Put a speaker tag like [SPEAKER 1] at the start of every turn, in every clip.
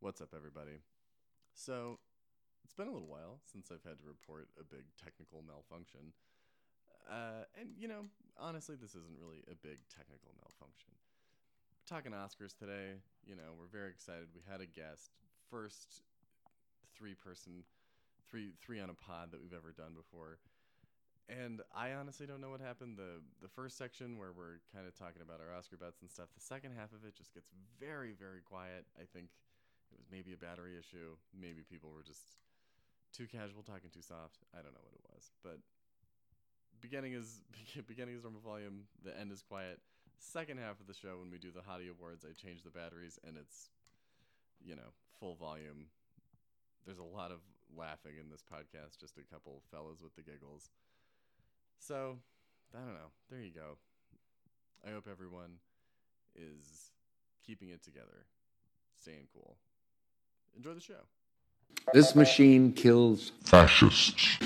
[SPEAKER 1] What's up, everybody? So, it's been a little while since I've had to report a big technical malfunction. Uh, and, you know, honestly, this isn't really a big technical malfunction. We're talking Oscars today. You know, we're very excited. We had a guest, first three person, three three on a pod that we've ever done before. And I honestly don't know what happened. The the first section where we're kind of talking about our Oscar bets and stuff, the second half of it just gets very, very quiet. I think it was maybe a battery issue. Maybe people were just too casual, talking too soft. I don't know what it was. But beginning is beginning is normal volume, the end is quiet. Second half of the show when we do the Hottie Awards, I change the batteries and it's you know, full volume. There's a lot of laughing in this podcast, just a couple fellas with the giggles. So, I don't know. There you go. I hope everyone is keeping it together, staying cool. Enjoy the show.
[SPEAKER 2] This machine kills.
[SPEAKER 3] fascists.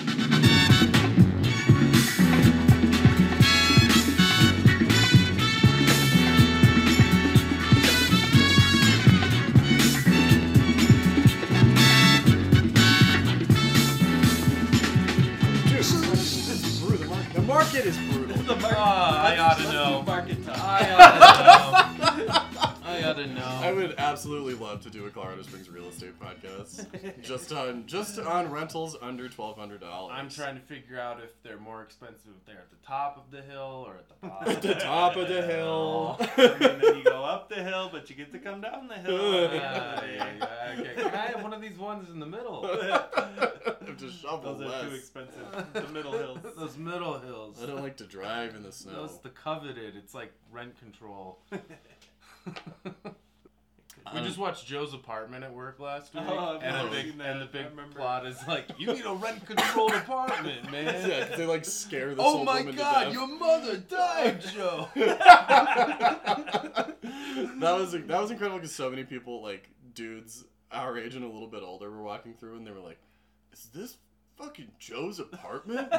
[SPEAKER 4] The market is brutal.
[SPEAKER 5] The market, Ah, I ought to know.
[SPEAKER 4] market
[SPEAKER 5] I ought to know. I ought to
[SPEAKER 1] I
[SPEAKER 5] know.
[SPEAKER 1] would absolutely love to do a Colorado Springs real estate podcast, just on just on rentals under twelve hundred dollars.
[SPEAKER 5] I'm trying to figure out if they're more expensive if they're at the top of the hill or at the bottom.
[SPEAKER 1] At the top of the hill.
[SPEAKER 4] and then you go up the hill, but you get to come down the hill.
[SPEAKER 5] Ah, yeah, yeah, okay. Can I have one of these ones in the middle?
[SPEAKER 1] have to shovel
[SPEAKER 4] Those are too
[SPEAKER 1] less.
[SPEAKER 4] expensive. The middle hills.
[SPEAKER 5] Those middle hills.
[SPEAKER 1] I don't like to drive in the snow.
[SPEAKER 5] Those the coveted. It's like rent control. We just watched Joe's apartment at work last week,
[SPEAKER 4] Um, Oh, I've
[SPEAKER 5] and,
[SPEAKER 1] never
[SPEAKER 5] a big,
[SPEAKER 4] seen that.
[SPEAKER 5] and the
[SPEAKER 4] I
[SPEAKER 5] big
[SPEAKER 4] remember.
[SPEAKER 5] plot is like, you need a rent-controlled apartment, man.
[SPEAKER 1] yeah, 'cause they like scare this
[SPEAKER 5] Oh
[SPEAKER 1] old
[SPEAKER 5] my
[SPEAKER 1] woman to
[SPEAKER 5] god,
[SPEAKER 1] death.
[SPEAKER 5] your mother died, Joe.
[SPEAKER 1] that was that was incredible because so many people like dudes our age and a little bit older were walking through and they were like, "Is this fucking Joe's apartment?"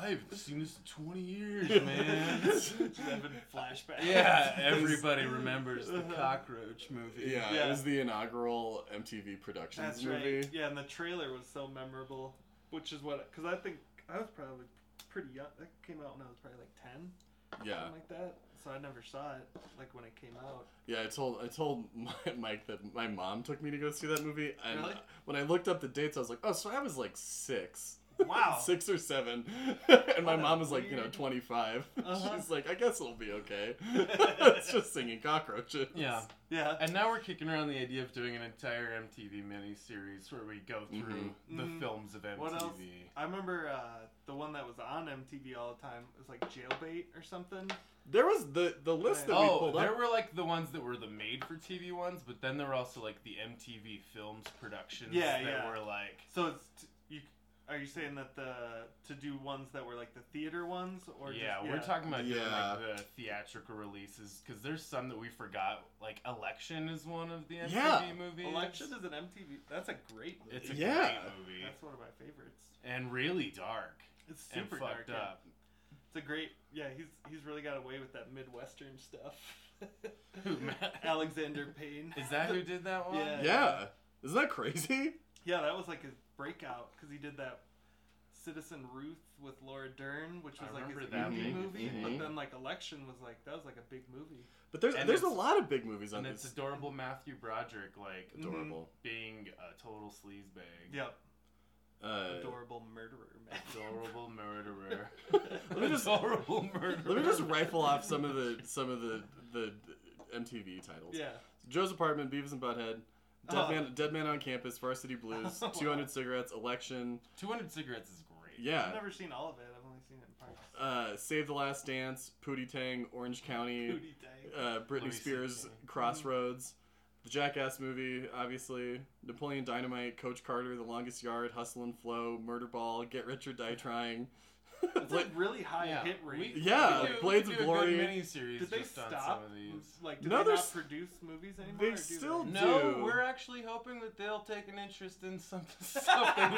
[SPEAKER 5] I haven't seen this in 20 years, man.
[SPEAKER 4] Seven flashbacks.
[SPEAKER 5] yeah, everybody remembers the cockroach movie.
[SPEAKER 1] yeah, it
[SPEAKER 4] Yeah.
[SPEAKER 1] was the inaugural MTV Productions
[SPEAKER 4] That's
[SPEAKER 1] movie.
[SPEAKER 4] right. Yeah, and the trailer was so memorable, which is what. Because I think I was probably pretty young. That came out when I was probably like 10,
[SPEAKER 1] yeah.
[SPEAKER 4] something like that. So I never saw it, like when it came out.
[SPEAKER 1] Yeah, I told I told Mi- Mike that my mom took me to go see that movie, and
[SPEAKER 4] Really?
[SPEAKER 1] when I looked up the dates, I was like, oh, so I was like six,
[SPEAKER 4] Wow.
[SPEAKER 1] six or seven, and my
[SPEAKER 4] What a
[SPEAKER 1] mom was like, you know,
[SPEAKER 4] weird-
[SPEAKER 1] twenty five.
[SPEAKER 4] Uh-huh.
[SPEAKER 1] She's like, I guess it'll be okay. it's just singing cockroaches.
[SPEAKER 5] Yeah.
[SPEAKER 4] Yeah.
[SPEAKER 5] And now we're kicking around the idea of doing an entire MTV miniseries where we go
[SPEAKER 1] Mm-hmm.
[SPEAKER 5] through the
[SPEAKER 4] Mhm.
[SPEAKER 5] films of MTV.
[SPEAKER 4] What else? I remember uh, the one that was on MTV all the time. It was like Jailbait or something.
[SPEAKER 1] There was the the list that we
[SPEAKER 5] Oh,
[SPEAKER 1] pulled
[SPEAKER 5] there
[SPEAKER 1] up.
[SPEAKER 5] were like the ones that were the made for TV ones, but then there were also like the MTV Films productions
[SPEAKER 4] Yeah,
[SPEAKER 5] that
[SPEAKER 4] yeah.
[SPEAKER 5] were like
[SPEAKER 4] So it's t- you. Are you saying that the to do ones that were like the theater ones or
[SPEAKER 5] yeah,
[SPEAKER 4] just,
[SPEAKER 5] we're talking about doing,
[SPEAKER 1] Yeah.
[SPEAKER 5] like the theatrical releases because there's some that we forgot. Like Election is one of the MTV
[SPEAKER 1] Yeah.
[SPEAKER 5] movies.
[SPEAKER 4] Election is an MTV. That's a great. Movie.
[SPEAKER 5] it's a
[SPEAKER 1] Yeah.
[SPEAKER 5] great movie
[SPEAKER 4] That's one of my favorites.
[SPEAKER 5] and really dark
[SPEAKER 4] It's
[SPEAKER 5] and
[SPEAKER 4] super dark.
[SPEAKER 5] fucked
[SPEAKER 4] yeah.
[SPEAKER 5] up.
[SPEAKER 4] It's a great. Yeah, he's he's really got away with that midwestern stuff.
[SPEAKER 5] Who, Matt-
[SPEAKER 4] Alexander Payne.
[SPEAKER 5] is that who did that one?
[SPEAKER 4] Yeah.
[SPEAKER 1] yeah, isn't that crazy?
[SPEAKER 4] Yeah, that was like his breakout because he did that Citizen Ruth with Laura Dern, which
[SPEAKER 5] I
[SPEAKER 4] was like his
[SPEAKER 5] remember that
[SPEAKER 4] indie
[SPEAKER 5] one.
[SPEAKER 4] movie.
[SPEAKER 1] Mhm.
[SPEAKER 4] But then like Election was like that was like a big movie.
[SPEAKER 1] But there's
[SPEAKER 5] And
[SPEAKER 1] there's a
[SPEAKER 5] it's-
[SPEAKER 1] lot of big movies on
[SPEAKER 5] And it's
[SPEAKER 1] this.
[SPEAKER 5] adorable Matthew Broderick like
[SPEAKER 4] Mhm.
[SPEAKER 1] Adorable.
[SPEAKER 5] being a total sleazebag.
[SPEAKER 4] Yep,
[SPEAKER 1] Uh,
[SPEAKER 4] Mm-hmm. adorable murderer man.
[SPEAKER 5] Adorable murderer.
[SPEAKER 1] me just-
[SPEAKER 5] adorable murderer.
[SPEAKER 1] let me just rifle off some of the some of the the MTV titles.
[SPEAKER 4] yeah,
[SPEAKER 1] Joe's apartment, Beavis and Butthead, Dead
[SPEAKER 4] Oh.
[SPEAKER 1] Man, Dead Man on Campus, Varsity Blues, Two Hundred Cigarettes, Election,
[SPEAKER 5] 200 cigarettes is great.
[SPEAKER 4] I've
[SPEAKER 1] yeah,
[SPEAKER 4] never seen all of it. I've only seen it in parts.
[SPEAKER 1] uh, Save the Last Dance, Pootie Tang, Orange County,
[SPEAKER 4] Booty day.
[SPEAKER 1] uh, Britney
[SPEAKER 5] Louis
[SPEAKER 1] Spears,
[SPEAKER 4] Mm-hmm.
[SPEAKER 5] CK.
[SPEAKER 1] Crossroads, the Jackass movie, obviously, Napoleon Dynamite, Coach Carter, The Longest Yard, Hustle and Flow, Murder Ball, Get Rich or Die Trying.
[SPEAKER 4] It's like really high
[SPEAKER 5] Yeah.
[SPEAKER 4] hit rate.
[SPEAKER 5] We-
[SPEAKER 1] Yeah,
[SPEAKER 5] we could do-
[SPEAKER 1] Blades
[SPEAKER 5] we
[SPEAKER 1] of
[SPEAKER 5] could do a good
[SPEAKER 1] Glory.
[SPEAKER 5] miniseries
[SPEAKER 4] Did they
[SPEAKER 5] just on
[SPEAKER 4] stop?
[SPEAKER 5] some of these.
[SPEAKER 4] Like, do
[SPEAKER 1] No,
[SPEAKER 4] they
[SPEAKER 1] there's-
[SPEAKER 4] not produce movies anymore?
[SPEAKER 1] they
[SPEAKER 4] or do
[SPEAKER 1] still
[SPEAKER 4] They?
[SPEAKER 5] No,
[SPEAKER 1] do.
[SPEAKER 5] we're actually hoping that they'll take an interest in some stuff that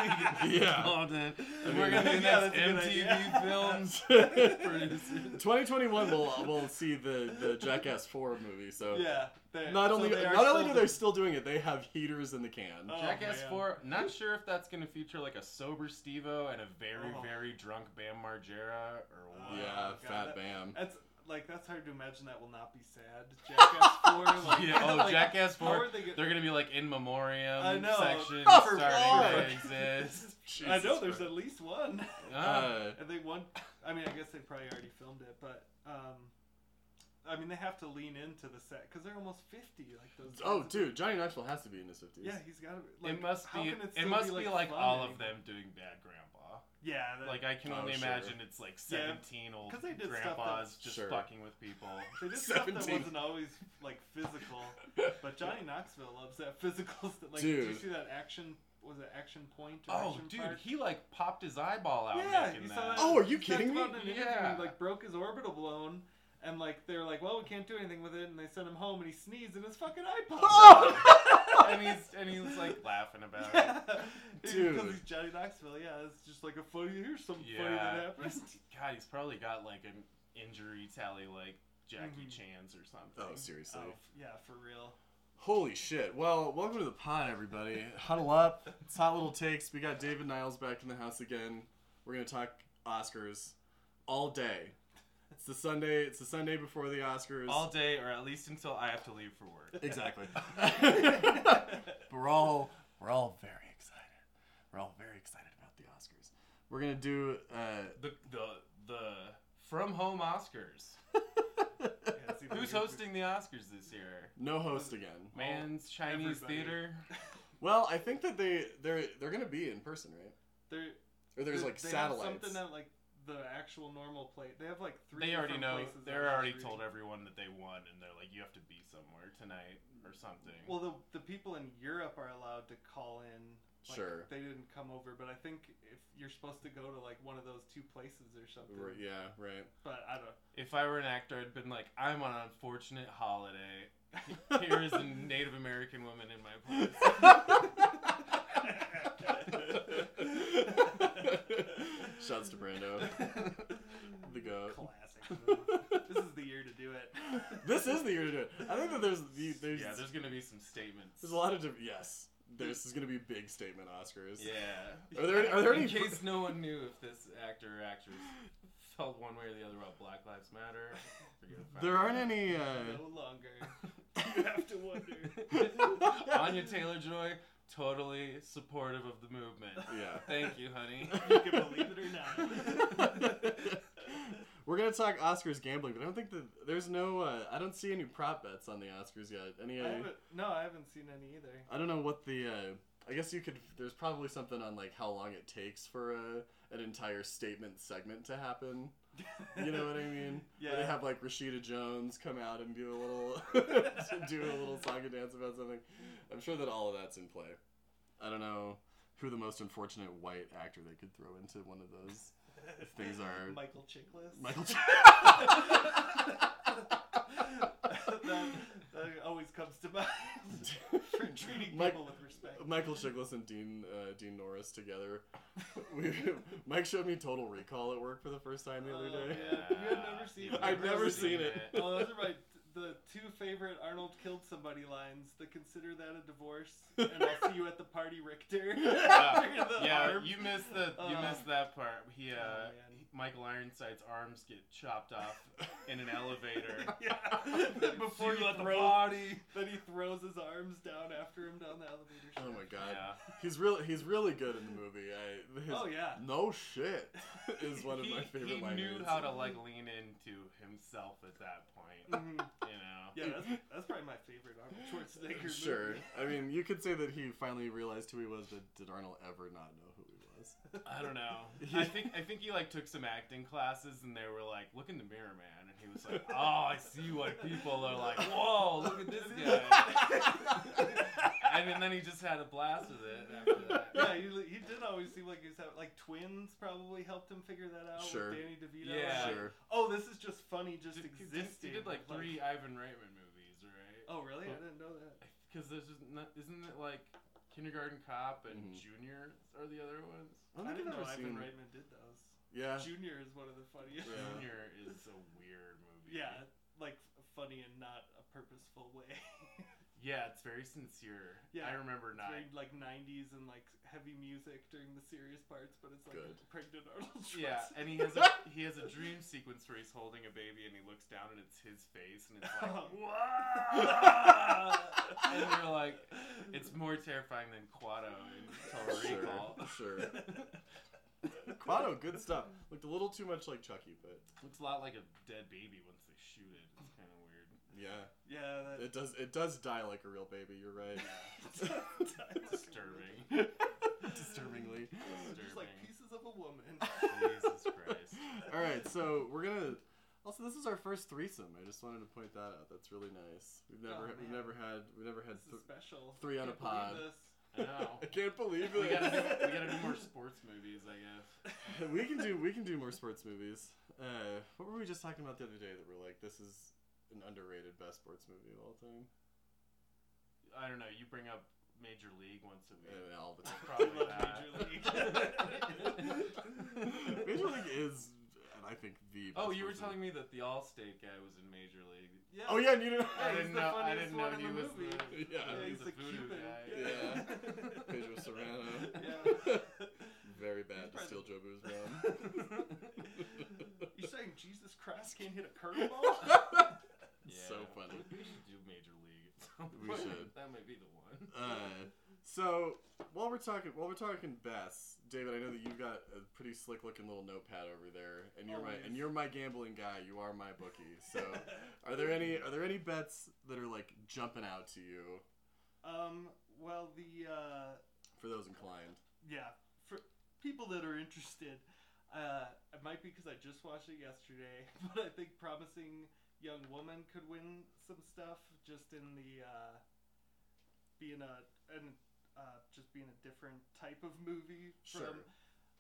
[SPEAKER 5] we get
[SPEAKER 1] Yeah.
[SPEAKER 5] involved in.
[SPEAKER 1] mean-
[SPEAKER 5] we're gonna do
[SPEAKER 4] Yeah,
[SPEAKER 5] next
[SPEAKER 4] that's a good idea.
[SPEAKER 5] MTV films. Producers.
[SPEAKER 1] 2021 will will see the the Jackass Four movie. So
[SPEAKER 4] Yeah, They-
[SPEAKER 1] Not
[SPEAKER 4] so
[SPEAKER 1] only
[SPEAKER 4] they are
[SPEAKER 1] not only do
[SPEAKER 4] still
[SPEAKER 1] they
[SPEAKER 4] doing-
[SPEAKER 1] still doing it, they have heaters in the can.
[SPEAKER 4] Oh,
[SPEAKER 5] Jackass
[SPEAKER 4] man.
[SPEAKER 5] 4, not sure if that's going to feature like a sober Stevo and a very,
[SPEAKER 4] Oh.
[SPEAKER 5] very drunk Bam Margera or what.
[SPEAKER 1] yeah,
[SPEAKER 4] God,
[SPEAKER 1] fat
[SPEAKER 4] that-
[SPEAKER 1] Bam.
[SPEAKER 4] That's like that's hard to imagine. That will not be sad. Jackass Four. Like,
[SPEAKER 5] Yeah, oh,
[SPEAKER 4] like,
[SPEAKER 5] Jackass
[SPEAKER 4] how
[SPEAKER 5] 4,
[SPEAKER 4] are they
[SPEAKER 5] they're going to be like in memoriam
[SPEAKER 4] I know.
[SPEAKER 5] section
[SPEAKER 1] Oh, for fuck.
[SPEAKER 5] starting to exist.
[SPEAKER 4] I know
[SPEAKER 1] Jesus
[SPEAKER 4] there's
[SPEAKER 1] Christ.
[SPEAKER 4] at least one.
[SPEAKER 5] Ah.
[SPEAKER 1] Uh,
[SPEAKER 4] And they want. I mean, I guess they probably already filmed it, but um, I mean, they have to lean into the set because they're almost fifty. Like those.
[SPEAKER 1] oh,
[SPEAKER 4] guys.
[SPEAKER 1] dude, Johnny Knoxville has to be in his fifties.
[SPEAKER 4] Yeah, he's got to. Like,
[SPEAKER 5] it must
[SPEAKER 4] how
[SPEAKER 5] be.
[SPEAKER 4] Can
[SPEAKER 5] It,
[SPEAKER 4] still
[SPEAKER 5] must
[SPEAKER 4] be,
[SPEAKER 5] be
[SPEAKER 4] like,
[SPEAKER 5] like
[SPEAKER 4] fun
[SPEAKER 5] all of
[SPEAKER 4] anymore?
[SPEAKER 5] them doing bad grandpa.
[SPEAKER 4] Yeah. That,
[SPEAKER 5] Like I can
[SPEAKER 1] Oh,
[SPEAKER 5] only
[SPEAKER 1] sure.
[SPEAKER 5] imagine it's like
[SPEAKER 4] Yeah.
[SPEAKER 5] seventeen old
[SPEAKER 4] 'Cause they did stuff that-
[SPEAKER 5] grandpas just
[SPEAKER 1] Sure.
[SPEAKER 5] fucking with people.
[SPEAKER 4] they did stuff that
[SPEAKER 1] 17.
[SPEAKER 4] wasn't always like physical, but Johnny Knoxville loves that physical stuff. Like, did you
[SPEAKER 1] Dude.
[SPEAKER 4] see that action? Was it action point? Or
[SPEAKER 5] oh,
[SPEAKER 4] action
[SPEAKER 5] dude,
[SPEAKER 4] Park?
[SPEAKER 5] he like popped his eyeball out
[SPEAKER 4] Yeah,
[SPEAKER 5] making
[SPEAKER 4] you saw
[SPEAKER 5] that.
[SPEAKER 4] that.
[SPEAKER 1] Oh, are you
[SPEAKER 4] He talked
[SPEAKER 1] kidding me?
[SPEAKER 4] about it in an interview,
[SPEAKER 5] Yeah.
[SPEAKER 4] He, like broke his orbital balloon, and like they're like, well, we can't do anything with it, and they sent him home, and he sneezed, and his fucking eye popped. out.
[SPEAKER 5] and he's and he's like laughing about it.
[SPEAKER 4] yeah.
[SPEAKER 1] Dude.
[SPEAKER 4] Because he's Johnny Knoxville. Yeah, it's just like a funny. Here's something funny
[SPEAKER 5] Yeah,
[SPEAKER 4] that happened.
[SPEAKER 5] he's- God, he's probably got like an injury tally like Jackie
[SPEAKER 4] Mhm.
[SPEAKER 5] Chan's or
[SPEAKER 1] Oh,
[SPEAKER 5] something.
[SPEAKER 1] seriously.
[SPEAKER 4] Oh, f- yeah, for real.
[SPEAKER 1] Holy shit. Well, welcome to the pod, everybody. Huddle up. It's hot little takes. We got David Niles back in the house again. We're gonna talk Oscars all day. It's the Sunday. It's the Sunday before the Oscars.
[SPEAKER 5] All day, or at least until I have to leave for work.
[SPEAKER 1] Exactly. we're all we're all very excited. We're all very excited about the Oscars. We're gonna do. Uh,
[SPEAKER 5] The the the from home Oscars.
[SPEAKER 4] Yeah, it's either
[SPEAKER 5] Who's
[SPEAKER 4] your-
[SPEAKER 5] hosting the Oscars this year?
[SPEAKER 1] no host again.
[SPEAKER 5] Man's Chinese
[SPEAKER 4] everybody.
[SPEAKER 5] theater.
[SPEAKER 1] Well, I think that they they're they're gonna be in person, right?
[SPEAKER 4] They're,
[SPEAKER 1] Or there's
[SPEAKER 4] they-
[SPEAKER 1] like
[SPEAKER 4] they have
[SPEAKER 1] satellites.
[SPEAKER 4] Something that like the actual normal plate. They have like three.
[SPEAKER 5] They already
[SPEAKER 4] different
[SPEAKER 5] know.
[SPEAKER 4] places
[SPEAKER 5] They're
[SPEAKER 4] on
[SPEAKER 5] already
[SPEAKER 4] each
[SPEAKER 5] told
[SPEAKER 4] region.
[SPEAKER 5] everyone that they won, and they're like, "You have to be somewhere tonight or something."
[SPEAKER 4] Well, the the people in Europe are allowed to call in. Like,
[SPEAKER 1] Sure.
[SPEAKER 4] They didn't come over, but I think if you're supposed to go to like one of those two places or something.
[SPEAKER 1] Right, yeah, right.
[SPEAKER 4] But I don't.
[SPEAKER 5] if I were an actor, I'd been like, "I'm on an unfortunate holiday. Here is a Native American woman in my place."
[SPEAKER 1] Shouts to Brando. The goat.
[SPEAKER 4] Classic. move. this is the year to do it.
[SPEAKER 1] This is the year to do it. I think that there's the- there's
[SPEAKER 5] yeah, there's gonna be some statements.
[SPEAKER 1] there's a lot of different. Yes, this is gonna be big statement Oscars.
[SPEAKER 5] Yeah.
[SPEAKER 1] Are there any, are there any
[SPEAKER 5] In case no one knew if this actor or actress felt one way or the other about Black Lives Matter, we're gonna find
[SPEAKER 1] there aren't
[SPEAKER 5] out.
[SPEAKER 1] any. Uh,
[SPEAKER 4] No longer. You have to wonder.
[SPEAKER 5] Anya Taylor Joy, totally supportive of the movement.
[SPEAKER 1] Yeah.
[SPEAKER 5] Thank you, honey.
[SPEAKER 4] You can believe it or not.
[SPEAKER 1] We're gonna talk Oscars gambling, but I don't think that there's no. Uh, I don't see any prop bets on the Oscars yet. Any.
[SPEAKER 4] I
[SPEAKER 1] uh,
[SPEAKER 4] haven't, no, I haven't seen any either.
[SPEAKER 1] I don't know what the. Uh, I guess you could. There's probably something on like how long it takes for a, an entire statement segment to happen. You know what I mean? Where
[SPEAKER 4] Yeah.
[SPEAKER 1] They have like Rashida Jones come out and do a little do a little song and dance about something. I'm sure that all of that's in play. I don't know who the most unfortunate white actor they could throw into one of those things are.
[SPEAKER 4] Michael Chiklis.
[SPEAKER 1] Michael.
[SPEAKER 4] that, that always comes to mind for treating
[SPEAKER 1] Mike-
[SPEAKER 4] people with respect.
[SPEAKER 1] Michael Chiklis and Dean uh, Dean Norris together. We, Mike showed me Total Recall at work for the first time the other
[SPEAKER 4] Oh,
[SPEAKER 1] day.
[SPEAKER 4] yeah. You had never seen it.
[SPEAKER 1] I'd never seen it.
[SPEAKER 4] Oh, those are my the two favorite Arnold killed somebody lines. The consider that a divorce, and I'll see you at the party, Richter.
[SPEAKER 5] Yeah.
[SPEAKER 4] The
[SPEAKER 5] Yeah,
[SPEAKER 4] arm.
[SPEAKER 5] you missed the you
[SPEAKER 4] Uh,
[SPEAKER 5] missed that part. He uh,
[SPEAKER 4] oh, man.
[SPEAKER 5] he- Michael Ironside's arms get chopped off in an elevator.
[SPEAKER 4] Yeah. Then Before
[SPEAKER 5] See you
[SPEAKER 4] he
[SPEAKER 5] at the
[SPEAKER 4] throws,
[SPEAKER 5] party.
[SPEAKER 4] then he throws his arms down after him down the elevator.
[SPEAKER 1] Oh
[SPEAKER 5] Um,
[SPEAKER 1] my
[SPEAKER 4] shaft.
[SPEAKER 1] god,
[SPEAKER 5] Yeah.
[SPEAKER 1] he's really he's really good in the movie. I, his,
[SPEAKER 4] Oh yeah.
[SPEAKER 1] No shit is one of
[SPEAKER 5] he,
[SPEAKER 1] my favorite
[SPEAKER 5] he
[SPEAKER 1] line
[SPEAKER 5] knew
[SPEAKER 1] reads.
[SPEAKER 5] how to like lean into himself at that point.
[SPEAKER 4] Mhm.
[SPEAKER 5] You know.
[SPEAKER 4] Yeah, that's, that's probably my favorite Arnold Schwarzenegger movie.
[SPEAKER 1] Sure. I mean, you could say that he finally realized who he was, but did Arnold ever not know who he was?
[SPEAKER 5] I don't know. I think I think he like took some acting classes and they were like, "Look in the mirror, man," and he was like, "Oh, I see what people are like. Whoa, look at this guy." and, then- then he just had a blast with it after that.
[SPEAKER 4] Yeah, he, he did always seem like he was having, like twins probably helped him figure that out
[SPEAKER 1] Sure.
[SPEAKER 4] with Danny DeVito.
[SPEAKER 5] Yeah.
[SPEAKER 4] Like,
[SPEAKER 1] Sure.
[SPEAKER 4] Oh, this is just funny, just
[SPEAKER 5] Did- he did-
[SPEAKER 4] existing.
[SPEAKER 5] He did like three Ivan Reitman movies, right?
[SPEAKER 4] Oh, really? I didn't know
[SPEAKER 1] Oh.
[SPEAKER 4] that.
[SPEAKER 5] Because there's just not, isn't it like Kindergarten Cop and
[SPEAKER 1] Mhm.
[SPEAKER 5] Junior are the other ones?
[SPEAKER 1] I don't
[SPEAKER 4] I
[SPEAKER 1] think
[SPEAKER 4] didn't
[SPEAKER 1] I've ever
[SPEAKER 4] know Ivan
[SPEAKER 1] seen-
[SPEAKER 4] Reitman did those.
[SPEAKER 1] Yeah.
[SPEAKER 5] Uh,
[SPEAKER 4] Junior is one of the funniest.
[SPEAKER 1] Yeah.
[SPEAKER 5] Junior is a weird movie.
[SPEAKER 4] Yeah, like funny in not a purposeful way.
[SPEAKER 5] Yeah, it's very sincere.
[SPEAKER 4] Yeah,
[SPEAKER 5] I remember
[SPEAKER 4] it's
[SPEAKER 5] not.
[SPEAKER 4] very, like '90s and like heavy music during the serious parts, but it's like
[SPEAKER 1] Good.
[SPEAKER 4] pregnant Arnold
[SPEAKER 5] Yeah,
[SPEAKER 4] Schwarzenegger.
[SPEAKER 5] and he has a he has a dream sequence where he's holding a baby and he looks down and it's his face and it's
[SPEAKER 4] Oh.
[SPEAKER 5] like "Whoa!" and you're like it's more terrifying than Quado in Total Recall.
[SPEAKER 1] Sure. sure. Quado, good stuff. Looked a little too much like Chucky, but
[SPEAKER 5] Looks a lot like a dead baby once they shoot it. It's kind of weird.
[SPEAKER 1] yeah,
[SPEAKER 4] yeah,
[SPEAKER 5] Uh,
[SPEAKER 4] that,
[SPEAKER 1] it does it does die like a real baby. You're right.
[SPEAKER 5] Disturbing.
[SPEAKER 1] Disturbingly.
[SPEAKER 4] Just like pieces of a woman.
[SPEAKER 5] Jesus Christ.
[SPEAKER 1] All right, so we're gonna. Also, this is our first threesome. I just wanted to point that out. That's really nice. We've never
[SPEAKER 4] Oh,
[SPEAKER 1] we've
[SPEAKER 4] man.
[SPEAKER 1] never had we've never had.
[SPEAKER 4] This is special.
[SPEAKER 1] three on a
[SPEAKER 4] Can't believe
[SPEAKER 1] pod.
[SPEAKER 4] this.
[SPEAKER 5] I know.
[SPEAKER 1] I can't believe it.
[SPEAKER 5] We gotta, do, we gotta do more sports movies, I guess.
[SPEAKER 1] we can do we can do more sports movies. Uh, what were we just talking about the other day that we're like this is an underrated best sports movie of all time?
[SPEAKER 5] I don't know. You bring up Major League once a week.
[SPEAKER 1] Uh, all the
[SPEAKER 5] Probably
[SPEAKER 4] love
[SPEAKER 5] that.
[SPEAKER 1] time. Major League is, and I think the. Best
[SPEAKER 5] Oh, you were
[SPEAKER 1] sports
[SPEAKER 5] telling
[SPEAKER 1] movie.
[SPEAKER 5] me that the Allstate guy was in Major League.
[SPEAKER 4] Yeah.
[SPEAKER 1] Oh yeah, and you didn't.
[SPEAKER 4] Yeah,
[SPEAKER 5] I
[SPEAKER 4] he's
[SPEAKER 5] didn't
[SPEAKER 4] the
[SPEAKER 5] know. I
[SPEAKER 4] funniest
[SPEAKER 5] didn't
[SPEAKER 4] one
[SPEAKER 5] know
[SPEAKER 4] in
[SPEAKER 5] he
[SPEAKER 4] the
[SPEAKER 5] was
[SPEAKER 4] movie.
[SPEAKER 5] the
[SPEAKER 1] Yeah.
[SPEAKER 5] he
[SPEAKER 1] Yeah,
[SPEAKER 5] was
[SPEAKER 4] he's
[SPEAKER 5] the
[SPEAKER 4] the
[SPEAKER 5] voodoo
[SPEAKER 4] Cuban.
[SPEAKER 5] guy.
[SPEAKER 1] Yeah. Pedro Serrano.
[SPEAKER 4] Yeah.
[SPEAKER 1] Very bad to
[SPEAKER 4] He's
[SPEAKER 1] steal
[SPEAKER 4] probably
[SPEAKER 1] Joe Boo's mom.
[SPEAKER 4] You're saying Jesus Christ can't hit a curveball?
[SPEAKER 1] So funny.
[SPEAKER 5] We should do Major League. at some
[SPEAKER 1] We
[SPEAKER 5] point.
[SPEAKER 1] should.
[SPEAKER 5] That might be the one.
[SPEAKER 1] Uh, so while we're talking while we're talking Bess, David, I know that you've got a pretty slick looking little notepad over there, and you're my
[SPEAKER 4] Always.
[SPEAKER 1] and you're my gambling guy. You are my bookie. So are there any are there any bets that are like jumping out to you
[SPEAKER 4] um, well, the uh,
[SPEAKER 1] for those inclined?
[SPEAKER 4] yeah, for people that are interested, uh, it might be because I just watched it yesterday, but I think promising young woman could win some stuff just in the uh, being a and uh, just being a different type of movie
[SPEAKER 1] Sure,
[SPEAKER 4] from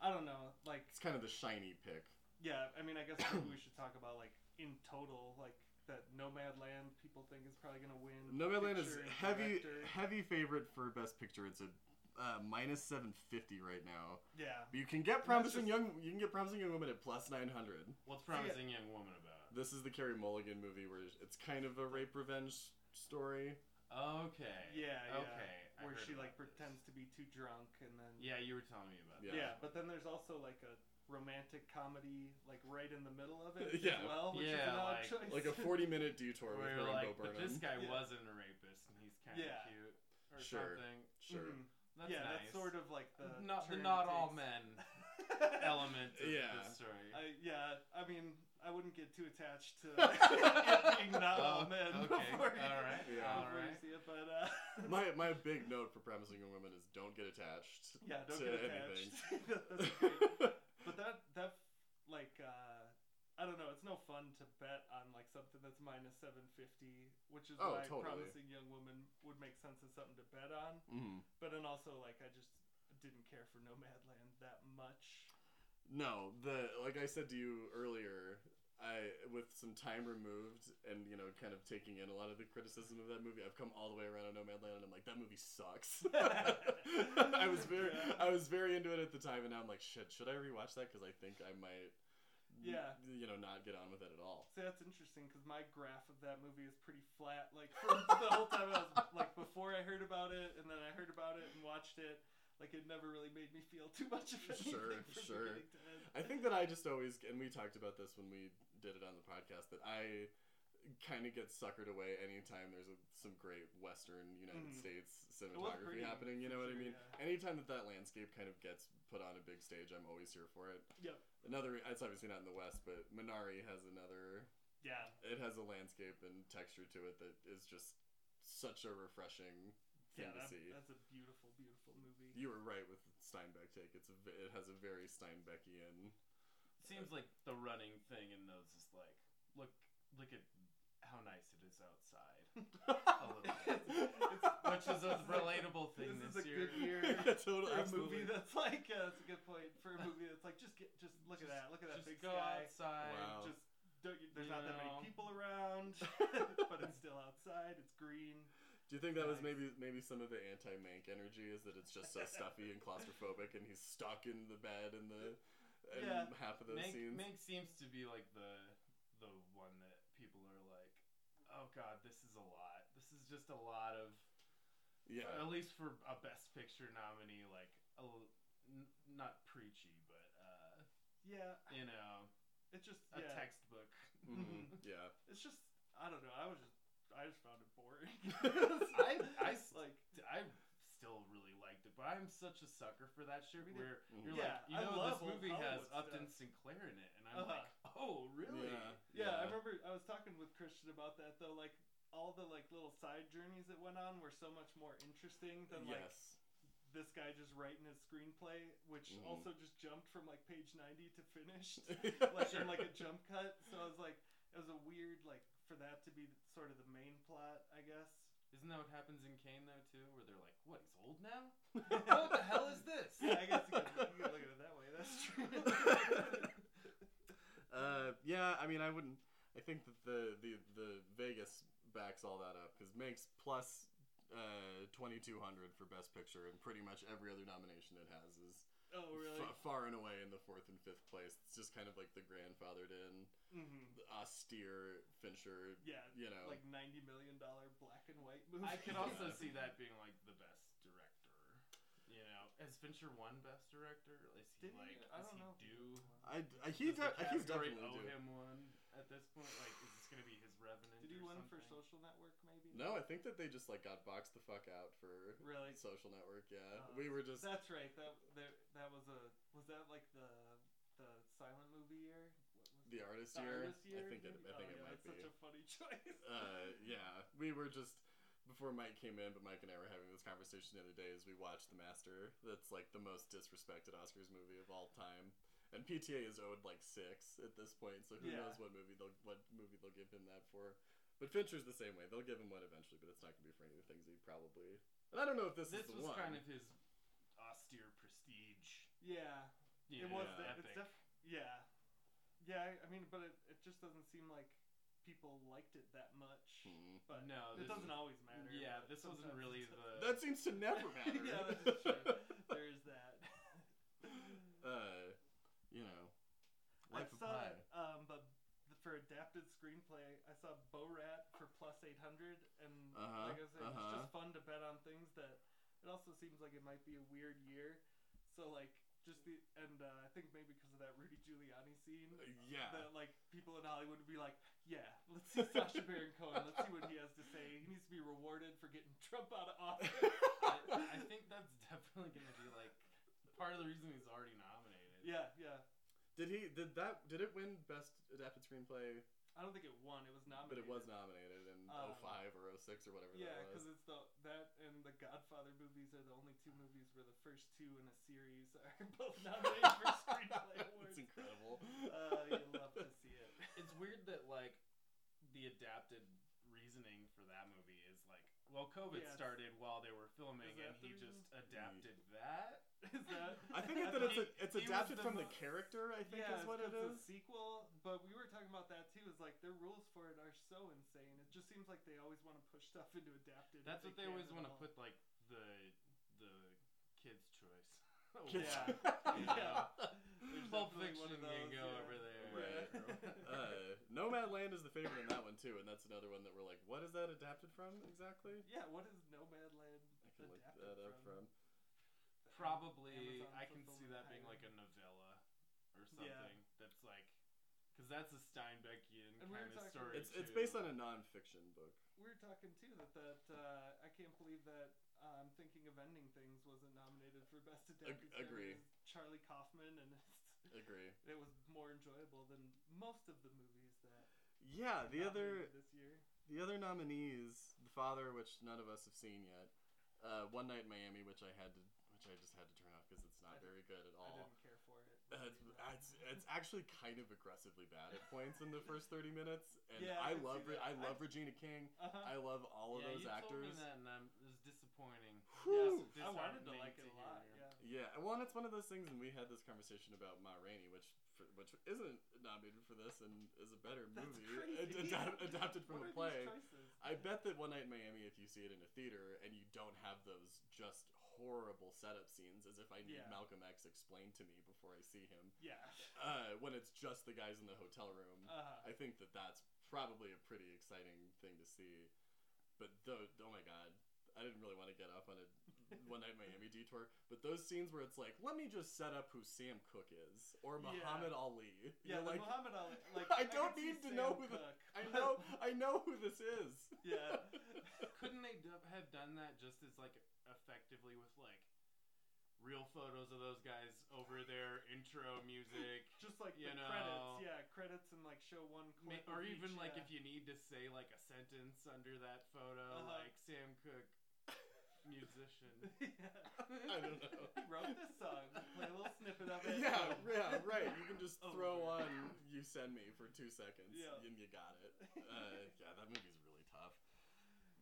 [SPEAKER 4] I don't know like
[SPEAKER 1] it's kind of the shiny pick.
[SPEAKER 4] Yeah, I mean, I guess maybe we should talk about like in total, like that Nomadland people think is probably gonna win.
[SPEAKER 1] Nomadland is
[SPEAKER 4] picture and
[SPEAKER 1] heavy
[SPEAKER 4] director.
[SPEAKER 1] heavy favorite for best picture. It's a uh, minus seven fifty right now.
[SPEAKER 4] Yeah,
[SPEAKER 1] But you can get promising young you can get promising young woman at plus nine hundred.
[SPEAKER 5] What's promising young woman about?
[SPEAKER 1] This is the Carrie Mulligan movie where it's kind of a rape revenge story.
[SPEAKER 5] Okay.
[SPEAKER 4] yeah, yeah.
[SPEAKER 5] Okay. I
[SPEAKER 4] Where
[SPEAKER 5] heard
[SPEAKER 4] she
[SPEAKER 5] about
[SPEAKER 4] like
[SPEAKER 5] this.
[SPEAKER 4] pretends to be too drunk and then
[SPEAKER 5] Yeah, you were telling me about.
[SPEAKER 1] Yeah.
[SPEAKER 4] yeah. But then there's also like a romantic comedy like right in the middle of it
[SPEAKER 1] Yeah.
[SPEAKER 4] as well, which is
[SPEAKER 5] Yeah,
[SPEAKER 4] an odd
[SPEAKER 5] like-
[SPEAKER 4] choice.
[SPEAKER 1] Like a 40 minute detour with
[SPEAKER 5] Where we
[SPEAKER 1] her
[SPEAKER 5] were
[SPEAKER 1] and
[SPEAKER 5] like,
[SPEAKER 1] Bo
[SPEAKER 5] but
[SPEAKER 1] Burnham.
[SPEAKER 5] this guy
[SPEAKER 4] Yeah.
[SPEAKER 5] wasn't a rapist, and he's kind of
[SPEAKER 4] Yeah.
[SPEAKER 5] cute or
[SPEAKER 1] Sure.
[SPEAKER 5] something.
[SPEAKER 1] Sure.
[SPEAKER 4] Mhm.
[SPEAKER 5] That's
[SPEAKER 4] yeah, that's
[SPEAKER 5] nice.
[SPEAKER 4] sort of like the
[SPEAKER 5] not the
[SPEAKER 4] turn it
[SPEAKER 5] not all
[SPEAKER 4] takes.
[SPEAKER 5] men element of
[SPEAKER 1] Yeah.
[SPEAKER 5] the story.
[SPEAKER 4] I, yeah, I mean, I wouldn't get too attached to it being not all
[SPEAKER 5] Oh,
[SPEAKER 4] men.
[SPEAKER 5] okay,
[SPEAKER 4] before you-
[SPEAKER 5] alright,
[SPEAKER 1] Yeah.
[SPEAKER 4] before you
[SPEAKER 5] alright.
[SPEAKER 4] see it, but uh,
[SPEAKER 1] My, my big note for Promising Young Women is don't get attached.
[SPEAKER 4] yeah, don't
[SPEAKER 1] to
[SPEAKER 4] get
[SPEAKER 1] anything.
[SPEAKER 4] attached. That's great. But that that like uh, I don't know, it's no fun to bet on like something that's minus seven fifty, which is
[SPEAKER 1] Oh,
[SPEAKER 4] why
[SPEAKER 1] totally.
[SPEAKER 4] promising young woman would make sense as something to bet on.
[SPEAKER 1] Mm.
[SPEAKER 4] But then also like I just didn't care for Nomadland that much.
[SPEAKER 1] No, the like I said to you earlier, I with some time removed and you know kind of taking in a lot of the criticism of that movie, I've come all the way around on Nomadland and I'm like that movie sucks. I was very
[SPEAKER 4] Yeah.
[SPEAKER 1] I was very into it at the time and now I'm like shit, should I rewatch that cuz I think I might
[SPEAKER 4] Yeah.
[SPEAKER 1] you know not get on with it at all.
[SPEAKER 4] See, that's interesting because my graph of that movie is pretty flat. Like for the whole time I was like before I heard about it, and then I heard about it and watched it. Like it never really made me feel too much of anything.
[SPEAKER 1] Sure,
[SPEAKER 4] from
[SPEAKER 1] sure.
[SPEAKER 4] beginning to end.
[SPEAKER 1] I think that I just always, and we talked about this when we did it on the podcast, that I kind of get suckered away anytime there's a, some great Western United
[SPEAKER 4] Mhm.
[SPEAKER 1] States
[SPEAKER 4] was
[SPEAKER 1] cinematography
[SPEAKER 4] pretty,
[SPEAKER 1] happening. You
[SPEAKER 4] for
[SPEAKER 1] know what I
[SPEAKER 4] sure,
[SPEAKER 1] mean?
[SPEAKER 4] yeah.
[SPEAKER 1] Anytime that that landscape kind of gets put on a big stage, I'm always here for it.
[SPEAKER 4] Yep.
[SPEAKER 1] Another, it's obviously not in the West, but Minari has another.
[SPEAKER 4] Yeah.
[SPEAKER 1] It has a landscape and texture to it that is just such a refreshing thing
[SPEAKER 4] Yeah,
[SPEAKER 1] to
[SPEAKER 4] that,
[SPEAKER 1] see.
[SPEAKER 4] that's a beautiful, beautiful movie.
[SPEAKER 1] You were right with Steinbeck take. It's a, v- it has a very Steinbeckian.
[SPEAKER 5] Seems like the running thing in those is like, look, look at how nice it is outside. a little bit. Which is a relatable thing
[SPEAKER 4] This is a
[SPEAKER 5] this, year.
[SPEAKER 4] good year
[SPEAKER 1] Yeah, totally,
[SPEAKER 4] for a
[SPEAKER 1] absolutely.
[SPEAKER 4] movie that's like uh, that's a good point for a movie that's like just get just look at that, look at that
[SPEAKER 5] Just
[SPEAKER 4] big
[SPEAKER 5] go
[SPEAKER 4] sky.
[SPEAKER 5] outside.
[SPEAKER 1] Wow.
[SPEAKER 4] Just don't, you- there's
[SPEAKER 5] You
[SPEAKER 4] not that
[SPEAKER 5] know.
[SPEAKER 4] many people around, but it's still outside. It's green.
[SPEAKER 1] Do you think that was
[SPEAKER 4] Nice.
[SPEAKER 1] maybe maybe some of the anti Mank energy is that it's just so stuffy and claustrophobic and he's stuck in the bed and the and
[SPEAKER 4] Yeah.
[SPEAKER 1] half of those
[SPEAKER 5] Mank,
[SPEAKER 1] scenes.
[SPEAKER 5] Mank seems to be like the the one that people are like, god, this is a lot. This is just a lot of
[SPEAKER 1] Yeah.
[SPEAKER 5] at least for a best picture nominee, like a l n not preachy, but uh,
[SPEAKER 4] Yeah,
[SPEAKER 5] you know,
[SPEAKER 4] it's just
[SPEAKER 5] a
[SPEAKER 4] yeah.
[SPEAKER 5] textbook.
[SPEAKER 1] Mhm.
[SPEAKER 4] mm-hmm.
[SPEAKER 1] Yeah.
[SPEAKER 4] It's just I don't know. I was just I just found it boring.
[SPEAKER 5] I- I s-
[SPEAKER 4] like
[SPEAKER 5] I still really liked it, but I'm such a sucker for that shit.
[SPEAKER 4] Me too.
[SPEAKER 5] Where
[SPEAKER 1] Mhm.
[SPEAKER 5] you're
[SPEAKER 4] Yeah,
[SPEAKER 5] like, you
[SPEAKER 4] I
[SPEAKER 5] know,
[SPEAKER 4] love
[SPEAKER 5] this
[SPEAKER 4] old
[SPEAKER 5] movie has
[SPEAKER 4] Hollywood
[SPEAKER 5] Upton Sinclair in it, and I'm
[SPEAKER 4] Uh-huh.
[SPEAKER 5] like, oh really?
[SPEAKER 1] Yeah.
[SPEAKER 4] yeah, I remember I was talking with Christian about that though. Like all the like little side journeys that went on were so much more interesting than like
[SPEAKER 1] yes.
[SPEAKER 4] this guy just writing his screenplay, which
[SPEAKER 1] Mhm.
[SPEAKER 4] also just jumped from like page ninety to finished, like in like a jump cut. So I was like, it was a weird like for that to be sort of the main plot, I guess.
[SPEAKER 5] Isn't that what happens in Kane though too, where they're like, what? He's old now? what the hell is this?
[SPEAKER 4] Yeah, I guess you could, you could look at it that way. That's true.
[SPEAKER 1] uh, yeah, I mean, I wouldn't. I think that the the, the Vegas backs all that up because makes plus uh, twenty two hundred for Best Picture, and pretty much every other nomination it has is
[SPEAKER 4] oh really?
[SPEAKER 1] fa- far and away in the fourth and fifth place. It's just kind of like the grandfathered in
[SPEAKER 4] hmm
[SPEAKER 1] the austere Fincher.
[SPEAKER 4] Yeah,
[SPEAKER 1] you know.
[SPEAKER 4] like ninety million dollar black and white movie.
[SPEAKER 5] I could also
[SPEAKER 1] Yeah.
[SPEAKER 5] see that being like the best director. You know, has Fincher won best director? Is he
[SPEAKER 4] Did he?
[SPEAKER 5] like?
[SPEAKER 4] I
[SPEAKER 5] does
[SPEAKER 4] don't
[SPEAKER 5] he
[SPEAKER 4] know.
[SPEAKER 5] do?
[SPEAKER 1] I, I, he's,
[SPEAKER 5] does the
[SPEAKER 1] de- he's
[SPEAKER 5] category
[SPEAKER 1] definitely
[SPEAKER 5] owe
[SPEAKER 1] doing.
[SPEAKER 5] him one at this point. Like, is this gonna be his Revenant?
[SPEAKER 4] Did he
[SPEAKER 5] or
[SPEAKER 4] win
[SPEAKER 5] something?
[SPEAKER 4] for Social Network? Maybe.
[SPEAKER 1] No, I think that they just like got boxed the fuck out for
[SPEAKER 4] Really?
[SPEAKER 1] Social Network. Yeah,
[SPEAKER 4] Oh,
[SPEAKER 1] we were just
[SPEAKER 4] That's right. That that, that was a was that like the the silent movie year? What was
[SPEAKER 1] the
[SPEAKER 4] it?
[SPEAKER 1] artist
[SPEAKER 4] The
[SPEAKER 1] year.
[SPEAKER 4] Artist year
[SPEAKER 1] I think it.
[SPEAKER 4] maybe?
[SPEAKER 1] I think
[SPEAKER 4] oh,
[SPEAKER 1] it
[SPEAKER 4] yeah,
[SPEAKER 1] might
[SPEAKER 4] that's
[SPEAKER 1] be.
[SPEAKER 4] such a funny choice.
[SPEAKER 1] uh, yeah, we were just before Mike came in, but Mike and I were having this conversation the other day as we watched The Master. That's like the most disrespected Oscars movie of all time, and PTA is owed like six at this point. So who
[SPEAKER 4] Yeah.
[SPEAKER 1] knows what movie they'll what movie they'll give him that for? But Fincher's the same way. They'll give him one eventually, but it's not gonna be for any of the things he probably. And I don't know if this,
[SPEAKER 5] This
[SPEAKER 1] is the
[SPEAKER 5] was
[SPEAKER 1] one.
[SPEAKER 5] kind of his austere prestige.
[SPEAKER 4] yeah, it
[SPEAKER 5] You
[SPEAKER 4] was.
[SPEAKER 5] know,
[SPEAKER 4] The,
[SPEAKER 5] epic.
[SPEAKER 4] it's def- yeah, yeah. I- I mean, but it, it just doesn't seem like people liked it that much.
[SPEAKER 1] Hmm.
[SPEAKER 4] But
[SPEAKER 5] No,
[SPEAKER 4] it
[SPEAKER 5] this
[SPEAKER 4] doesn't
[SPEAKER 5] is-
[SPEAKER 4] always matter.
[SPEAKER 5] yeah,
[SPEAKER 4] but
[SPEAKER 5] this wasn't
[SPEAKER 4] sometimes
[SPEAKER 5] really
[SPEAKER 4] it does.
[SPEAKER 5] the.
[SPEAKER 1] That seems to never matter.
[SPEAKER 4] yeah, that's true. There is that.
[SPEAKER 1] uh, you know,
[SPEAKER 4] I
[SPEAKER 1] life of
[SPEAKER 4] saw,
[SPEAKER 1] pie.
[SPEAKER 4] um, but th- for adapted screenplay, I saw Bo Rat for plus eight hundred, and
[SPEAKER 1] Uh-huh,
[SPEAKER 4] like I said, it's
[SPEAKER 1] uh-huh.
[SPEAKER 4] just fun to bet on things that. It also seems like it might be a weird year, so like just the and uh, I think maybe because of that Rudy Giuliani scene,
[SPEAKER 1] Yeah.
[SPEAKER 4] that like people in Hollywood would be like, yeah, let's see Sasha Baron Cohen, let's see what he has to say. He needs to be rewarded for getting Trump out of office.
[SPEAKER 5] I, I think that's definitely gonna be like part of the reason he's already nominated.
[SPEAKER 4] yeah, yeah.
[SPEAKER 1] Did he? Did that? Did it win best adapted screenplay?
[SPEAKER 4] I don't think it won. It was
[SPEAKER 1] But it
[SPEAKER 4] nominated.
[SPEAKER 1] was nominated in
[SPEAKER 4] Um,
[SPEAKER 1] 05 or 06 or whatever
[SPEAKER 4] Yeah,
[SPEAKER 1] that
[SPEAKER 4] because
[SPEAKER 1] was.
[SPEAKER 4] it's the that and the Godfather movies are the only two movies where the first two in a series are both nominated for screenplay awards.
[SPEAKER 1] It's incredible.
[SPEAKER 4] Uh, you love to see it.
[SPEAKER 5] it's weird that like the adapted reasoning for that movie is like well covid
[SPEAKER 4] Yeah, it's-
[SPEAKER 5] started while they were filming
[SPEAKER 4] Is that
[SPEAKER 5] and
[SPEAKER 4] the
[SPEAKER 5] he
[SPEAKER 4] reason?
[SPEAKER 5] just adapted that
[SPEAKER 4] Is that?
[SPEAKER 1] I think that
[SPEAKER 5] I
[SPEAKER 1] it's a,
[SPEAKER 5] think
[SPEAKER 1] it's
[SPEAKER 5] he was
[SPEAKER 1] adapted
[SPEAKER 5] the
[SPEAKER 1] from the
[SPEAKER 5] mo-
[SPEAKER 1] character. I think
[SPEAKER 4] yeah,
[SPEAKER 1] is what it is.
[SPEAKER 4] it's, a sequel, but we were talking about that too. Is like their rules for it are so insane. It just seems like they always want to push stuff into adapted. if
[SPEAKER 5] that's what they
[SPEAKER 4] can
[SPEAKER 5] always
[SPEAKER 4] at
[SPEAKER 5] want to
[SPEAKER 4] all.
[SPEAKER 5] put like the the kids choice
[SPEAKER 1] Kids-
[SPEAKER 4] Yeah.
[SPEAKER 5] yeah.
[SPEAKER 4] There's
[SPEAKER 5] Pulp
[SPEAKER 4] definitely one of
[SPEAKER 5] Fiction can
[SPEAKER 4] those,
[SPEAKER 5] go
[SPEAKER 4] yeah.
[SPEAKER 5] over there
[SPEAKER 4] Right.
[SPEAKER 1] Uh, Nomadland is the favorite in that one too, and that's another one that we're like, what is that adapted from exactly?
[SPEAKER 4] Yeah, what is Nomadland
[SPEAKER 1] I can look
[SPEAKER 4] adapted
[SPEAKER 1] that up
[SPEAKER 4] from?
[SPEAKER 1] from.
[SPEAKER 5] probably
[SPEAKER 4] Amazon
[SPEAKER 5] i can see
[SPEAKER 4] fulfillment
[SPEAKER 5] that being like a
[SPEAKER 4] pattern.
[SPEAKER 5] novella or something
[SPEAKER 4] Yeah.
[SPEAKER 5] that's like because that's a steinbeckian
[SPEAKER 4] And we were
[SPEAKER 5] kind of
[SPEAKER 4] talking-
[SPEAKER 5] story
[SPEAKER 1] It's it's
[SPEAKER 5] too.
[SPEAKER 1] based on a nonfiction book.
[SPEAKER 4] we were talking too that that uh, I can't believe that um, thinking of ending things wasn't nominated for best adapted. Series.
[SPEAKER 1] agree.
[SPEAKER 4] Charlie Kaufman and
[SPEAKER 1] Agree.
[SPEAKER 4] it was more enjoyable than most of the movies that
[SPEAKER 1] Yeah,
[SPEAKER 4] were
[SPEAKER 1] the other
[SPEAKER 4] nominated this year.
[SPEAKER 1] The other nominees, The Father, which none of us have seen yet, uh, One Night in Miami, which I had to, which I just had to turn off because it's
[SPEAKER 4] I
[SPEAKER 1] not
[SPEAKER 4] did-
[SPEAKER 1] very good at
[SPEAKER 4] I
[SPEAKER 1] all.
[SPEAKER 4] didn't care for it.
[SPEAKER 1] Uh, it's, it's, it's actually kind of aggressively bad at points in the first thirty minutes, and
[SPEAKER 4] Yeah,
[SPEAKER 1] I
[SPEAKER 4] I can
[SPEAKER 1] love Re-
[SPEAKER 4] see that.
[SPEAKER 1] I love
[SPEAKER 4] I-
[SPEAKER 1] Regina King.
[SPEAKER 4] Uh-huh.
[SPEAKER 1] I love all of
[SPEAKER 5] yeah,
[SPEAKER 1] those
[SPEAKER 5] you told me
[SPEAKER 1] actors.
[SPEAKER 5] that and I'm, it was disappointing
[SPEAKER 1] Whew.
[SPEAKER 5] Yes.
[SPEAKER 4] I wanted to
[SPEAKER 5] disheartening
[SPEAKER 4] like
[SPEAKER 5] to
[SPEAKER 4] it a
[SPEAKER 5] hear,
[SPEAKER 4] lot.
[SPEAKER 5] yeah.
[SPEAKER 4] Yeah.
[SPEAKER 1] Yeah, well, and it's one of those things, and we had this conversation about Ma Rainey, which for, which isn't nominated for this and is a better
[SPEAKER 4] That's
[SPEAKER 1] movie ad-
[SPEAKER 4] crazy.
[SPEAKER 1] adap- adapted from
[SPEAKER 4] what
[SPEAKER 1] a
[SPEAKER 4] are
[SPEAKER 1] play.
[SPEAKER 4] These choices?
[SPEAKER 1] I bet that one night in Miami, if you see it in a theater and you don't have those just horrible setup scenes, as if I need
[SPEAKER 4] Yeah.
[SPEAKER 1] Malcolm X explained to me before I see him,
[SPEAKER 4] Yeah.
[SPEAKER 1] uh, when it's just the guys in the hotel room,
[SPEAKER 4] Uh,
[SPEAKER 1] I think that that's probably a pretty exciting thing to see. But though, oh my god, I didn't really want to get up on a one night Miami detour. But those scenes where it's like, let me just set up who Sam Cook is or
[SPEAKER 4] Yeah.
[SPEAKER 1] Muhammad Ali.
[SPEAKER 4] Yeah,
[SPEAKER 1] You're
[SPEAKER 4] the
[SPEAKER 1] like,
[SPEAKER 4] Muhammad Ali. Like,
[SPEAKER 1] I
[SPEAKER 4] could
[SPEAKER 1] don't
[SPEAKER 4] see
[SPEAKER 1] need to
[SPEAKER 4] Sam
[SPEAKER 1] know who the-
[SPEAKER 4] Cooke,
[SPEAKER 1] I
[SPEAKER 4] but-
[SPEAKER 1] know, I know who this is.
[SPEAKER 4] Yeah.
[SPEAKER 5] Couldn't they do- have done that just as like effectively with like real photos of those guys over their intro music?
[SPEAKER 4] Just like
[SPEAKER 5] You
[SPEAKER 4] the
[SPEAKER 5] know.
[SPEAKER 4] credits, yeah, credits and like show one
[SPEAKER 5] Ma-
[SPEAKER 4] clip.
[SPEAKER 5] Or even like if you need to say like a sentence under that photo,
[SPEAKER 4] Uh-huh.
[SPEAKER 5] like Sam Cook, musician.
[SPEAKER 4] you.
[SPEAKER 1] I don't know.
[SPEAKER 4] He wrote this song. Play a little snippet of it. Um,
[SPEAKER 1] Yeah,
[SPEAKER 4] boom.
[SPEAKER 1] yeah, right. You can just
[SPEAKER 4] Over.
[SPEAKER 1] throw on "You Send Me" for two seconds,
[SPEAKER 4] Yeah.
[SPEAKER 1] and you got it. Uh, yeah, that movie's really tough,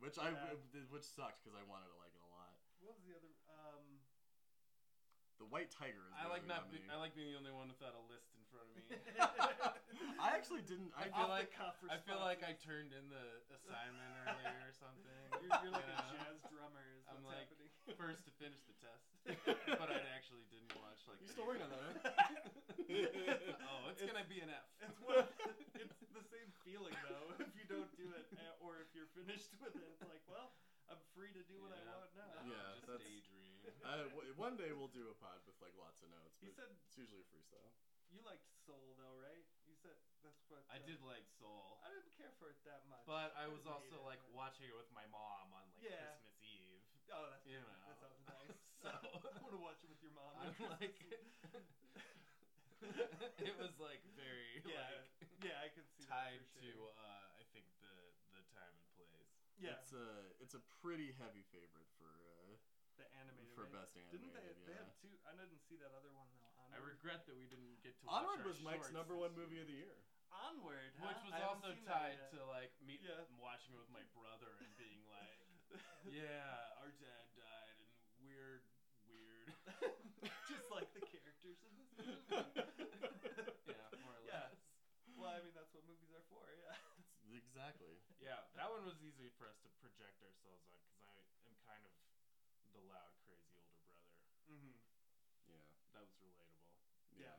[SPEAKER 1] which I
[SPEAKER 4] Yeah.
[SPEAKER 1] which sucked because I wanted to like it a lot.
[SPEAKER 4] What was the other? Um,
[SPEAKER 1] The White Tiger is.
[SPEAKER 5] I like not. Be-
[SPEAKER 1] being.
[SPEAKER 5] I like being the only one without a list in front of me.
[SPEAKER 1] I actually didn't. I, feel
[SPEAKER 5] I feel
[SPEAKER 4] off
[SPEAKER 1] like
[SPEAKER 5] like-
[SPEAKER 4] the cuff
[SPEAKER 5] I feel like I
[SPEAKER 4] responses.
[SPEAKER 5] turned in the assignment earlier or something.
[SPEAKER 4] You're, you're like
[SPEAKER 5] you
[SPEAKER 4] a
[SPEAKER 5] know?
[SPEAKER 4] jazz drummer. Is what's
[SPEAKER 5] I'm like-
[SPEAKER 4] happening.
[SPEAKER 5] first to finish the test, but I actually didn't watch like.
[SPEAKER 1] you're still working on that. Huh?
[SPEAKER 4] that,
[SPEAKER 5] Oh, it's,
[SPEAKER 4] It's-
[SPEAKER 5] gonna be an F.
[SPEAKER 4] It's one. It's the same feeling though. If you don't do it, eh, or if you're finished with it, it's like, well, I'm free to do what I
[SPEAKER 5] Yeah.
[SPEAKER 4] want now.
[SPEAKER 5] No,
[SPEAKER 1] Yeah,
[SPEAKER 5] just
[SPEAKER 1] that's-
[SPEAKER 5] daydream.
[SPEAKER 1] Uh, w- one day we'll do a pod with like lots of notes,
[SPEAKER 4] He
[SPEAKER 1] but
[SPEAKER 4] said
[SPEAKER 1] it's usually freestyle.
[SPEAKER 4] you liked Soul though, right? You said that's what
[SPEAKER 5] I
[SPEAKER 4] uh,
[SPEAKER 5] did like Soul,
[SPEAKER 4] I didn't care for it that much.
[SPEAKER 5] but I was
[SPEAKER 4] didn't hate
[SPEAKER 5] also
[SPEAKER 4] it,
[SPEAKER 5] like
[SPEAKER 4] but-
[SPEAKER 5] watching it with my mom on like
[SPEAKER 4] Yeah.
[SPEAKER 5] Christmas Eve.
[SPEAKER 4] oh, that's
[SPEAKER 5] you
[SPEAKER 4] perfect. that
[SPEAKER 5] know.
[SPEAKER 4] sounds nice.
[SPEAKER 5] So-
[SPEAKER 4] I want to watch it with your mom. on
[SPEAKER 5] I'm
[SPEAKER 4] Christmas
[SPEAKER 5] like,
[SPEAKER 4] Eve.
[SPEAKER 5] it was like very
[SPEAKER 4] Yeah.
[SPEAKER 5] like
[SPEAKER 4] yeah, I can see
[SPEAKER 5] tied
[SPEAKER 4] that for
[SPEAKER 5] to
[SPEAKER 4] sure.
[SPEAKER 5] uh, I think the the time and place.
[SPEAKER 4] yeah
[SPEAKER 1] it's a it's a pretty heavy favorite for uh,
[SPEAKER 4] the animated
[SPEAKER 1] for
[SPEAKER 4] way.
[SPEAKER 1] best
[SPEAKER 4] Didn't
[SPEAKER 1] animated.
[SPEAKER 4] they? They
[SPEAKER 1] yeah.
[SPEAKER 4] had two. I didn't see that other one though. Onward.
[SPEAKER 5] I regret that we didn't get to. Watch
[SPEAKER 1] Onward
[SPEAKER 5] our
[SPEAKER 1] was Mike's
[SPEAKER 5] shorts
[SPEAKER 1] number
[SPEAKER 5] this
[SPEAKER 1] one
[SPEAKER 5] year.
[SPEAKER 1] movie of the year.
[SPEAKER 4] Onward, huh?
[SPEAKER 5] which was
[SPEAKER 4] I haven't
[SPEAKER 5] also
[SPEAKER 4] seen that
[SPEAKER 5] tied
[SPEAKER 4] yet.
[SPEAKER 5] to like me
[SPEAKER 4] Yeah.
[SPEAKER 5] watching it with my brother and being like, "Yeah, our dad died, and we're weird."
[SPEAKER 4] just like the characters in this movie.
[SPEAKER 5] Yeah, more or
[SPEAKER 4] Yeah.
[SPEAKER 5] less.
[SPEAKER 4] Well, I mean that's what movies are for. Yeah.
[SPEAKER 1] Exactly.
[SPEAKER 5] Yeah, that one was easy for us to project ourselves on because I am kind of the loud, crazy older brother.
[SPEAKER 4] Mm-hmm.
[SPEAKER 1] Yeah.
[SPEAKER 5] That was relatable.
[SPEAKER 1] Yeah.
[SPEAKER 4] Yeah.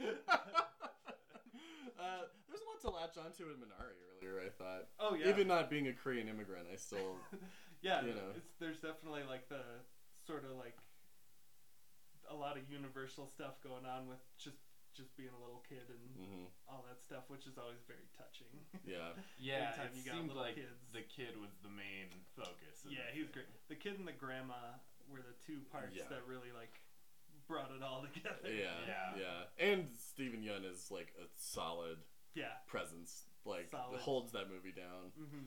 [SPEAKER 5] Anyway,
[SPEAKER 1] uh, there's a lot to latch onto in Minari earlier. I thought,
[SPEAKER 4] Oh yeah.
[SPEAKER 1] even not being a Korean immigrant, I still
[SPEAKER 4] yeah.
[SPEAKER 1] you know.
[SPEAKER 4] It's, there's definitely like the sort of like a lot of universal stuff going on with just just being a little kid and
[SPEAKER 1] Mhm.
[SPEAKER 4] all that stuff, which is always very touching.
[SPEAKER 1] yeah.
[SPEAKER 5] yeah,
[SPEAKER 4] Anytime
[SPEAKER 5] it
[SPEAKER 4] you got
[SPEAKER 5] seemed
[SPEAKER 4] little
[SPEAKER 5] like
[SPEAKER 4] kids.
[SPEAKER 5] the kid was the main focus. of
[SPEAKER 4] yeah,
[SPEAKER 5] that
[SPEAKER 4] he was
[SPEAKER 5] thing.
[SPEAKER 4] great. The kid and the grandma were the two parts
[SPEAKER 1] Yeah.
[SPEAKER 4] that really like brought it all together.
[SPEAKER 1] yeah, yeah,
[SPEAKER 5] Yeah.
[SPEAKER 1] And Stephen Yun is like a solid
[SPEAKER 4] Yeah.
[SPEAKER 1] presence, like
[SPEAKER 4] Solid.
[SPEAKER 1] holds that movie down.
[SPEAKER 4] Mm-hmm.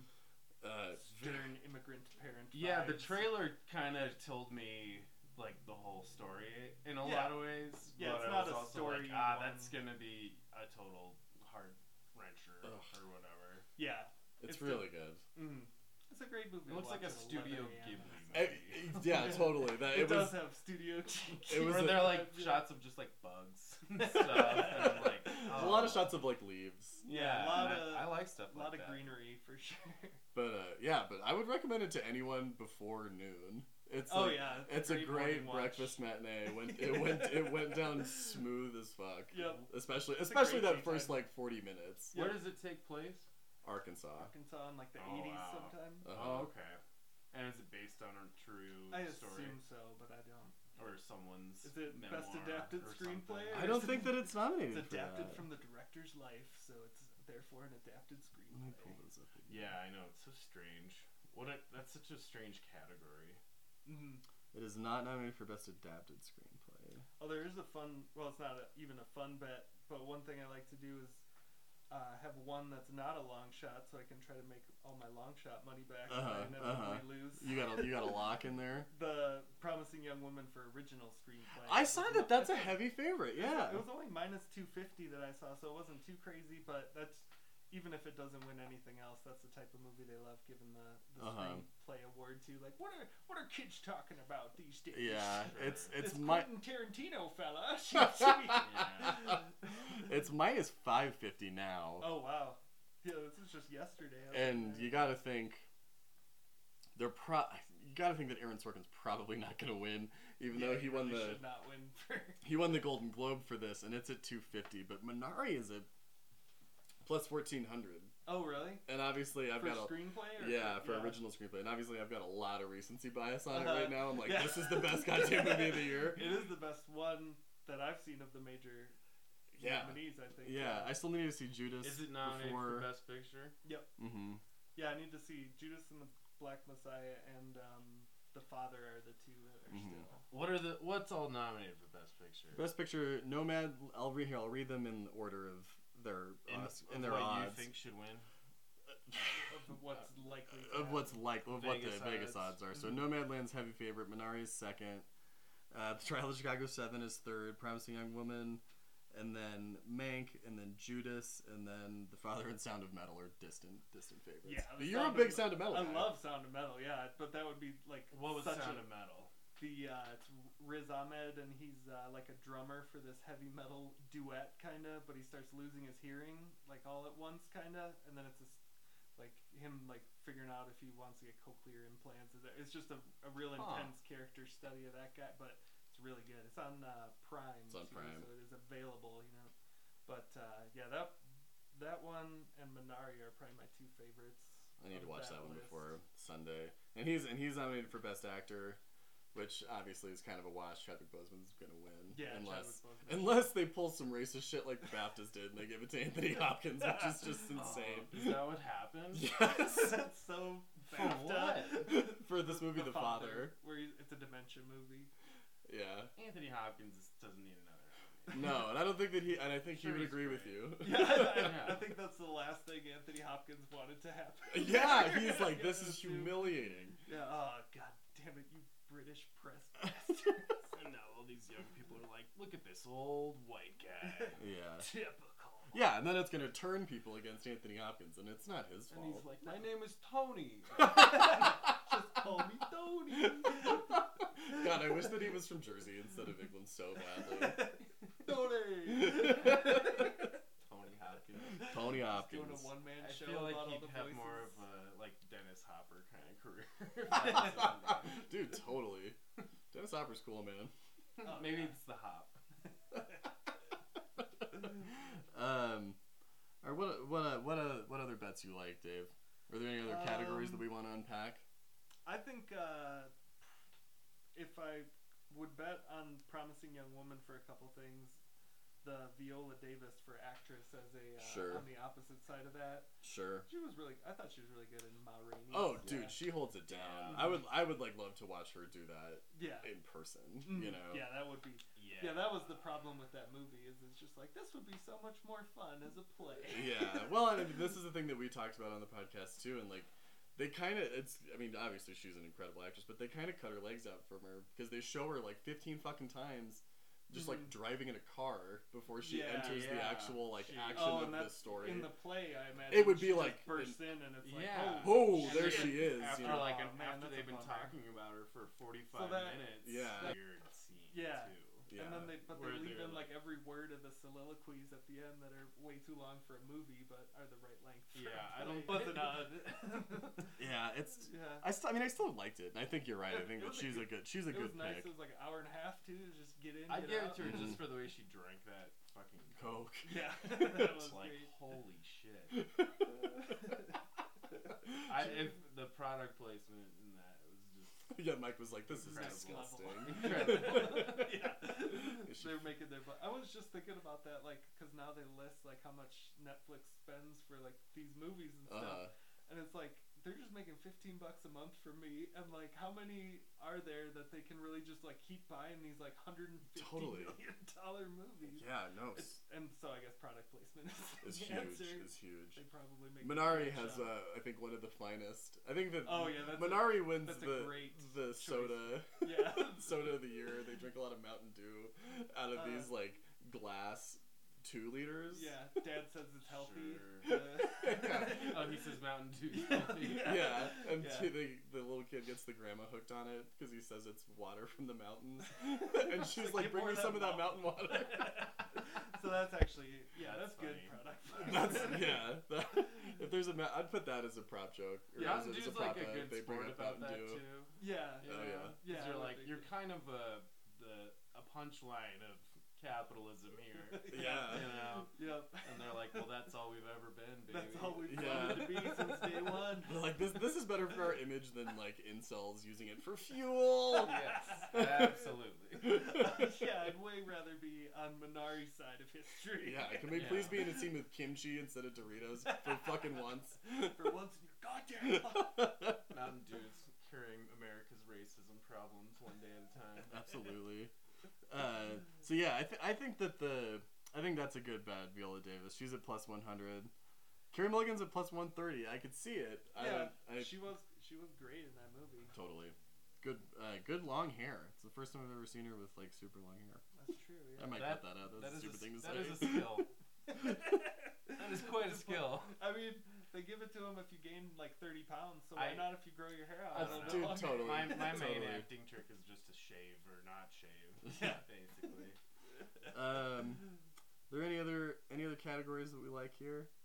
[SPEAKER 1] Uh,
[SPEAKER 4] Stern immigrant parent.
[SPEAKER 5] Yeah, the
[SPEAKER 4] vibes.
[SPEAKER 5] trailer kind of told me like the whole story in a
[SPEAKER 4] Yeah.
[SPEAKER 5] lot of ways.
[SPEAKER 4] Yeah,
[SPEAKER 5] but
[SPEAKER 4] it's
[SPEAKER 5] I
[SPEAKER 4] not
[SPEAKER 5] was
[SPEAKER 4] a
[SPEAKER 5] also
[SPEAKER 4] story
[SPEAKER 5] Like, ah,
[SPEAKER 4] one-
[SPEAKER 5] that's gonna be a total heart wrencher
[SPEAKER 1] Ugh.
[SPEAKER 5] or whatever.
[SPEAKER 4] Yeah.
[SPEAKER 1] it's,
[SPEAKER 4] it's
[SPEAKER 1] really good.
[SPEAKER 4] Mm. It's a great movie.
[SPEAKER 5] It looks like a Studio Ghibli
[SPEAKER 4] game.
[SPEAKER 1] It-
[SPEAKER 5] movie.
[SPEAKER 1] it- Eh, yeah, totally. That
[SPEAKER 4] It,
[SPEAKER 1] it,
[SPEAKER 4] does
[SPEAKER 1] was.
[SPEAKER 4] have Studio Ghibli.
[SPEAKER 1] It was
[SPEAKER 5] Where
[SPEAKER 1] a-
[SPEAKER 5] there are like shots of just like bugs and stuff. and, I'm like,
[SPEAKER 1] a lot of
[SPEAKER 5] oh.
[SPEAKER 1] shots of like leaves,
[SPEAKER 5] Yeah,
[SPEAKER 4] Yeah, a lot
[SPEAKER 5] and I-
[SPEAKER 4] of-
[SPEAKER 5] I, like stuff
[SPEAKER 4] a lot
[SPEAKER 5] like
[SPEAKER 4] of
[SPEAKER 5] that.
[SPEAKER 4] greenery for sure.
[SPEAKER 1] but uh, yeah, but I would recommend it to anyone before noon. It's
[SPEAKER 4] oh
[SPEAKER 1] like,
[SPEAKER 4] yeah,
[SPEAKER 1] It's a great
[SPEAKER 4] morning watch.
[SPEAKER 1] breakfast matinee. It went, it went it went down smooth as fuck.
[SPEAKER 4] Yep.
[SPEAKER 1] Especially
[SPEAKER 4] a
[SPEAKER 1] especially that
[SPEAKER 4] great daytime.
[SPEAKER 1] first like 40 minutes.
[SPEAKER 5] Where does it take place?
[SPEAKER 1] Arkansas.
[SPEAKER 4] Arkansas in like the
[SPEAKER 5] Oh,
[SPEAKER 4] 80s
[SPEAKER 5] wow.
[SPEAKER 4] sometime.
[SPEAKER 1] Uh-huh.
[SPEAKER 5] Oh, okay. And is it based on a true
[SPEAKER 4] I
[SPEAKER 5] story
[SPEAKER 4] assume so, but I don't.
[SPEAKER 5] or someone's?
[SPEAKER 4] Is it best
[SPEAKER 5] memoir
[SPEAKER 4] adapted
[SPEAKER 5] or
[SPEAKER 4] screenplay
[SPEAKER 5] something?
[SPEAKER 1] I don't think that it's nominated
[SPEAKER 4] It's
[SPEAKER 1] for
[SPEAKER 4] adapted
[SPEAKER 1] that.
[SPEAKER 4] from the director's life, so it's therefore an adapted
[SPEAKER 1] Let me pull
[SPEAKER 4] screenplay.
[SPEAKER 1] this up. again.
[SPEAKER 5] Yeah, I know it's so strange. What a, that's such a strange category.
[SPEAKER 4] Mm.
[SPEAKER 1] It is not nominated for best adapted screenplay.
[SPEAKER 4] Oh, there is a fun. Well, it's not a, even a fun bet, but one thing I like to do is uh, have one that's not a long shot, so I can try to make all my long shot money back,
[SPEAKER 1] Uh-huh,
[SPEAKER 4] and I inevitably
[SPEAKER 1] uh-huh.
[SPEAKER 4] lose.
[SPEAKER 1] You got a you got a lock in there.
[SPEAKER 4] the promising young woman for original screenplay.
[SPEAKER 1] I saw
[SPEAKER 4] It's
[SPEAKER 1] that
[SPEAKER 4] not-
[SPEAKER 1] that's a
[SPEAKER 4] it's-
[SPEAKER 1] heavy favorite. Yeah.
[SPEAKER 4] It was only minus two fifty that I saw, so it wasn't too crazy. But that's even if it doesn't win anything else, that's the type of movie they love giving the, the
[SPEAKER 1] Uh-huh.
[SPEAKER 4] screenplay award to. Like, what are what are kids talking about these days?
[SPEAKER 1] Yeah, it's it's
[SPEAKER 4] this
[SPEAKER 1] my
[SPEAKER 4] Quentin Tarantino fella. seems to be-
[SPEAKER 5] Yeah.
[SPEAKER 1] it's minus 550 now.
[SPEAKER 4] Oh wow. Yeah, this was just yesterday. I was
[SPEAKER 1] and
[SPEAKER 4] like,
[SPEAKER 1] you got to think they're pro. You got to think that Aaron Sorkin's probably not going to win, even
[SPEAKER 4] Yeah,
[SPEAKER 1] though he won
[SPEAKER 4] really
[SPEAKER 1] the
[SPEAKER 4] should not win for.
[SPEAKER 1] he won the Golden Globe for this, and it's at 250. But Minari is at plus 1400,
[SPEAKER 4] Oh really?
[SPEAKER 1] and obviously I've
[SPEAKER 4] for
[SPEAKER 1] got a
[SPEAKER 4] screenplay? Or
[SPEAKER 1] yeah for original screenplay, and obviously I've got a lot of recency bias on it
[SPEAKER 4] Uh-huh.
[SPEAKER 1] right now. I'm like,
[SPEAKER 4] Yeah.
[SPEAKER 1] this is the best goddamn movie of the year.
[SPEAKER 4] It is the best one that I've seen of the major
[SPEAKER 1] Yeah.
[SPEAKER 4] nominees. I think.
[SPEAKER 1] Yeah, I still need to see Judas.
[SPEAKER 5] Is it nominated
[SPEAKER 1] before...
[SPEAKER 5] for Best Picture?
[SPEAKER 1] Mm-hmm.
[SPEAKER 4] Yeah, I need to see Judas and the Black Messiah and um, the Father are the two that are
[SPEAKER 1] Mhm.
[SPEAKER 4] still.
[SPEAKER 5] What are the What's all nominated for Best Picture?
[SPEAKER 1] Best Picture, Nomad. I'll read here. I'll read them in order of their
[SPEAKER 5] in,
[SPEAKER 1] uh,
[SPEAKER 5] of
[SPEAKER 1] in their
[SPEAKER 5] what
[SPEAKER 1] odds
[SPEAKER 5] you think should win?
[SPEAKER 4] Of what's likely. to
[SPEAKER 1] of what's
[SPEAKER 4] happen.
[SPEAKER 1] like of what
[SPEAKER 5] Vegas
[SPEAKER 1] the Vegas odds
[SPEAKER 5] odds.
[SPEAKER 1] are. So
[SPEAKER 4] Mhm.
[SPEAKER 1] Nomadland's heavy favorite. Minari is second. Uh, the Trial of Chicago Seven is third. Promising Young Woman, and then Mank, and then Judas, and then The Father and Sound of Metal are distant distant favorites.
[SPEAKER 4] Yeah,
[SPEAKER 1] But
[SPEAKER 4] The
[SPEAKER 1] you're a
[SPEAKER 4] Sound
[SPEAKER 1] big
[SPEAKER 4] of-
[SPEAKER 1] Sound of Metal.
[SPEAKER 4] I
[SPEAKER 1] guy.
[SPEAKER 4] love Sound of Metal, yeah, but that would be like
[SPEAKER 5] What was
[SPEAKER 4] such
[SPEAKER 5] Sound
[SPEAKER 4] a,
[SPEAKER 5] of Metal?
[SPEAKER 4] the uh, it's Riz Ahmed and he's uh, like a drummer for this heavy metal duet kind of, but he starts losing his hearing like all at once kind of, and then it's this, like him like figuring out if he wants to get cochlear implants. Is there- It's just a, a real
[SPEAKER 5] Huh.
[SPEAKER 4] intense character study of that guy, but it's really good. It's on uh, Prime.
[SPEAKER 1] It's on
[SPEAKER 4] too,
[SPEAKER 1] Prime.
[SPEAKER 4] so it is available. You know, but uh, yeah, that that one and Minari are probably my two favorites.
[SPEAKER 1] I need to
[SPEAKER 4] of
[SPEAKER 1] watch that one
[SPEAKER 4] list.
[SPEAKER 1] before Sunday. And he's and he's nominated for Best Actor, which obviously is kind of a wash. Chadwick Boseman's gonna win.
[SPEAKER 4] Yeah,
[SPEAKER 1] unless
[SPEAKER 4] Chadwick Boseman.
[SPEAKER 1] unless they pull some racist shit like the Baptist did and they give it to Anthony Hopkins, which is just
[SPEAKER 5] Oh, is
[SPEAKER 1] insane.
[SPEAKER 5] that what happened?
[SPEAKER 1] yes.
[SPEAKER 4] That's so
[SPEAKER 5] For
[SPEAKER 4] BAFTA.
[SPEAKER 5] what?
[SPEAKER 1] For this movie, The Father.
[SPEAKER 4] Where you, it's a dementia movie.
[SPEAKER 1] Yeah.
[SPEAKER 5] Anthony Hopkins is- doesn't need another. nomination.
[SPEAKER 1] No, and I don't think that he and I think
[SPEAKER 5] Sure,
[SPEAKER 1] he would
[SPEAKER 5] he's
[SPEAKER 1] agree with
[SPEAKER 5] great.
[SPEAKER 1] you.
[SPEAKER 4] Yeah, I- I,
[SPEAKER 5] Yeah.
[SPEAKER 4] think that's the last thing Anthony Hopkins wanted to happen.
[SPEAKER 1] yeah, he's like,
[SPEAKER 4] Yeah,
[SPEAKER 1] this is
[SPEAKER 4] that's him.
[SPEAKER 1] humiliating.
[SPEAKER 4] Yeah, oh, god damn it, you British press bastards.
[SPEAKER 5] And now all these young people are like, look at this old white guy.
[SPEAKER 1] Yeah.
[SPEAKER 4] Typical.
[SPEAKER 1] Yeah, and then it's gonna turn people against Anthony Hopkins, and it's not his
[SPEAKER 4] And he's
[SPEAKER 1] fault.
[SPEAKER 4] like, my name is Tony. Just call me Tony.
[SPEAKER 1] God, I wish that he was from Jersey instead of England so badly.
[SPEAKER 4] Tony.
[SPEAKER 5] Tony Hopkins.
[SPEAKER 1] Tony
[SPEAKER 4] Doing
[SPEAKER 1] Hopkins.
[SPEAKER 4] a one-man
[SPEAKER 5] I
[SPEAKER 4] show
[SPEAKER 5] feel like
[SPEAKER 4] about all
[SPEAKER 5] he'd
[SPEAKER 4] the
[SPEAKER 5] have
[SPEAKER 4] voices.
[SPEAKER 5] more of a like Dennis Hopper kind of career. if I was on there.
[SPEAKER 1] Dude, totally. Dennis Hopper's cool, man.
[SPEAKER 4] Oh,
[SPEAKER 5] Maybe
[SPEAKER 4] yeah.
[SPEAKER 5] it's the hop.
[SPEAKER 1] um, or what? What? uh, What? uh, What other bets you like, Dave? Are there any other categories that
[SPEAKER 4] Um,
[SPEAKER 1] we want to unpack?
[SPEAKER 4] I think uh, if I would bet on Promising Young Woman for a couple things, the Viola Davis for actress as a uh,
[SPEAKER 1] Sure.
[SPEAKER 4] on the opposite side of that.
[SPEAKER 1] Sure.
[SPEAKER 4] She was really. I thought she was really good in Ma Rainey.
[SPEAKER 1] Oh,
[SPEAKER 5] Yeah.
[SPEAKER 1] dude, she holds it down.
[SPEAKER 5] Yeah.
[SPEAKER 1] I would. I would like love to watch her do that
[SPEAKER 4] yeah.
[SPEAKER 1] in person.
[SPEAKER 4] Mm,
[SPEAKER 1] You know.
[SPEAKER 4] Yeah, that would be.
[SPEAKER 5] Yeah.
[SPEAKER 4] Yeah, that was the problem with that movie. Is it's just like this would be so much more fun as a play.
[SPEAKER 1] yeah. Well, I mean, this is the thing that we talked about on the podcast too, and like, they kind of it's. I mean, obviously she's an incredible actress, but they kind of cut her legs out from her because they show her like fifteen fucking times, just like
[SPEAKER 4] Mhm.
[SPEAKER 1] driving in a car before she
[SPEAKER 4] Yeah.
[SPEAKER 1] enters the
[SPEAKER 5] Yeah.
[SPEAKER 1] actual like
[SPEAKER 5] She-
[SPEAKER 1] action
[SPEAKER 4] Oh,
[SPEAKER 1] of
[SPEAKER 4] and
[SPEAKER 1] the
[SPEAKER 4] that's
[SPEAKER 1] story.
[SPEAKER 4] in the play. I imagine
[SPEAKER 1] It would
[SPEAKER 4] she
[SPEAKER 1] be
[SPEAKER 4] just
[SPEAKER 1] like-
[SPEAKER 4] bursts in and it's like
[SPEAKER 5] Yeah.
[SPEAKER 4] oh,
[SPEAKER 1] Oh, there
[SPEAKER 4] shit.
[SPEAKER 1] she is.
[SPEAKER 5] After
[SPEAKER 1] you know.
[SPEAKER 5] like
[SPEAKER 4] Oh,
[SPEAKER 5] an,
[SPEAKER 4] man,
[SPEAKER 5] after
[SPEAKER 4] that's a
[SPEAKER 5] they've been
[SPEAKER 4] bummer.
[SPEAKER 5] talking about her for forty
[SPEAKER 4] So
[SPEAKER 5] five
[SPEAKER 4] that-
[SPEAKER 5] minutes.
[SPEAKER 1] Yeah.
[SPEAKER 5] Weird scene
[SPEAKER 4] Yeah.
[SPEAKER 5] too.
[SPEAKER 1] yeah.
[SPEAKER 4] And then they, but they
[SPEAKER 5] Where
[SPEAKER 4] leave
[SPEAKER 5] they're
[SPEAKER 4] in like every word of the soliloquies at the end that are way too long for a movie, but are the right length. For
[SPEAKER 5] Yeah,
[SPEAKER 4] a
[SPEAKER 5] I don't-
[SPEAKER 4] play. But not-
[SPEAKER 1] yeah, it's.
[SPEAKER 4] yeah.
[SPEAKER 1] I, st- I mean, I still liked it, and I think you're right. I
[SPEAKER 4] It-
[SPEAKER 1] think
[SPEAKER 4] it
[SPEAKER 1] that
[SPEAKER 4] was a
[SPEAKER 1] she's a
[SPEAKER 4] good-
[SPEAKER 1] good. She's a
[SPEAKER 4] It was
[SPEAKER 1] good
[SPEAKER 4] nice.
[SPEAKER 1] pick.
[SPEAKER 4] It was like an hour and a half too. to Just get in.
[SPEAKER 5] I
[SPEAKER 4] get
[SPEAKER 5] gave it
[SPEAKER 4] out.
[SPEAKER 5] to her just
[SPEAKER 1] Mhm.
[SPEAKER 5] for the way she drank that fucking
[SPEAKER 1] Coke.
[SPEAKER 4] Yeah, that was
[SPEAKER 5] It's like
[SPEAKER 4] great.
[SPEAKER 5] holy shit. I, if the product placement in that was just
[SPEAKER 1] yeah, Mike was like, "This is
[SPEAKER 5] Incredible.
[SPEAKER 1] disgusting."
[SPEAKER 5] Incredible.
[SPEAKER 4] yeah.
[SPEAKER 1] Is she-
[SPEAKER 4] They're making their. bu- I was just thinking about that, like, because now they list like how much Netflix spends for like these movies and stuff.
[SPEAKER 1] Uh,
[SPEAKER 4] and it's like they're just making 15 bucks a month for me and like how many are there that they can really just like keep buying these like 150
[SPEAKER 1] Totally.
[SPEAKER 4] million dollar movies
[SPEAKER 1] yeah, no,
[SPEAKER 4] it's, and so i guess product placement
[SPEAKER 1] it's
[SPEAKER 4] is the
[SPEAKER 1] huge.
[SPEAKER 4] answer.
[SPEAKER 1] It's
[SPEAKER 4] they
[SPEAKER 1] huge.
[SPEAKER 4] probably make
[SPEAKER 1] Minari
[SPEAKER 4] a
[SPEAKER 1] has,
[SPEAKER 4] shot.
[SPEAKER 1] uh, I think, one of the finest. I think that
[SPEAKER 4] Oh, yeah, that's a-
[SPEAKER 1] Minari wins
[SPEAKER 4] that's
[SPEAKER 1] the
[SPEAKER 4] a great
[SPEAKER 1] the
[SPEAKER 4] choice.
[SPEAKER 1] soda,
[SPEAKER 4] Yeah.
[SPEAKER 1] soda of the year. They drink a lot of Mountain Dew out of
[SPEAKER 4] Uh,
[SPEAKER 1] these like glass two liters.
[SPEAKER 4] Yeah, Dad says it's healthy.
[SPEAKER 5] Sure.
[SPEAKER 4] Uh,
[SPEAKER 5] Oh, he says Mountain Dew.
[SPEAKER 4] Yeah.
[SPEAKER 5] Yeah.
[SPEAKER 1] Yeah, and
[SPEAKER 4] Yeah.
[SPEAKER 1] she- the, the little kid gets the grandma hooked on it because he says it's water from the mountains, and she's like,
[SPEAKER 4] Like, "Get
[SPEAKER 1] "Bring
[SPEAKER 4] more
[SPEAKER 1] me
[SPEAKER 4] of that
[SPEAKER 1] some of that
[SPEAKER 4] mountain
[SPEAKER 1] mountain water."
[SPEAKER 4] so that's actually yeah, that's,
[SPEAKER 5] That's
[SPEAKER 4] good
[SPEAKER 5] funny.
[SPEAKER 4] product.
[SPEAKER 1] That's yeah. that- if there's a, ma- I'd put that as a prop joke. or as a-
[SPEAKER 5] Mountain
[SPEAKER 1] as a
[SPEAKER 5] Dew's
[SPEAKER 1] prop
[SPEAKER 5] like a
[SPEAKER 1] ad,
[SPEAKER 5] good
[SPEAKER 1] they bring
[SPEAKER 5] sport
[SPEAKER 1] up
[SPEAKER 5] about that
[SPEAKER 1] Mountain Dew.
[SPEAKER 5] too.
[SPEAKER 4] yeah.
[SPEAKER 5] You
[SPEAKER 1] Oh,
[SPEAKER 5] know?
[SPEAKER 1] yeah.
[SPEAKER 5] 'Cause
[SPEAKER 4] Yeah,
[SPEAKER 5] you're
[SPEAKER 4] I
[SPEAKER 5] like
[SPEAKER 4] think
[SPEAKER 5] you're
[SPEAKER 4] it-
[SPEAKER 5] kind of a the a punchline of capitalism here.
[SPEAKER 1] Yeah.
[SPEAKER 5] You know,
[SPEAKER 4] Yep.
[SPEAKER 5] and they're like, well, that's all we've ever been, baby.
[SPEAKER 4] That's all we've
[SPEAKER 1] Yeah.
[SPEAKER 4] wanted to be since day one.
[SPEAKER 1] They're like this, this is better for our image than like incels using it for fuel.
[SPEAKER 5] Yes, absolutely.
[SPEAKER 4] yeah, I'd way rather be on Minari's side of history.
[SPEAKER 1] Yeah, can we
[SPEAKER 5] Yeah.
[SPEAKER 1] please be in a scene with kimchi instead of Doritos for fucking once?
[SPEAKER 4] For once in your goddamn life.
[SPEAKER 5] Mountain Dew's curing America's racism problems one day at a time.
[SPEAKER 1] Absolutely. Uh, so yeah, I, th- I think that the I think that's a good bet, Viola Davis. She's at plus one hundred. Carrie Mulligan's at plus one thirty. I could see it. I
[SPEAKER 4] Yeah,
[SPEAKER 1] don't- I,
[SPEAKER 4] she was she was great in that movie.
[SPEAKER 1] totally. Good, uh, good long hair. It's the first time I've ever seen her with like super long hair.
[SPEAKER 4] That's true.
[SPEAKER 1] I
[SPEAKER 4] Yeah.
[SPEAKER 1] might
[SPEAKER 5] That-
[SPEAKER 1] cut that out.
[SPEAKER 5] That
[SPEAKER 1] That's
[SPEAKER 5] is
[SPEAKER 1] a stupid
[SPEAKER 5] s-
[SPEAKER 1] thing to
[SPEAKER 5] that
[SPEAKER 1] say.
[SPEAKER 5] is a skill. That is quite a skill.
[SPEAKER 4] I mean, they give it to him if you gain like 30 pounds, so why
[SPEAKER 5] I-
[SPEAKER 4] not if you grow your hair out? I don't
[SPEAKER 5] That's-
[SPEAKER 1] dude,
[SPEAKER 4] know.
[SPEAKER 1] totally.
[SPEAKER 5] My, my main
[SPEAKER 1] Totally.
[SPEAKER 5] acting trick is just to shave or not shave.
[SPEAKER 1] Yeah.
[SPEAKER 5] basically.
[SPEAKER 1] um, there any other any other categories that we like here?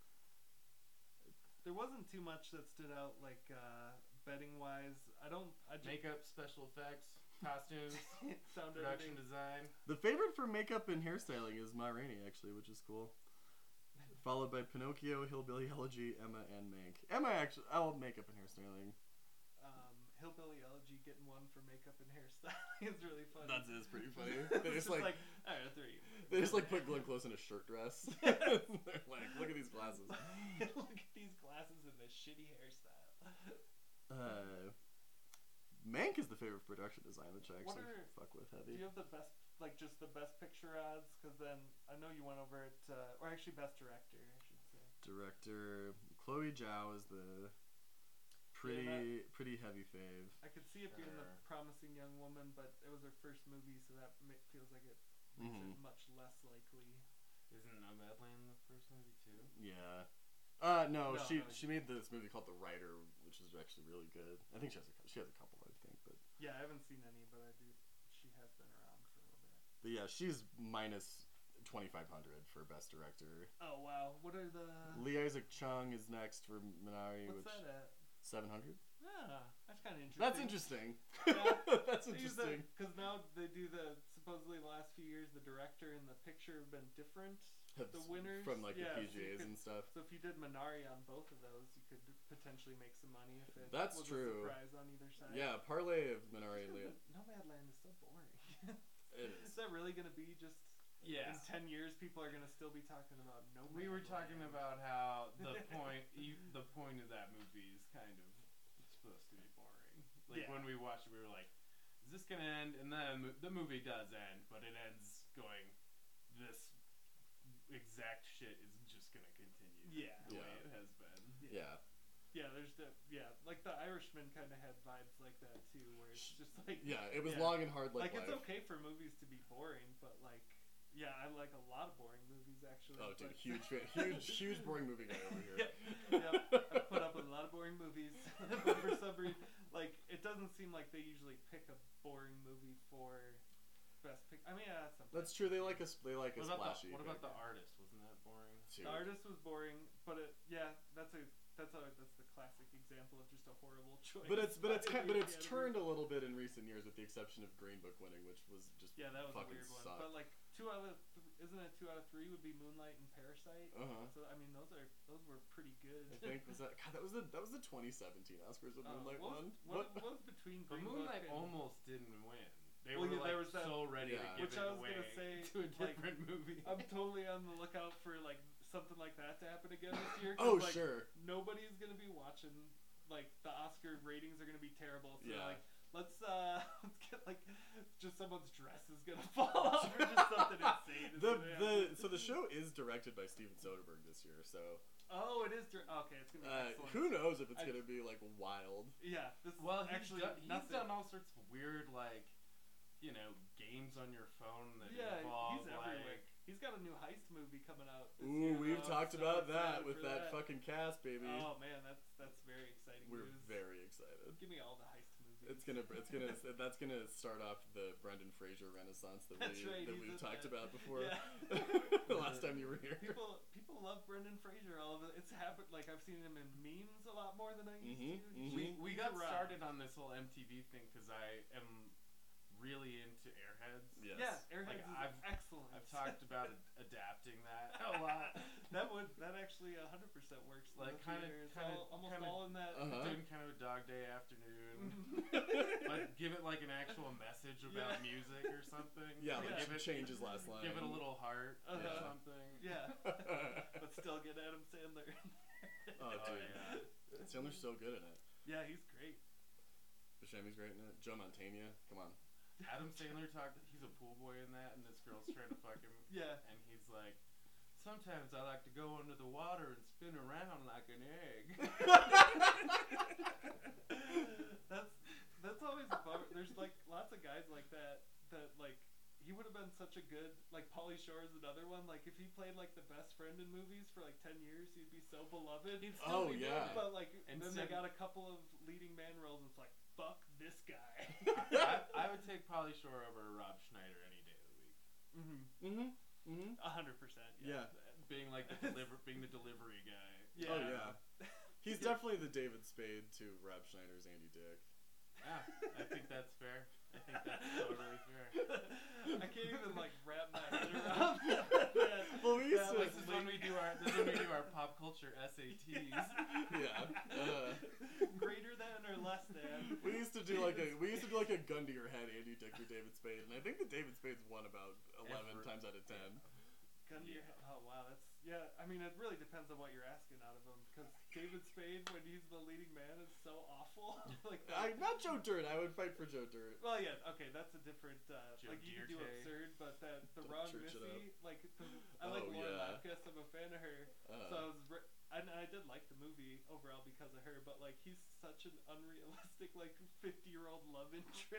[SPEAKER 4] There wasn't too much that stood out, like uh, betting wise. I don't. I just
[SPEAKER 5] Makeup, special effects, costumes,
[SPEAKER 4] sound editing.
[SPEAKER 5] production design.
[SPEAKER 1] The favorite for makeup and hairstyling is Ma Rainey, actually, which is cool. Followed by Pinocchio, Hillbilly Elegy, Emma, and Mank. Emma, actually, I'll makeup and hairstyling.
[SPEAKER 4] Um, Hillbilly Elegy getting one for makeup and hairstyling is really funny.
[SPEAKER 1] That is pretty funny.
[SPEAKER 4] It's
[SPEAKER 1] They just like,
[SPEAKER 4] all right, three.
[SPEAKER 1] they just like put Glenn Close in a shirt dress. They're like, look at these glasses.
[SPEAKER 4] Look at these glasses and this shitty hairstyle.
[SPEAKER 1] Uh, Mank is the favorite for production design, which I
[SPEAKER 4] What
[SPEAKER 1] actually
[SPEAKER 4] are-
[SPEAKER 1] fuck with
[SPEAKER 4] Do
[SPEAKER 1] heavy.
[SPEAKER 4] you have the best, like just the best picture odds? Because then I know you went over it, uh, or actually best director, I should say.
[SPEAKER 1] Director Chloe Zhao is the pretty pretty heavy fave.
[SPEAKER 4] I could see it being the
[SPEAKER 5] Sure.
[SPEAKER 4] promising young woman, but it was her first movie, so that ma- feels like it makes
[SPEAKER 1] Mhm.
[SPEAKER 4] it much less likely.
[SPEAKER 5] Isn't No Badland the first movie too?
[SPEAKER 1] Yeah. Uh no,
[SPEAKER 4] No,
[SPEAKER 1] she
[SPEAKER 4] no.
[SPEAKER 1] she made this movie called The Writer, which is actually really good. I think she has a, cou- she has a couple, I think, but
[SPEAKER 4] Yeah, I haven't seen any, but I do. She has been around for a little bit.
[SPEAKER 1] but yeah, she's minus twenty five hundred for best director.
[SPEAKER 4] Oh wow, what are the?
[SPEAKER 1] Lee Isaac Chung is next for Minari,
[SPEAKER 4] Uh-huh. what's
[SPEAKER 1] which
[SPEAKER 4] that at?
[SPEAKER 1] seven hundred.
[SPEAKER 4] Ah, that's kind of interesting.
[SPEAKER 1] That's interesting.
[SPEAKER 4] Yeah.
[SPEAKER 1] That's interesting.
[SPEAKER 4] Because now they do the supposedly last few years, the director and the picture have been different. the
[SPEAKER 1] That's
[SPEAKER 4] winners
[SPEAKER 1] from like
[SPEAKER 4] yeah, so
[SPEAKER 1] the
[SPEAKER 4] you
[SPEAKER 1] PGAs
[SPEAKER 4] could-
[SPEAKER 1] and stuff.
[SPEAKER 4] So if you did Minari on both of those, you could potentially make some money if it
[SPEAKER 1] That's
[SPEAKER 4] was
[SPEAKER 1] true.
[SPEAKER 4] a surprise on either side.
[SPEAKER 1] Yeah, parlay of Minari and Lee.
[SPEAKER 4] Nomadland is so boring.
[SPEAKER 1] It
[SPEAKER 4] is
[SPEAKER 1] is.
[SPEAKER 4] that really going to be just
[SPEAKER 5] Yeah.
[SPEAKER 4] in ten years? People are going to still be talking about Nomadland.
[SPEAKER 5] We were talking about how the point you, the point of that movie is kind of supposed to be boring. Like
[SPEAKER 4] Yeah.
[SPEAKER 5] when we watched it, we were like, "Is this gonna end?" And then mo- the movie does end, but it ends going, "This exact shit is just gonna continue."
[SPEAKER 4] Yeah.
[SPEAKER 5] the way
[SPEAKER 1] Yeah.
[SPEAKER 5] it has been.
[SPEAKER 1] Yeah.
[SPEAKER 4] yeah. There's the yeah, like the Irishman kind of had vibes like that too, where it's just like
[SPEAKER 1] Yeah, it was
[SPEAKER 4] Yeah.
[SPEAKER 1] long and hard like,
[SPEAKER 4] like it's
[SPEAKER 1] life.
[SPEAKER 4] okay for movies to be boring, but like yeah, I like a lot of boring movies actually.
[SPEAKER 1] Oh, dude,
[SPEAKER 4] but-
[SPEAKER 1] huge, fan, huge, huge boring movie guy over here.
[SPEAKER 4] Yep, I put up with a lot of boring movies, but for some reason, like it doesn't seem like they usually pick a boring movie for best pick. I mean, yeah, that's something.
[SPEAKER 1] That's true. They like a sp- they like a
[SPEAKER 5] What about
[SPEAKER 1] splashy.
[SPEAKER 5] the, what
[SPEAKER 1] bit.
[SPEAKER 5] about the artist? Wasn't that boring?
[SPEAKER 1] Dude,
[SPEAKER 4] The artist was boring, but it, yeah, that's a that's a that's the classic example of just a horrible choice.
[SPEAKER 1] But it's but it's
[SPEAKER 4] by
[SPEAKER 1] kind,
[SPEAKER 4] the
[SPEAKER 1] but it's turned
[SPEAKER 4] Academy.
[SPEAKER 1] a little bit in recent years, with the exception of Green Book winning, which was just
[SPEAKER 4] Yeah, that was a
[SPEAKER 1] fucking
[SPEAKER 4] weird one.
[SPEAKER 1] sucked.
[SPEAKER 4] But like two out of th- isn't it two out of three would be Moonlight and Parasite.
[SPEAKER 1] uh huh.
[SPEAKER 4] So I mean, those are those were pretty good.
[SPEAKER 1] I think was that God that was the that was the 2017 Oscars with
[SPEAKER 4] Uh,
[SPEAKER 1] Moonlight
[SPEAKER 4] what was-
[SPEAKER 1] one.
[SPEAKER 4] What, what was between
[SPEAKER 5] But
[SPEAKER 4] Green
[SPEAKER 5] Moonlight
[SPEAKER 4] Book and,
[SPEAKER 5] almost didn't win. They
[SPEAKER 4] Well,
[SPEAKER 5] were
[SPEAKER 4] yeah,
[SPEAKER 5] like
[SPEAKER 4] there was that-
[SPEAKER 5] so ready
[SPEAKER 1] Yeah.
[SPEAKER 5] to give
[SPEAKER 4] Which
[SPEAKER 5] it
[SPEAKER 4] I was
[SPEAKER 5] away
[SPEAKER 4] gonna say,
[SPEAKER 5] to a
[SPEAKER 4] like,
[SPEAKER 5] different movie.
[SPEAKER 4] I'm totally on the lookout for like something like that to happen again this year. 'cause,
[SPEAKER 1] Oh
[SPEAKER 4] like,
[SPEAKER 1] sure.
[SPEAKER 4] Nobody's gonna be watching. Like the Oscar ratings are gonna be terrible. So
[SPEAKER 1] Yeah.
[SPEAKER 4] like, let's uh, let's get like, just someone's dress is gonna fall off or just something insane. is
[SPEAKER 1] the
[SPEAKER 4] gonna
[SPEAKER 1] the
[SPEAKER 4] happen.
[SPEAKER 1] so the show is directed by Steven Soderbergh this year, so
[SPEAKER 4] oh, it is. Dr- okay, it's gonna be
[SPEAKER 1] uh,
[SPEAKER 4] excellent.
[SPEAKER 1] who knows if it's
[SPEAKER 4] I-
[SPEAKER 1] gonna be like wild.
[SPEAKER 4] Yeah, this
[SPEAKER 5] Well,
[SPEAKER 4] is
[SPEAKER 5] he's
[SPEAKER 4] actually
[SPEAKER 5] done, he's
[SPEAKER 4] nothing.
[SPEAKER 5] done all sorts of weird, like, you know, games on your phone that
[SPEAKER 4] Yeah, he's
[SPEAKER 5] involve like
[SPEAKER 4] everywhere. He's got a new heist movie coming out. this
[SPEAKER 1] Ooh,
[SPEAKER 4] year,
[SPEAKER 1] we've
[SPEAKER 4] though.
[SPEAKER 1] talked
[SPEAKER 4] So
[SPEAKER 1] about
[SPEAKER 4] excited
[SPEAKER 1] that
[SPEAKER 4] for
[SPEAKER 1] with that, fucking cast, baby.
[SPEAKER 4] Oh man, that's that's very exciting.
[SPEAKER 1] We're
[SPEAKER 4] news.
[SPEAKER 1] very excited.
[SPEAKER 4] Give me all the heist movies.
[SPEAKER 1] It's gonna, it's gonna, that's gonna start off the Brendan Fraser renaissance that
[SPEAKER 4] That's
[SPEAKER 1] we
[SPEAKER 4] right,
[SPEAKER 1] that
[SPEAKER 4] he's
[SPEAKER 1] we've
[SPEAKER 4] in
[SPEAKER 1] talked
[SPEAKER 4] that.
[SPEAKER 1] about before.
[SPEAKER 4] Yeah.
[SPEAKER 1] the last time you were here.
[SPEAKER 4] people people love Brendan Fraser. All of it. It's happened. Like I've seen him in memes a lot more than I used
[SPEAKER 1] Mhm,
[SPEAKER 4] to.
[SPEAKER 1] mhm.
[SPEAKER 5] We, we got
[SPEAKER 4] Right.
[SPEAKER 5] started on this whole MTV thing because I am really into Airheads.
[SPEAKER 1] Yes.
[SPEAKER 4] Yeah, Airheads
[SPEAKER 5] Like,
[SPEAKER 4] is
[SPEAKER 5] I've-
[SPEAKER 4] excellent.
[SPEAKER 5] I've talked about ad- adapting that a lot.
[SPEAKER 4] that would that actually 100% works. in
[SPEAKER 5] Like,
[SPEAKER 4] the
[SPEAKER 5] kinda-
[SPEAKER 4] theater. It's
[SPEAKER 5] kinda-
[SPEAKER 4] all- almost
[SPEAKER 5] kinda-
[SPEAKER 4] all in that.
[SPEAKER 1] Uh-huh.
[SPEAKER 5] Doing kind of a dog day afternoon.
[SPEAKER 1] yeah,
[SPEAKER 5] but give it like an actual message about
[SPEAKER 4] Yeah.
[SPEAKER 5] music or something.
[SPEAKER 1] like
[SPEAKER 4] Yeah.
[SPEAKER 5] give
[SPEAKER 1] it
[SPEAKER 5] it,
[SPEAKER 1] changes last line.
[SPEAKER 5] give it a little heart or
[SPEAKER 4] Uh-huh.
[SPEAKER 5] something.
[SPEAKER 4] yeah,
[SPEAKER 1] oh,
[SPEAKER 4] but still get Adam Sandler. in there.
[SPEAKER 5] Oh,
[SPEAKER 1] dude,
[SPEAKER 5] yeah.
[SPEAKER 1] Sandler's so good in it.
[SPEAKER 4] yeah, he's great.
[SPEAKER 1] Buscemi's great in it. Joe Montana, come on.
[SPEAKER 5] Adam Sandler talked. He's a pool boy in that, and this girl's trying to fuck him,
[SPEAKER 4] Yeah.
[SPEAKER 5] and he's like. Sometimes I like to go under the water and spin around like an egg.
[SPEAKER 4] that's that's always a bummer. There's like lots of guys like that that like he would have been such a good like Polly Shore is another one. Like if he played like the best friend in movies for like ten years, he'd be so beloved.
[SPEAKER 5] He'd still
[SPEAKER 1] Oh
[SPEAKER 5] be
[SPEAKER 1] yeah.
[SPEAKER 4] But like
[SPEAKER 5] And
[SPEAKER 4] then they got
[SPEAKER 5] seven-
[SPEAKER 4] a couple of leading man roles. and It's like fuck this guy.
[SPEAKER 5] I, I would take Polly Shore over Rob Schneider any day of the week. Mm-hmm.
[SPEAKER 4] Mhm.
[SPEAKER 1] Mhm. Mhm.
[SPEAKER 4] A hundred percent. Yeah.
[SPEAKER 5] Being like the deliver, being the delivery guy.
[SPEAKER 4] Yeah.
[SPEAKER 1] Oh yeah. He's
[SPEAKER 4] Yeah.
[SPEAKER 1] definitely the David Spade to Rob Schneider's Andy Dick.
[SPEAKER 5] Yeah, I think that's fair. I think that's totally fair.
[SPEAKER 4] I can't even like wrap my head around that.
[SPEAKER 1] Well, we used
[SPEAKER 4] that,
[SPEAKER 1] to-
[SPEAKER 4] like,
[SPEAKER 5] This is when we do our this is when we do our pop culture SATs.
[SPEAKER 1] Yeah. Uh,
[SPEAKER 4] greater than or less than.
[SPEAKER 1] we used to do like a we used to do like a gun to your head Andy Dick or David Spade, and I think that David Spade's won about eleven
[SPEAKER 5] Effort.
[SPEAKER 1] times out of ten.
[SPEAKER 4] Gun to your head. Oh wow, that's yeah. I mean, it really depends on what you're asking out of him because David Spade, when he's the leading man, is so awful. like,
[SPEAKER 1] I, not Joe Dirt. I would fight for Joe Dirt.
[SPEAKER 4] well, yeah, okay, that's a different. Uh,
[SPEAKER 5] Joe
[SPEAKER 4] like you can do
[SPEAKER 5] Dierte.
[SPEAKER 4] absurd, but that the
[SPEAKER 1] Don't
[SPEAKER 4] Ron
[SPEAKER 1] church it
[SPEAKER 4] Missy, like 'cause I like
[SPEAKER 1] Oh,
[SPEAKER 4] Lauren
[SPEAKER 1] yeah.
[SPEAKER 4] Lapkus. I'm a fan of her, so I
[SPEAKER 1] Uh,
[SPEAKER 4] was. Re- I, I did like the movie overall because of her, but like he's such an unrealistic, like fifty year old love interest.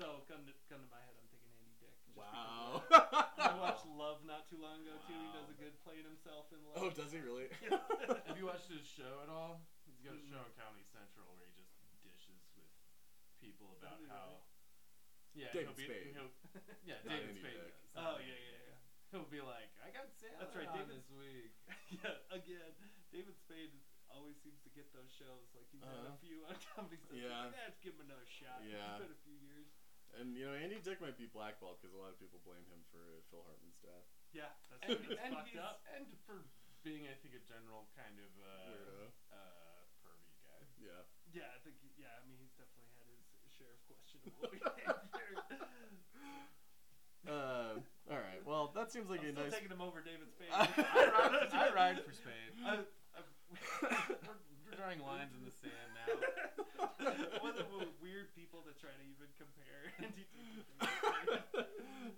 [SPEAKER 4] So gun to, gun to my head, I'm thinking Andy Dick. just because of
[SPEAKER 1] wow.
[SPEAKER 4] that. I watched Love not too long ago too. He does a good playing himself in
[SPEAKER 1] oh,
[SPEAKER 4] Love. Oh,
[SPEAKER 1] does he really?
[SPEAKER 5] Have you watched his show at all? He's got a show
[SPEAKER 4] Mm-mm.
[SPEAKER 5] on Comedy Central where he just dishes with people about
[SPEAKER 4] Really?
[SPEAKER 5] how. Yeah,
[SPEAKER 1] David
[SPEAKER 5] he'll be,
[SPEAKER 1] Spade.
[SPEAKER 5] He'll, yeah,
[SPEAKER 1] Not Andy
[SPEAKER 5] David Spade.
[SPEAKER 1] Dick.
[SPEAKER 5] does.
[SPEAKER 4] oh yeah, yeah, yeah.
[SPEAKER 5] He'll be like, I got Sandler
[SPEAKER 4] That's right,
[SPEAKER 5] on
[SPEAKER 4] David-
[SPEAKER 5] this week.
[SPEAKER 4] Yeah, again, David Spade always seems to get those shows. Like he's had
[SPEAKER 1] Uh-huh.
[SPEAKER 4] a few on comedy Central.
[SPEAKER 1] Yeah.
[SPEAKER 4] Like, let's give him another shot.
[SPEAKER 1] Yeah.
[SPEAKER 4] It's been a few years.
[SPEAKER 1] And you know Andy Dick might be blackballed because a lot of people blame him for uh, Phil Hartman's death.
[SPEAKER 4] Yeah, that's
[SPEAKER 5] and,
[SPEAKER 4] it's
[SPEAKER 5] and,
[SPEAKER 4] fucked
[SPEAKER 5] he's-
[SPEAKER 4] up.
[SPEAKER 5] and for being, I think, a general kind of uh,
[SPEAKER 1] Weirdo.
[SPEAKER 5] uh, pervy guy.
[SPEAKER 1] Yeah.
[SPEAKER 4] Yeah, I think. he- Yeah, I mean, he's definitely had his share of questionable behavior.
[SPEAKER 1] Uh, all right. Well, that seems like a
[SPEAKER 4] I'm still
[SPEAKER 1] nice.
[SPEAKER 4] taking him over David Spade.
[SPEAKER 5] I ride, I ride for Spade.
[SPEAKER 4] I, I,
[SPEAKER 5] we're, we're drawing lines in the sand now.
[SPEAKER 4] One of the weird people to try to even compare Andy Dick to David Spade.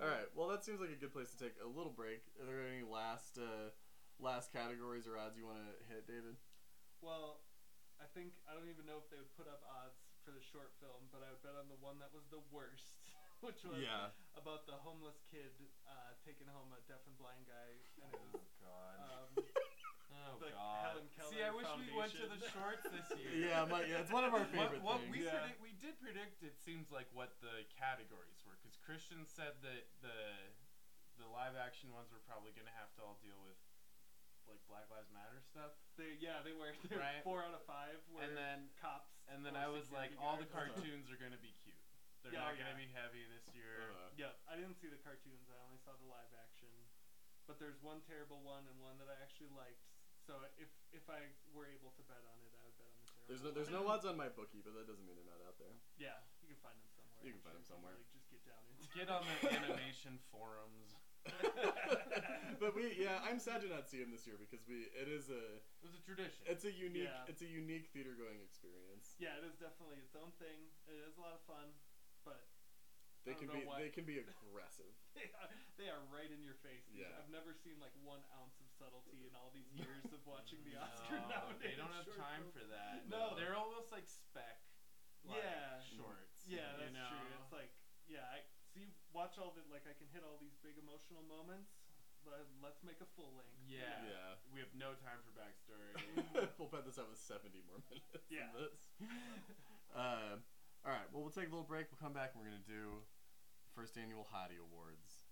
[SPEAKER 1] All right. Well, that seems like a good place to take a little break. Are there any last uh, last categories or odds you want to hit, David?
[SPEAKER 4] Well, I think I don't even know if they would put up odds for the short film, but I would bet on the one that was the worst, which was about the homeless kid uh, taking home a deaf and blind guy, and it was
[SPEAKER 5] God.
[SPEAKER 4] um,
[SPEAKER 5] oh
[SPEAKER 4] the
[SPEAKER 5] God.
[SPEAKER 4] Helen
[SPEAKER 5] See, I
[SPEAKER 4] Keller
[SPEAKER 5] wish we went to the
[SPEAKER 4] Foundation.
[SPEAKER 5] shorts this year.
[SPEAKER 1] Yeah, my, yeah. It's one of our favorite
[SPEAKER 5] What, what
[SPEAKER 1] things.
[SPEAKER 5] we
[SPEAKER 4] Yeah.
[SPEAKER 5] predict, we did predict it seems like what the categories were because Christian said that the the live action ones were probably gonna have to all deal with like Black Lives Matter stuff,
[SPEAKER 4] they, yeah they were, they were
[SPEAKER 5] Right.
[SPEAKER 4] four out of five were
[SPEAKER 5] and then
[SPEAKER 4] cops.
[SPEAKER 5] and then
[SPEAKER 4] or
[SPEAKER 5] I was like,
[SPEAKER 4] security
[SPEAKER 5] all the
[SPEAKER 4] guards.
[SPEAKER 5] cartoons are gonna be cute. They're
[SPEAKER 4] Yeah,
[SPEAKER 5] not
[SPEAKER 4] yeah.
[SPEAKER 5] gonna be heavy this year.
[SPEAKER 1] Uh,
[SPEAKER 4] Yeah, I didn't see the cartoons. I only saw the live action. But there's one terrible one and one that I actually liked. So if if I were able to bet on it, I would bet on the terrible.
[SPEAKER 1] there's no there's no
[SPEAKER 4] one.
[SPEAKER 1] odds on my bookie, but that doesn't mean they're not out there.
[SPEAKER 4] Yeah, you can find them somewhere.
[SPEAKER 1] You
[SPEAKER 4] I'm
[SPEAKER 1] can find them
[SPEAKER 4] sure
[SPEAKER 1] somewhere.
[SPEAKER 4] Like, just get down into.
[SPEAKER 5] Get on the animation forums.
[SPEAKER 1] but we yeah, I'm sad to not see him this year because we it is a
[SPEAKER 5] It was a tradition.
[SPEAKER 1] it's a unique
[SPEAKER 4] Yeah.
[SPEAKER 1] it's a unique theater going experience.
[SPEAKER 4] yeah, it is definitely its own thing. It is a lot of fun, but
[SPEAKER 1] They
[SPEAKER 4] I don't
[SPEAKER 1] can
[SPEAKER 4] know
[SPEAKER 1] be
[SPEAKER 4] why-
[SPEAKER 1] they can be aggressive.
[SPEAKER 4] they are, they are right in your face. dude.
[SPEAKER 1] Yeah.
[SPEAKER 4] I've never seen like one ounce of subtlety in all these years of watching the
[SPEAKER 5] No,
[SPEAKER 4] Oscar
[SPEAKER 5] They
[SPEAKER 4] nominated.
[SPEAKER 5] don't have
[SPEAKER 4] short
[SPEAKER 5] time
[SPEAKER 4] film.
[SPEAKER 5] for that.
[SPEAKER 4] No.
[SPEAKER 5] They're almost like spec like,
[SPEAKER 4] Yeah.
[SPEAKER 5] shorts.
[SPEAKER 4] Yeah,
[SPEAKER 5] you
[SPEAKER 4] that's
[SPEAKER 5] know?
[SPEAKER 4] true. It's like yeah, I see watch all the like I can hit all these big emotional moments. But let's make a full length.
[SPEAKER 5] Yeah.
[SPEAKER 1] Yeah.
[SPEAKER 5] We have no time for backstory.
[SPEAKER 1] we'll pad this out with 70 more minutes. of
[SPEAKER 4] Yeah.
[SPEAKER 1] This. Uh, all right. Well, we'll take a little break. We'll come back and we're going to do first annual Hottie Awards.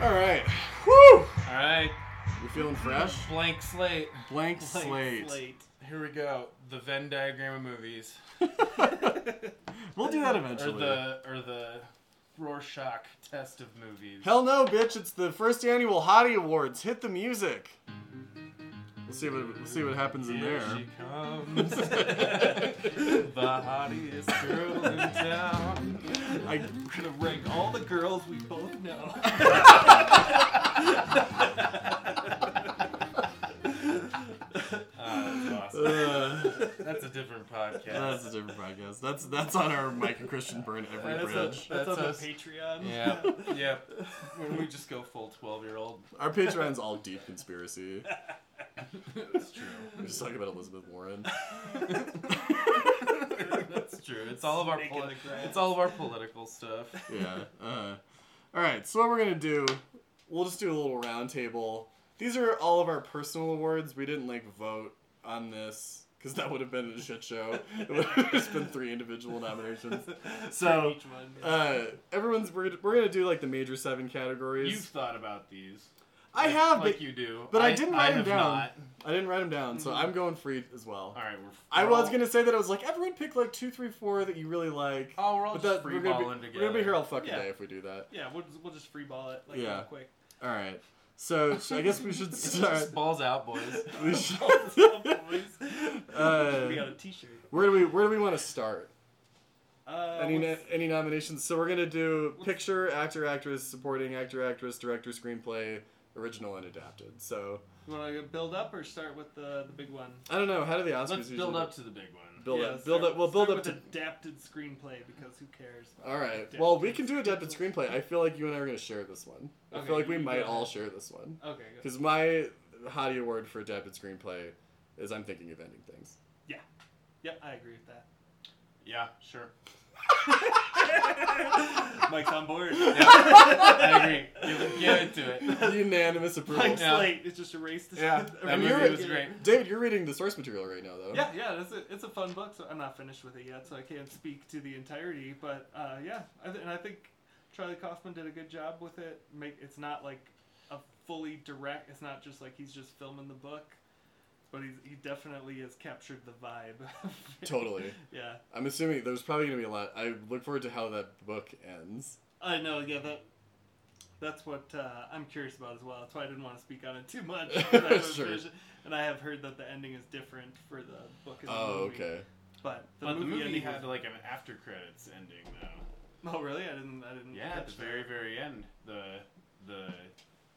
[SPEAKER 1] All right. Woo!
[SPEAKER 5] All right.
[SPEAKER 1] You feeling fresh?
[SPEAKER 5] Blank slate.
[SPEAKER 1] Blank,
[SPEAKER 5] Blank
[SPEAKER 1] slate.
[SPEAKER 5] Here we go. The Venn diagram of movies.
[SPEAKER 1] we'll do that
[SPEAKER 5] Or
[SPEAKER 1] eventually.
[SPEAKER 5] the or the Rorschach test of movies.
[SPEAKER 1] Hell no, bitch! It's the first annual Hottie Awards. Hit the music. We'll see what we'll see what happens in
[SPEAKER 5] Here
[SPEAKER 1] there.
[SPEAKER 5] she comes. the hottiest girl in town.
[SPEAKER 1] I,
[SPEAKER 4] We're gonna rank all the girls we both know.
[SPEAKER 5] Ah, that's awesome.
[SPEAKER 1] uh,
[SPEAKER 5] That's a different podcast.
[SPEAKER 1] that's a different podcast. That's that's on our Mike and Christian burn every
[SPEAKER 4] That's, on-
[SPEAKER 1] bridge.
[SPEAKER 4] that's
[SPEAKER 5] That's
[SPEAKER 4] on the
[SPEAKER 5] us.
[SPEAKER 4] Patreon.
[SPEAKER 5] yeah, yeah. When we just go full twelve-year-old,
[SPEAKER 1] Our Patreon's all deep conspiracy.
[SPEAKER 5] it's true.
[SPEAKER 1] We're just talking about Elizabeth Warren.
[SPEAKER 5] That's true. It's all of our
[SPEAKER 4] Snake in the
[SPEAKER 5] politi-
[SPEAKER 4] grass.
[SPEAKER 5] It's all of our political stuff.
[SPEAKER 1] yeah. Uh, all right. So what we're gonna do? We'll just do a little roundtable. These are all of our personal awards. We didn't like vote on this because that would have been a shit show. It would have just been three individual nominations. So
[SPEAKER 4] Each one.
[SPEAKER 1] uh, everyone's we're, we're gonna do like the major seven
[SPEAKER 5] You've
[SPEAKER 1] categories.
[SPEAKER 5] thought about these.
[SPEAKER 1] I
[SPEAKER 5] Like-
[SPEAKER 1] have,
[SPEAKER 5] like
[SPEAKER 1] but
[SPEAKER 5] you do.
[SPEAKER 1] but I didn't write 'em
[SPEAKER 5] have
[SPEAKER 1] down.
[SPEAKER 5] not. Mm-hmm.
[SPEAKER 1] I didn't write them down, so I'm going free as well.
[SPEAKER 5] All right, we're.
[SPEAKER 1] I
[SPEAKER 5] we're
[SPEAKER 1] was
[SPEAKER 5] all-
[SPEAKER 1] gonna say that I was like everyone pick like two, three, four that you really like.
[SPEAKER 5] Oh, we're all
[SPEAKER 1] but
[SPEAKER 5] just
[SPEAKER 1] that, we're, gonna be,
[SPEAKER 5] freeballing together.
[SPEAKER 1] we're gonna be here all fucking
[SPEAKER 4] Yeah.
[SPEAKER 1] day if we do that.
[SPEAKER 4] Yeah, we'll just, we'll just free ball it like
[SPEAKER 1] Yeah.
[SPEAKER 4] real quick.
[SPEAKER 1] All right. So sh- I guess we should start.
[SPEAKER 5] Just balls out, boys.
[SPEAKER 1] We should,
[SPEAKER 4] we got
[SPEAKER 1] uh,
[SPEAKER 4] a T-shirt.
[SPEAKER 1] where do we Where do we want to start?
[SPEAKER 4] Uh,
[SPEAKER 1] Any
[SPEAKER 4] let's-
[SPEAKER 1] any nominations? So we're gonna do picture, actor, actress, supporting actor, actress, director, screenplay, original, and adapted. So
[SPEAKER 4] you want to build up or start with the the big one?
[SPEAKER 1] I don't know. How do the Oscars?
[SPEAKER 5] Let's build
[SPEAKER 1] usually-
[SPEAKER 5] up to the big one.
[SPEAKER 1] Build
[SPEAKER 4] Yeah,
[SPEAKER 1] up.
[SPEAKER 4] start
[SPEAKER 1] Build up.
[SPEAKER 4] with-
[SPEAKER 1] We'll build
[SPEAKER 4] start
[SPEAKER 1] up to.
[SPEAKER 4] with adapted screenplay because who cares? about
[SPEAKER 1] All right.
[SPEAKER 4] adapted
[SPEAKER 1] Well, we can do adapted screenplay. I feel like you and I are gonna share this one. I
[SPEAKER 4] Okay,
[SPEAKER 1] feel like
[SPEAKER 4] you
[SPEAKER 1] we
[SPEAKER 4] go
[SPEAKER 1] might all
[SPEAKER 4] ahead.
[SPEAKER 1] share this one
[SPEAKER 4] Okay. Good.
[SPEAKER 1] because my hottie award for adapted screenplay is I'm thinking of ending things.
[SPEAKER 4] Yeah. Yep, I agree with that.
[SPEAKER 5] Yeah, sure.
[SPEAKER 4] Mike's on board.
[SPEAKER 5] Yeah, I agree. Give it, give it to it.
[SPEAKER 1] Unanimous approval.
[SPEAKER 4] Mike's
[SPEAKER 5] Yeah.
[SPEAKER 4] late. It's just a race to
[SPEAKER 5] Yeah, that
[SPEAKER 1] You're
[SPEAKER 5] movie
[SPEAKER 1] right.
[SPEAKER 5] was great.
[SPEAKER 1] David, you're reading the source material right now, though.
[SPEAKER 4] Yeah, yeah, that's a, it's a fun book. So I'm not finished with it yet, so I can't speak to the entirety. But uh, yeah, I th- and I think Charlie Kaufman did a good job with it. Make it's not like a fully direct. It's not just like he's just filming the book, but he's, he definitely has captured the vibe.
[SPEAKER 1] Totally.
[SPEAKER 4] Yeah,
[SPEAKER 1] I'm assuming there's probably going to be a lot. I look forward to how that book ends.
[SPEAKER 4] I know. Yeah, that that's what uh, I'm curious about as well. That's why I didn't want to speak on it too much. but I haven't
[SPEAKER 1] Sure.
[SPEAKER 4] finished it. And I have heard that the ending is different for the book and the
[SPEAKER 1] Oh,
[SPEAKER 4] movie.
[SPEAKER 1] okay.
[SPEAKER 4] But the
[SPEAKER 5] but the
[SPEAKER 4] movie,
[SPEAKER 5] movie
[SPEAKER 4] ending was
[SPEAKER 5] had like an after credits ending though.
[SPEAKER 4] Oh really? I didn't. I didn't.
[SPEAKER 5] Yeah, at the
[SPEAKER 4] catch that.
[SPEAKER 5] very very end, the the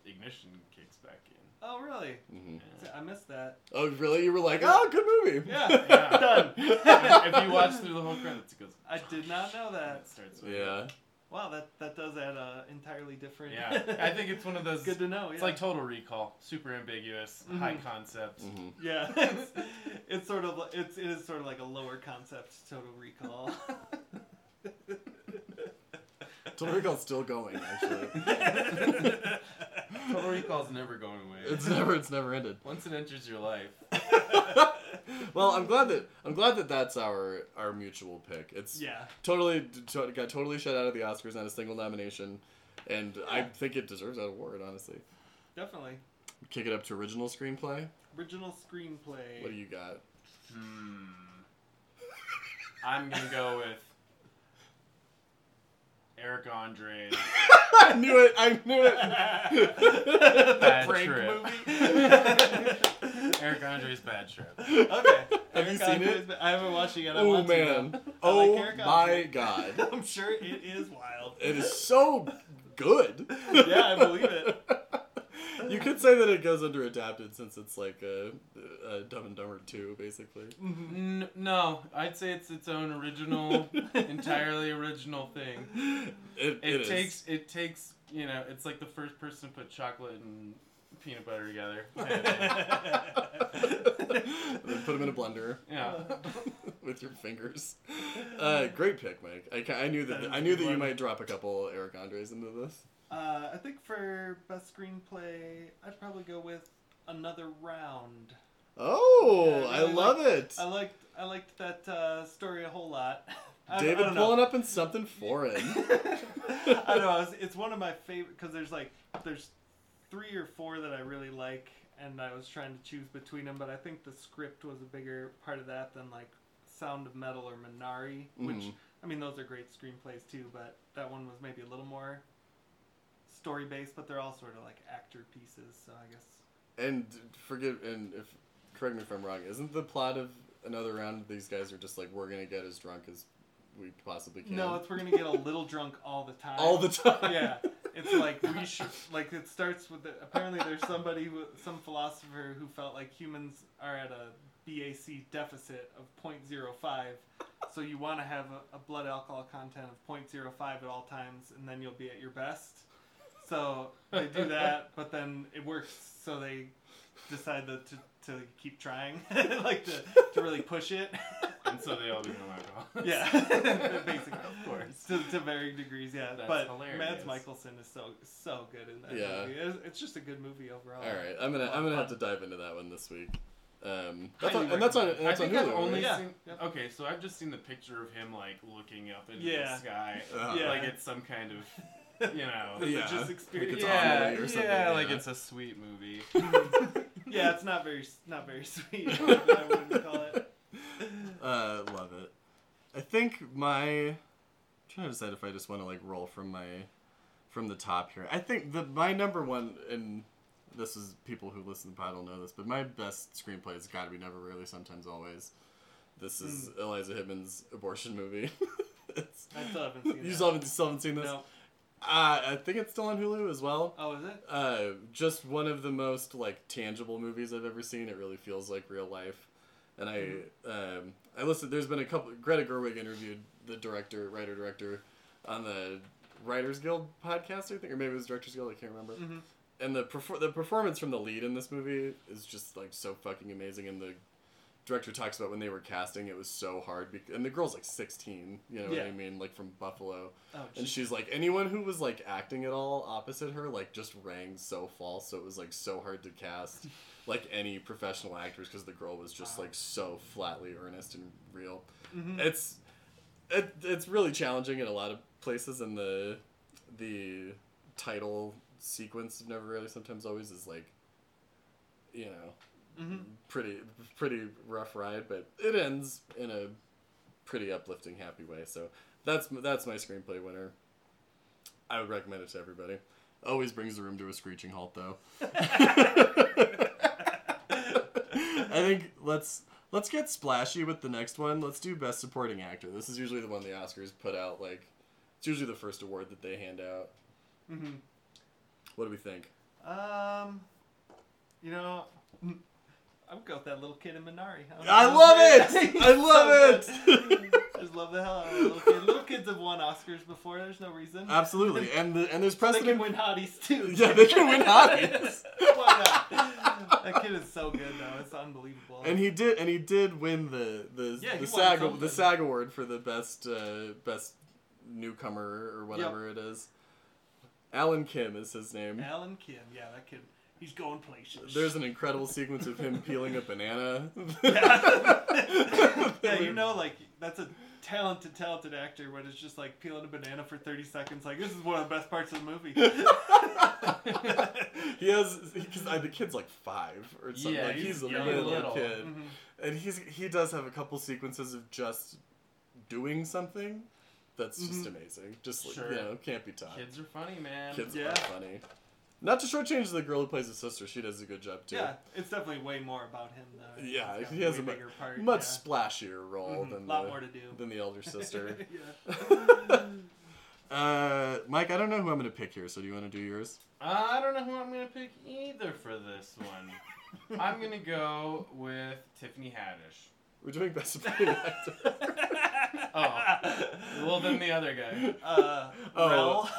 [SPEAKER 5] ignition kicks back in.
[SPEAKER 4] Oh really?
[SPEAKER 1] hmm
[SPEAKER 4] See, I missed that.
[SPEAKER 1] Oh, really? You were like, oh, good movie.
[SPEAKER 4] Yeah.
[SPEAKER 5] Yeah.
[SPEAKER 4] Done.
[SPEAKER 5] if, if you watch through the whole credits, it goes.
[SPEAKER 4] I did not know
[SPEAKER 5] and
[SPEAKER 4] that.
[SPEAKER 5] it starts. With,
[SPEAKER 1] Yeah.
[SPEAKER 4] Wow, that that does add a entirely different.
[SPEAKER 5] Yeah, I think it's one of those.
[SPEAKER 4] good to know. Oh, Yeah.
[SPEAKER 5] It's like Total Recall, super ambiguous, high concept.
[SPEAKER 1] hmm
[SPEAKER 4] yeah, it's, it's sort of li- it's it is sort of like a lower concept Total Recall.
[SPEAKER 1] Total Recall's still going, actually.
[SPEAKER 5] Total Recall's never going away.
[SPEAKER 1] it's never, it's never ended.
[SPEAKER 5] Once it enters your life,
[SPEAKER 1] Well, I'm glad that I'm glad that that's our our mutual pick. It's
[SPEAKER 4] yeah.
[SPEAKER 1] totally to- got totally shut out of the Oscars, not a single nomination, and I think it deserves that award. Honestly,
[SPEAKER 4] Definitely.
[SPEAKER 1] kick it up to original screenplay.
[SPEAKER 4] Original screenplay.
[SPEAKER 1] What do you got?
[SPEAKER 5] hmm, I'm gonna go with Eric Andre.
[SPEAKER 1] I knew it. I knew it.
[SPEAKER 5] Bad
[SPEAKER 4] Break
[SPEAKER 5] Trip.
[SPEAKER 4] movie.
[SPEAKER 5] Eric Andre's Bad Trip.
[SPEAKER 4] okay.
[SPEAKER 1] Have you
[SPEAKER 4] Eric
[SPEAKER 1] seen
[SPEAKER 4] Andre's- I haven't watched it yet. I
[SPEAKER 1] Oh
[SPEAKER 4] want to, though.
[SPEAKER 1] man!
[SPEAKER 4] I
[SPEAKER 1] Oh
[SPEAKER 4] like Eric
[SPEAKER 1] my
[SPEAKER 4] Andre.
[SPEAKER 1] god!
[SPEAKER 4] I'm sure it is wild.
[SPEAKER 1] It is so good.
[SPEAKER 4] Yeah, I believe it.
[SPEAKER 1] You could say that it goes under adapted since it's like a, a Dumb and Dumber 2, basically.
[SPEAKER 4] Mm-hmm.
[SPEAKER 5] N- no, I'd say it's its own original, entirely original thing.
[SPEAKER 1] It,
[SPEAKER 5] It,
[SPEAKER 1] is.
[SPEAKER 5] takes it takes you know it's like the first person to put chocolate and peanut butter together. kind of thing.
[SPEAKER 1] And then put them in a blender
[SPEAKER 5] yeah.
[SPEAKER 1] with your fingers. Uh, great pick, Mike. I, ca- I knew that,
[SPEAKER 4] That
[SPEAKER 1] I
[SPEAKER 4] is
[SPEAKER 1] knew
[SPEAKER 4] a good
[SPEAKER 1] that you
[SPEAKER 4] one.
[SPEAKER 1] might drop a couple Eric Andres into this.
[SPEAKER 4] Uh, I think for best screenplay, I'd probably go with Another Round.
[SPEAKER 1] Oh,
[SPEAKER 4] Yeah, I
[SPEAKER 1] I,
[SPEAKER 4] really
[SPEAKER 1] love it.
[SPEAKER 4] I liked I liked that uh, story a whole lot. I- I
[SPEAKER 1] David
[SPEAKER 4] don't know.
[SPEAKER 1] pulling up in something foreign.
[SPEAKER 4] I don't know. It's, it's one of my favorite because there's like there's three or four that I really like, and I was trying to choose between them, but I think the script was a bigger part of that than like Sound of Metal or Minari, which
[SPEAKER 1] Mhm.
[SPEAKER 4] I mean those are great screenplays too, but that one was maybe a little more story based, but they're all sort of like actor pieces, so I guess.
[SPEAKER 1] and forgive and if correct me if I'm wrong, isn't the plot of another round these guys are just like we're gonna get as drunk as we possibly can.
[SPEAKER 4] No, it's we're gonna get a little drunk all the time.
[SPEAKER 1] all the time.
[SPEAKER 4] yeah, it's like we should. Like it starts with the, apparently there's somebody, who, some philosopher who felt like humans are at a BAC deficit of 0.05, so you want to have a, a blood alcohol content of 0.05 at all times, and then you'll be at your best. So they do that, but then it works. So they decide to to, to keep trying, like to to really push it.
[SPEAKER 5] And so they all become alcoholics.
[SPEAKER 4] Yeah, basically,
[SPEAKER 5] Of course.
[SPEAKER 4] to, to varying degrees. Yeah,
[SPEAKER 5] That's
[SPEAKER 4] but
[SPEAKER 5] hilarious.
[SPEAKER 4] Mads Mikkelsen is so so good in that
[SPEAKER 1] Yeah.
[SPEAKER 4] movie. It's, it's just a good movie overall.
[SPEAKER 1] All right, I'm gonna I'm gonna have to
[SPEAKER 4] Fun.
[SPEAKER 1] dive into that one this week. Um, that's
[SPEAKER 4] Highly
[SPEAKER 1] on, and that's on and
[SPEAKER 5] I
[SPEAKER 1] that's on
[SPEAKER 5] think I've
[SPEAKER 1] Hulu.
[SPEAKER 5] only
[SPEAKER 1] right?
[SPEAKER 4] Yeah.
[SPEAKER 5] seen.
[SPEAKER 4] Yep.
[SPEAKER 5] Okay, so I've just seen the picture of him like looking up into
[SPEAKER 4] Yeah.
[SPEAKER 5] the sky,
[SPEAKER 1] Uh,
[SPEAKER 4] Yeah.
[SPEAKER 5] like it's some kind of, you know,
[SPEAKER 4] The
[SPEAKER 1] Yeah.
[SPEAKER 4] religious
[SPEAKER 1] Like
[SPEAKER 4] experience.
[SPEAKER 1] it's
[SPEAKER 4] yeah.
[SPEAKER 5] yeah,
[SPEAKER 1] on Hulu or something,
[SPEAKER 5] yeah, like
[SPEAKER 1] yeah.
[SPEAKER 5] it's a sweet movie.
[SPEAKER 4] yeah, it's not very s- not very sweet. I wouldn't call it.
[SPEAKER 1] Uh, love it. I think my I'm trying to decide if I just want to like roll from my from the top here. I think the my number one and this is people who listen to the pod will know this, but my best screenplay has got to be Never Rarely Sometimes Always. This is Eliza Hibbins' abortion movie. it's,
[SPEAKER 4] Hmm. I still haven't seen
[SPEAKER 1] you
[SPEAKER 4] that.
[SPEAKER 1] still haven't, still haven't seen this.
[SPEAKER 4] No.
[SPEAKER 1] Uh, I think it's still on Hulu as well
[SPEAKER 4] Oh, is it?
[SPEAKER 1] uh, just one of the most like tangible movies I've ever seen. It really feels like real life. And I,
[SPEAKER 4] Mm-hmm.
[SPEAKER 1] um, I listened. There's been a couple. Greta Gerwig interviewed the director, writer, director, on the Writers Guild podcast, I think, or maybe it was Directors Guild. I can't remember.
[SPEAKER 4] Mhm.
[SPEAKER 1] And the perfor- the performance from the lead in this movie is just like so fucking amazing. And the director talks about when they were casting, it was so hard. Bec- and the girl's like 16, you know what
[SPEAKER 4] Yeah.
[SPEAKER 1] I mean, like from Buffalo.
[SPEAKER 4] Oh,
[SPEAKER 1] And
[SPEAKER 4] geez.
[SPEAKER 1] she's like, anyone who was like acting at all opposite her, like just rang so false. So it was like so hard to cast like any professional actors because the girl was just
[SPEAKER 4] Wow.
[SPEAKER 1] like so flatly earnest and real. It's it, it's really challenging in a lot of places, and the the title sequence of Never Really Sometimes Always is like, you know,
[SPEAKER 4] Mhm.
[SPEAKER 1] pretty pretty rough ride, but it ends in a pretty uplifting, happy way. So that's that's my screenplay winner. I would recommend it to everybody. Always brings the room to a screeching halt, though. I think let's let's get splashy with the next one. Let's do best supporting actor. This is usually the one the Oscars put out. Like it's usually the first award that they hand out.
[SPEAKER 4] Mhm.
[SPEAKER 1] What do we think?
[SPEAKER 4] Um, you know, mm, I would go with that little kid in Minari. don't
[SPEAKER 1] I
[SPEAKER 4] know.
[SPEAKER 1] love it!
[SPEAKER 4] He's
[SPEAKER 1] I love
[SPEAKER 4] so
[SPEAKER 1] it!
[SPEAKER 4] good. just love the hell out of that little kid. Little kids have won Oscars before. There's no reason.
[SPEAKER 1] Absolutely, and the, and there's
[SPEAKER 4] They
[SPEAKER 1] precedent.
[SPEAKER 4] can win hotties too.
[SPEAKER 1] Yeah, they can win hotties.
[SPEAKER 4] Why not? That kid is so good though. It's unbelievable.
[SPEAKER 1] And he did, and he did win the the,
[SPEAKER 4] Yeah, he
[SPEAKER 1] the
[SPEAKER 4] won
[SPEAKER 1] SAG
[SPEAKER 4] something.
[SPEAKER 1] the SAG award for the best uh, best newcomer or whatever it is. Alan Kim is his name.
[SPEAKER 4] Alan Kim, yeah, that kid. He's going places.
[SPEAKER 1] There's an incredible sequence of him peeling a banana.
[SPEAKER 4] yeah, you know, like that's a talented, talented actor. When it's just like peeling a banana for 30 seconds, like this is one of the best parts of the movie. Mm-hmm.
[SPEAKER 1] he has because the kid's like five or something.
[SPEAKER 5] Yeah,
[SPEAKER 1] like,
[SPEAKER 5] he's
[SPEAKER 1] he's, a
[SPEAKER 5] young,
[SPEAKER 1] little,
[SPEAKER 5] little.
[SPEAKER 1] kid,
[SPEAKER 4] Mhm.
[SPEAKER 1] and he's he does have a couple sequences of just doing something that's just
[SPEAKER 4] Mm-hmm.
[SPEAKER 1] amazing. Just like,
[SPEAKER 5] Sure.
[SPEAKER 1] you know, can't be taught.
[SPEAKER 5] Kids are funny, man.
[SPEAKER 1] Kids
[SPEAKER 4] Yeah.
[SPEAKER 1] are funny. Not to shortchange the girl who plays his sister. She does a good job too.
[SPEAKER 4] Yeah, it's definitely way more about him though.
[SPEAKER 1] Yeah,
[SPEAKER 4] He's got
[SPEAKER 1] he has
[SPEAKER 4] way
[SPEAKER 1] a mu-
[SPEAKER 4] bigger part.
[SPEAKER 1] Much
[SPEAKER 4] yeah.
[SPEAKER 1] splashier role
[SPEAKER 4] Mhm,
[SPEAKER 1] than
[SPEAKER 4] lot
[SPEAKER 1] the,
[SPEAKER 4] more to do.
[SPEAKER 1] than the elder sister.
[SPEAKER 4] yeah.
[SPEAKER 1] Uh, Mike, I don't know who I'm going to pick here, so do you want to do yours?
[SPEAKER 5] Uh, I don't know who I'm gonna pick either for this one. I'm gonna go with Tiffany Haddish.
[SPEAKER 1] We're doing best supporting actor.
[SPEAKER 5] Oh. Well, then the other guy.
[SPEAKER 4] Uh,
[SPEAKER 1] Oh.
[SPEAKER 4] oh.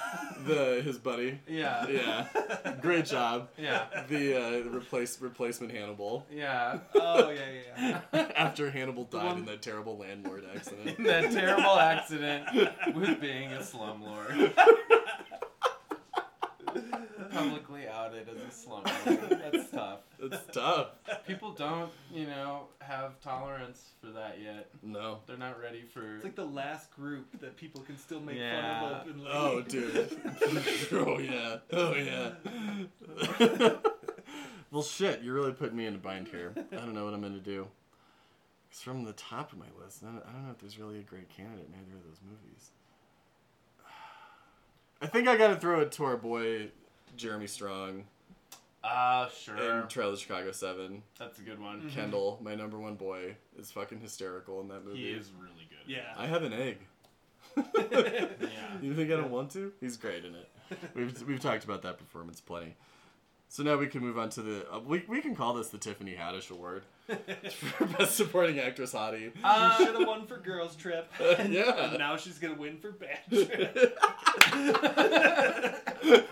[SPEAKER 1] the his buddy.
[SPEAKER 5] Yeah.
[SPEAKER 1] Yeah. Great job.
[SPEAKER 5] Yeah.
[SPEAKER 1] The uh, replace replacement Hannibal.
[SPEAKER 5] Yeah.
[SPEAKER 4] oh yeah, yeah, yeah.
[SPEAKER 1] After Hannibal died
[SPEAKER 5] one-
[SPEAKER 1] in that terrible landlord accident.
[SPEAKER 5] In that terrible accident with being a slumlord. Publicly outed as a slumlord. That's tough.
[SPEAKER 1] That's tough.
[SPEAKER 5] People don't, you know, have tolerance for that yet.
[SPEAKER 1] No.
[SPEAKER 5] They're not ready for.
[SPEAKER 4] It's like the last group that people can still make fun
[SPEAKER 5] Yeah.
[SPEAKER 4] of openly.
[SPEAKER 1] Oh, dude. oh yeah. Oh yeah. well, shit. You're really putting me in a bind here. I don't know what I'm gonna do. It's from the top of my list. and I don't, I don't know if there's really a great candidate in either of those movies. I think I gotta throw it to our boy Jeremy Strong
[SPEAKER 5] Ah, sure.
[SPEAKER 1] in Trail of Chicago Seven.
[SPEAKER 5] That's a good one.
[SPEAKER 4] Mhm.
[SPEAKER 1] Kendall, my number one boy, is fucking hysterical in that movie.
[SPEAKER 5] He is really good.
[SPEAKER 4] Yeah.
[SPEAKER 1] I have an egg.
[SPEAKER 5] Yeah.
[SPEAKER 1] You think I don't want to? He's great in it. We've we've talked about that performance plenty. So now we can move on to the uh, we we can call this the Tiffany Haddish Award for Best Supporting Actress Hottie.
[SPEAKER 4] she should have won for Girls Trip. and
[SPEAKER 1] Uh, yeah.
[SPEAKER 4] Now she's gonna win for Bad Trip.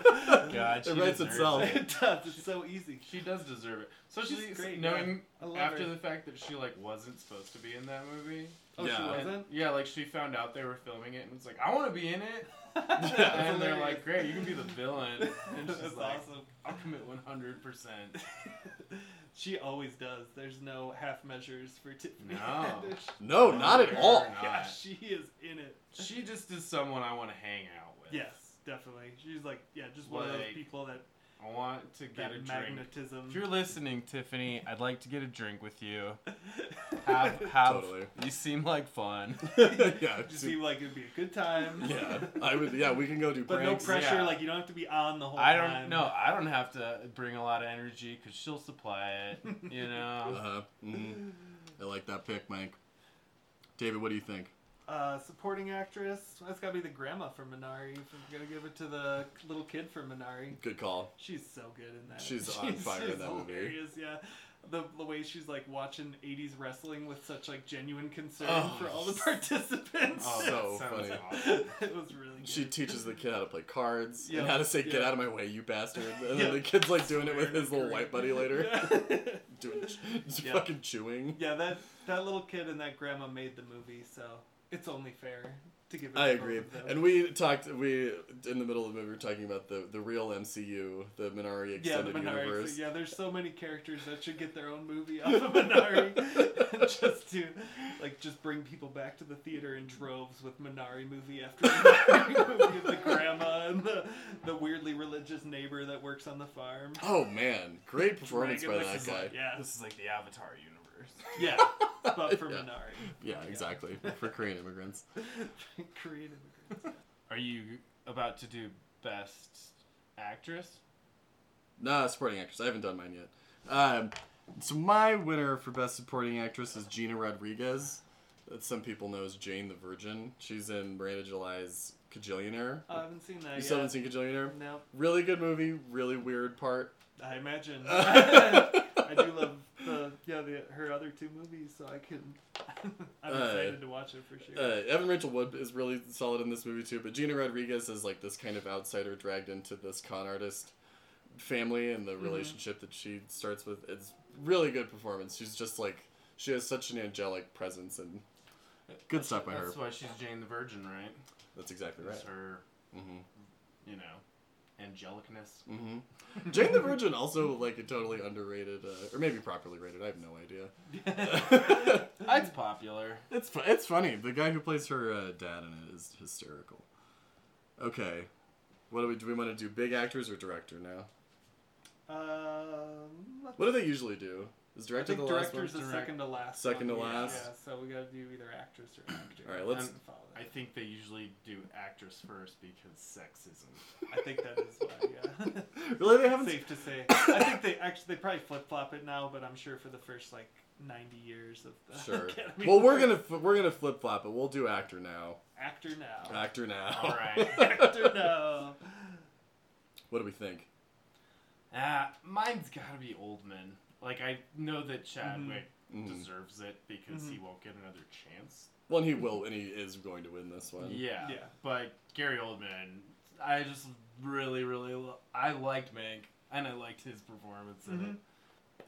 [SPEAKER 5] God, she
[SPEAKER 1] it writes
[SPEAKER 5] deserves
[SPEAKER 1] itself.
[SPEAKER 5] it.
[SPEAKER 4] it does. It's so easy.
[SPEAKER 5] She does deserve it. So
[SPEAKER 4] She's
[SPEAKER 5] she's
[SPEAKER 4] great,
[SPEAKER 5] knowing
[SPEAKER 4] yeah. I love
[SPEAKER 5] after
[SPEAKER 4] her.
[SPEAKER 5] the fact that she like wasn't supposed to be in that movie.
[SPEAKER 4] Oh,
[SPEAKER 1] Yeah.
[SPEAKER 4] she
[SPEAKER 5] And-
[SPEAKER 4] wasn't.
[SPEAKER 5] yeah, like she found out they were filming it and was like, I want to be in it.
[SPEAKER 1] That's
[SPEAKER 5] and they're like, great, you can be the villain. And she's
[SPEAKER 4] That's
[SPEAKER 5] like,
[SPEAKER 4] awesome.
[SPEAKER 5] I'll commit 100%.
[SPEAKER 4] she always does. There's no half measures for Tiffany.
[SPEAKER 5] No.
[SPEAKER 4] Haddish.
[SPEAKER 1] No, not at all.
[SPEAKER 4] Yeah,
[SPEAKER 5] Not.
[SPEAKER 4] she is in it.
[SPEAKER 5] She just is someone I want to hang out with.
[SPEAKER 4] Yes, definitely. She's like, yeah, just one of those
[SPEAKER 5] Like,
[SPEAKER 4] people that
[SPEAKER 5] I want to get
[SPEAKER 4] that
[SPEAKER 5] a drink.
[SPEAKER 4] magnetism.
[SPEAKER 5] If you're listening, Tiffany, I'd like to get a drink with you. Have, have,
[SPEAKER 1] Totally.
[SPEAKER 5] You seem like fun.
[SPEAKER 1] yeah,
[SPEAKER 4] just
[SPEAKER 1] see-
[SPEAKER 4] seemed like it'd be a good time.
[SPEAKER 1] yeah. I would. Yeah, we can go do
[SPEAKER 4] But
[SPEAKER 1] pranks.
[SPEAKER 4] no pressure.
[SPEAKER 5] Yeah.
[SPEAKER 4] Like you don't have to be on the whole
[SPEAKER 5] I
[SPEAKER 4] time.
[SPEAKER 5] don't know. I don't have to bring a lot of energy because she'll supply it. You know.
[SPEAKER 1] Uh, mhm. I like that pick, Mike. David, what do you think?
[SPEAKER 4] Uh, supporting actress. That's gotta be the grandma from Minari. If I'm gonna give it to the little kid from Minari.
[SPEAKER 1] Good call.
[SPEAKER 4] She's so good in that.
[SPEAKER 1] She's on fire in
[SPEAKER 4] she's
[SPEAKER 1] that movie.
[SPEAKER 4] hilarious, Yeah, the, the way she's like watching '80s wrestling with such like genuine concern
[SPEAKER 1] Oh.
[SPEAKER 4] for all the participants.
[SPEAKER 1] Oh, So
[SPEAKER 5] that sounds
[SPEAKER 1] funny.
[SPEAKER 5] awesome.
[SPEAKER 4] it was really good.
[SPEAKER 1] She teaches the kid how to play cards
[SPEAKER 4] Yeah.
[SPEAKER 1] and how to say "Get
[SPEAKER 4] Yeah.
[SPEAKER 1] out of my way, you bastard," and then
[SPEAKER 4] Yeah.
[SPEAKER 1] the kid's like doing it with
[SPEAKER 4] Swearing
[SPEAKER 1] his little
[SPEAKER 4] and
[SPEAKER 1] white buddy
[SPEAKER 4] cursing.
[SPEAKER 1] later,
[SPEAKER 4] Yeah.
[SPEAKER 1] doing just
[SPEAKER 4] Yeah.
[SPEAKER 1] fucking chewing.
[SPEAKER 4] Yeah, that that little kid and that grandma made the movie, so it's only fair to give. It
[SPEAKER 1] I
[SPEAKER 4] to both
[SPEAKER 1] agree.
[SPEAKER 4] of them.
[SPEAKER 1] And we talked. We in the middle of the movie we were talking about the the real MCU, the Minari
[SPEAKER 4] yeah, the
[SPEAKER 1] extended
[SPEAKER 4] Minari.
[SPEAKER 1] universe.
[SPEAKER 4] Yeah, there's so many characters that should get their own movie off of Minari, just to like just bring people back to the theater in droves with Minari movie after Minari movie, with the grandma and the the weirdly religious neighbor that works on the farm.
[SPEAKER 1] Oh man, great performance by
[SPEAKER 4] Dragon
[SPEAKER 1] that
[SPEAKER 4] Lexus,
[SPEAKER 1] guy.
[SPEAKER 4] like, yeah,
[SPEAKER 5] This is like the Avatar universe.
[SPEAKER 4] yeah, but for
[SPEAKER 1] Yeah.
[SPEAKER 4] Minari,
[SPEAKER 1] yeah, exactly. For Korean immigrants.
[SPEAKER 4] Korean immigrants.
[SPEAKER 5] Are you about to do best actress?
[SPEAKER 1] Nah, supporting actress. I haven't done mine yet. Um, so my winner for best supporting actress is Gina Rodriguez. That some people know as Jane the Virgin. She's in Miranda July's Cajillionaire.
[SPEAKER 4] I haven't seen that
[SPEAKER 1] you
[SPEAKER 4] yet.
[SPEAKER 1] still haven't seen Cajillionaire?
[SPEAKER 4] no,
[SPEAKER 1] Really good movie. Really weird part.
[SPEAKER 4] I imagine. I do love the yeah the, her other two movies, so I can. I'm
[SPEAKER 1] Uh,
[SPEAKER 4] excited to watch it for sure.
[SPEAKER 1] uh, Evan Rachel Wood is really solid in this movie too, but Gina Rodriguez is like this kind of outsider dragged into this con artist family and the
[SPEAKER 5] Mm-hmm.
[SPEAKER 1] relationship that she starts with. It's really good performance. She's just like she has such an angelic presence and good stuff by her.
[SPEAKER 5] That's why she's Jane the Virgin, right?
[SPEAKER 1] That's exactly right.
[SPEAKER 5] That's her,
[SPEAKER 1] Mm-hmm.
[SPEAKER 5] you know, angelicness.
[SPEAKER 1] Mm-hmm. Jane the Virgin also like a totally underrated uh, or maybe properly rated. I have no idea.
[SPEAKER 5] It's popular.
[SPEAKER 1] It's fu- it's funny. The guy who plays her uh, dad in it is hysterical. Okay, what do we do? We want to do big actors or director now?
[SPEAKER 4] um,
[SPEAKER 1] What do they usually do? Was
[SPEAKER 4] I
[SPEAKER 1] director
[SPEAKER 4] think
[SPEAKER 1] the last one?
[SPEAKER 4] director's the
[SPEAKER 5] Direct-
[SPEAKER 4] second to last.
[SPEAKER 1] Second
[SPEAKER 4] one,
[SPEAKER 1] to
[SPEAKER 4] yeah.
[SPEAKER 1] last.
[SPEAKER 4] Yeah, so we gotta do either actress or actor.
[SPEAKER 1] All right, let's-
[SPEAKER 4] and follow
[SPEAKER 5] I
[SPEAKER 4] that.
[SPEAKER 5] think they usually do actress first because sexism.
[SPEAKER 4] I think that is why. Yeah.
[SPEAKER 1] Really, they haven't.
[SPEAKER 4] Safe to say. I think they actually they probably flip flop it now, but I'm sure for the first like 90 years of the
[SPEAKER 1] Sure.
[SPEAKER 4] Academy
[SPEAKER 1] Well, we're
[SPEAKER 4] Awards.
[SPEAKER 1] gonna f- we're gonna flip flop it. We'll do actor now.
[SPEAKER 4] actor now.
[SPEAKER 1] Actor now.
[SPEAKER 5] All right.
[SPEAKER 4] actor now.
[SPEAKER 1] What do we think?
[SPEAKER 5] Ah, mine's gotta be Oldman. Like I know that Chadwick
[SPEAKER 1] Mhm.
[SPEAKER 4] Mm-hmm.
[SPEAKER 5] deserves it because he won't get another chance.
[SPEAKER 1] Well, and he will, and he is going to win this one.
[SPEAKER 5] Yeah,
[SPEAKER 4] Yeah.
[SPEAKER 5] But Gary Oldman, I just really, really, lo- I liked Mank and I liked his performance in it.
[SPEAKER 4] Mhm.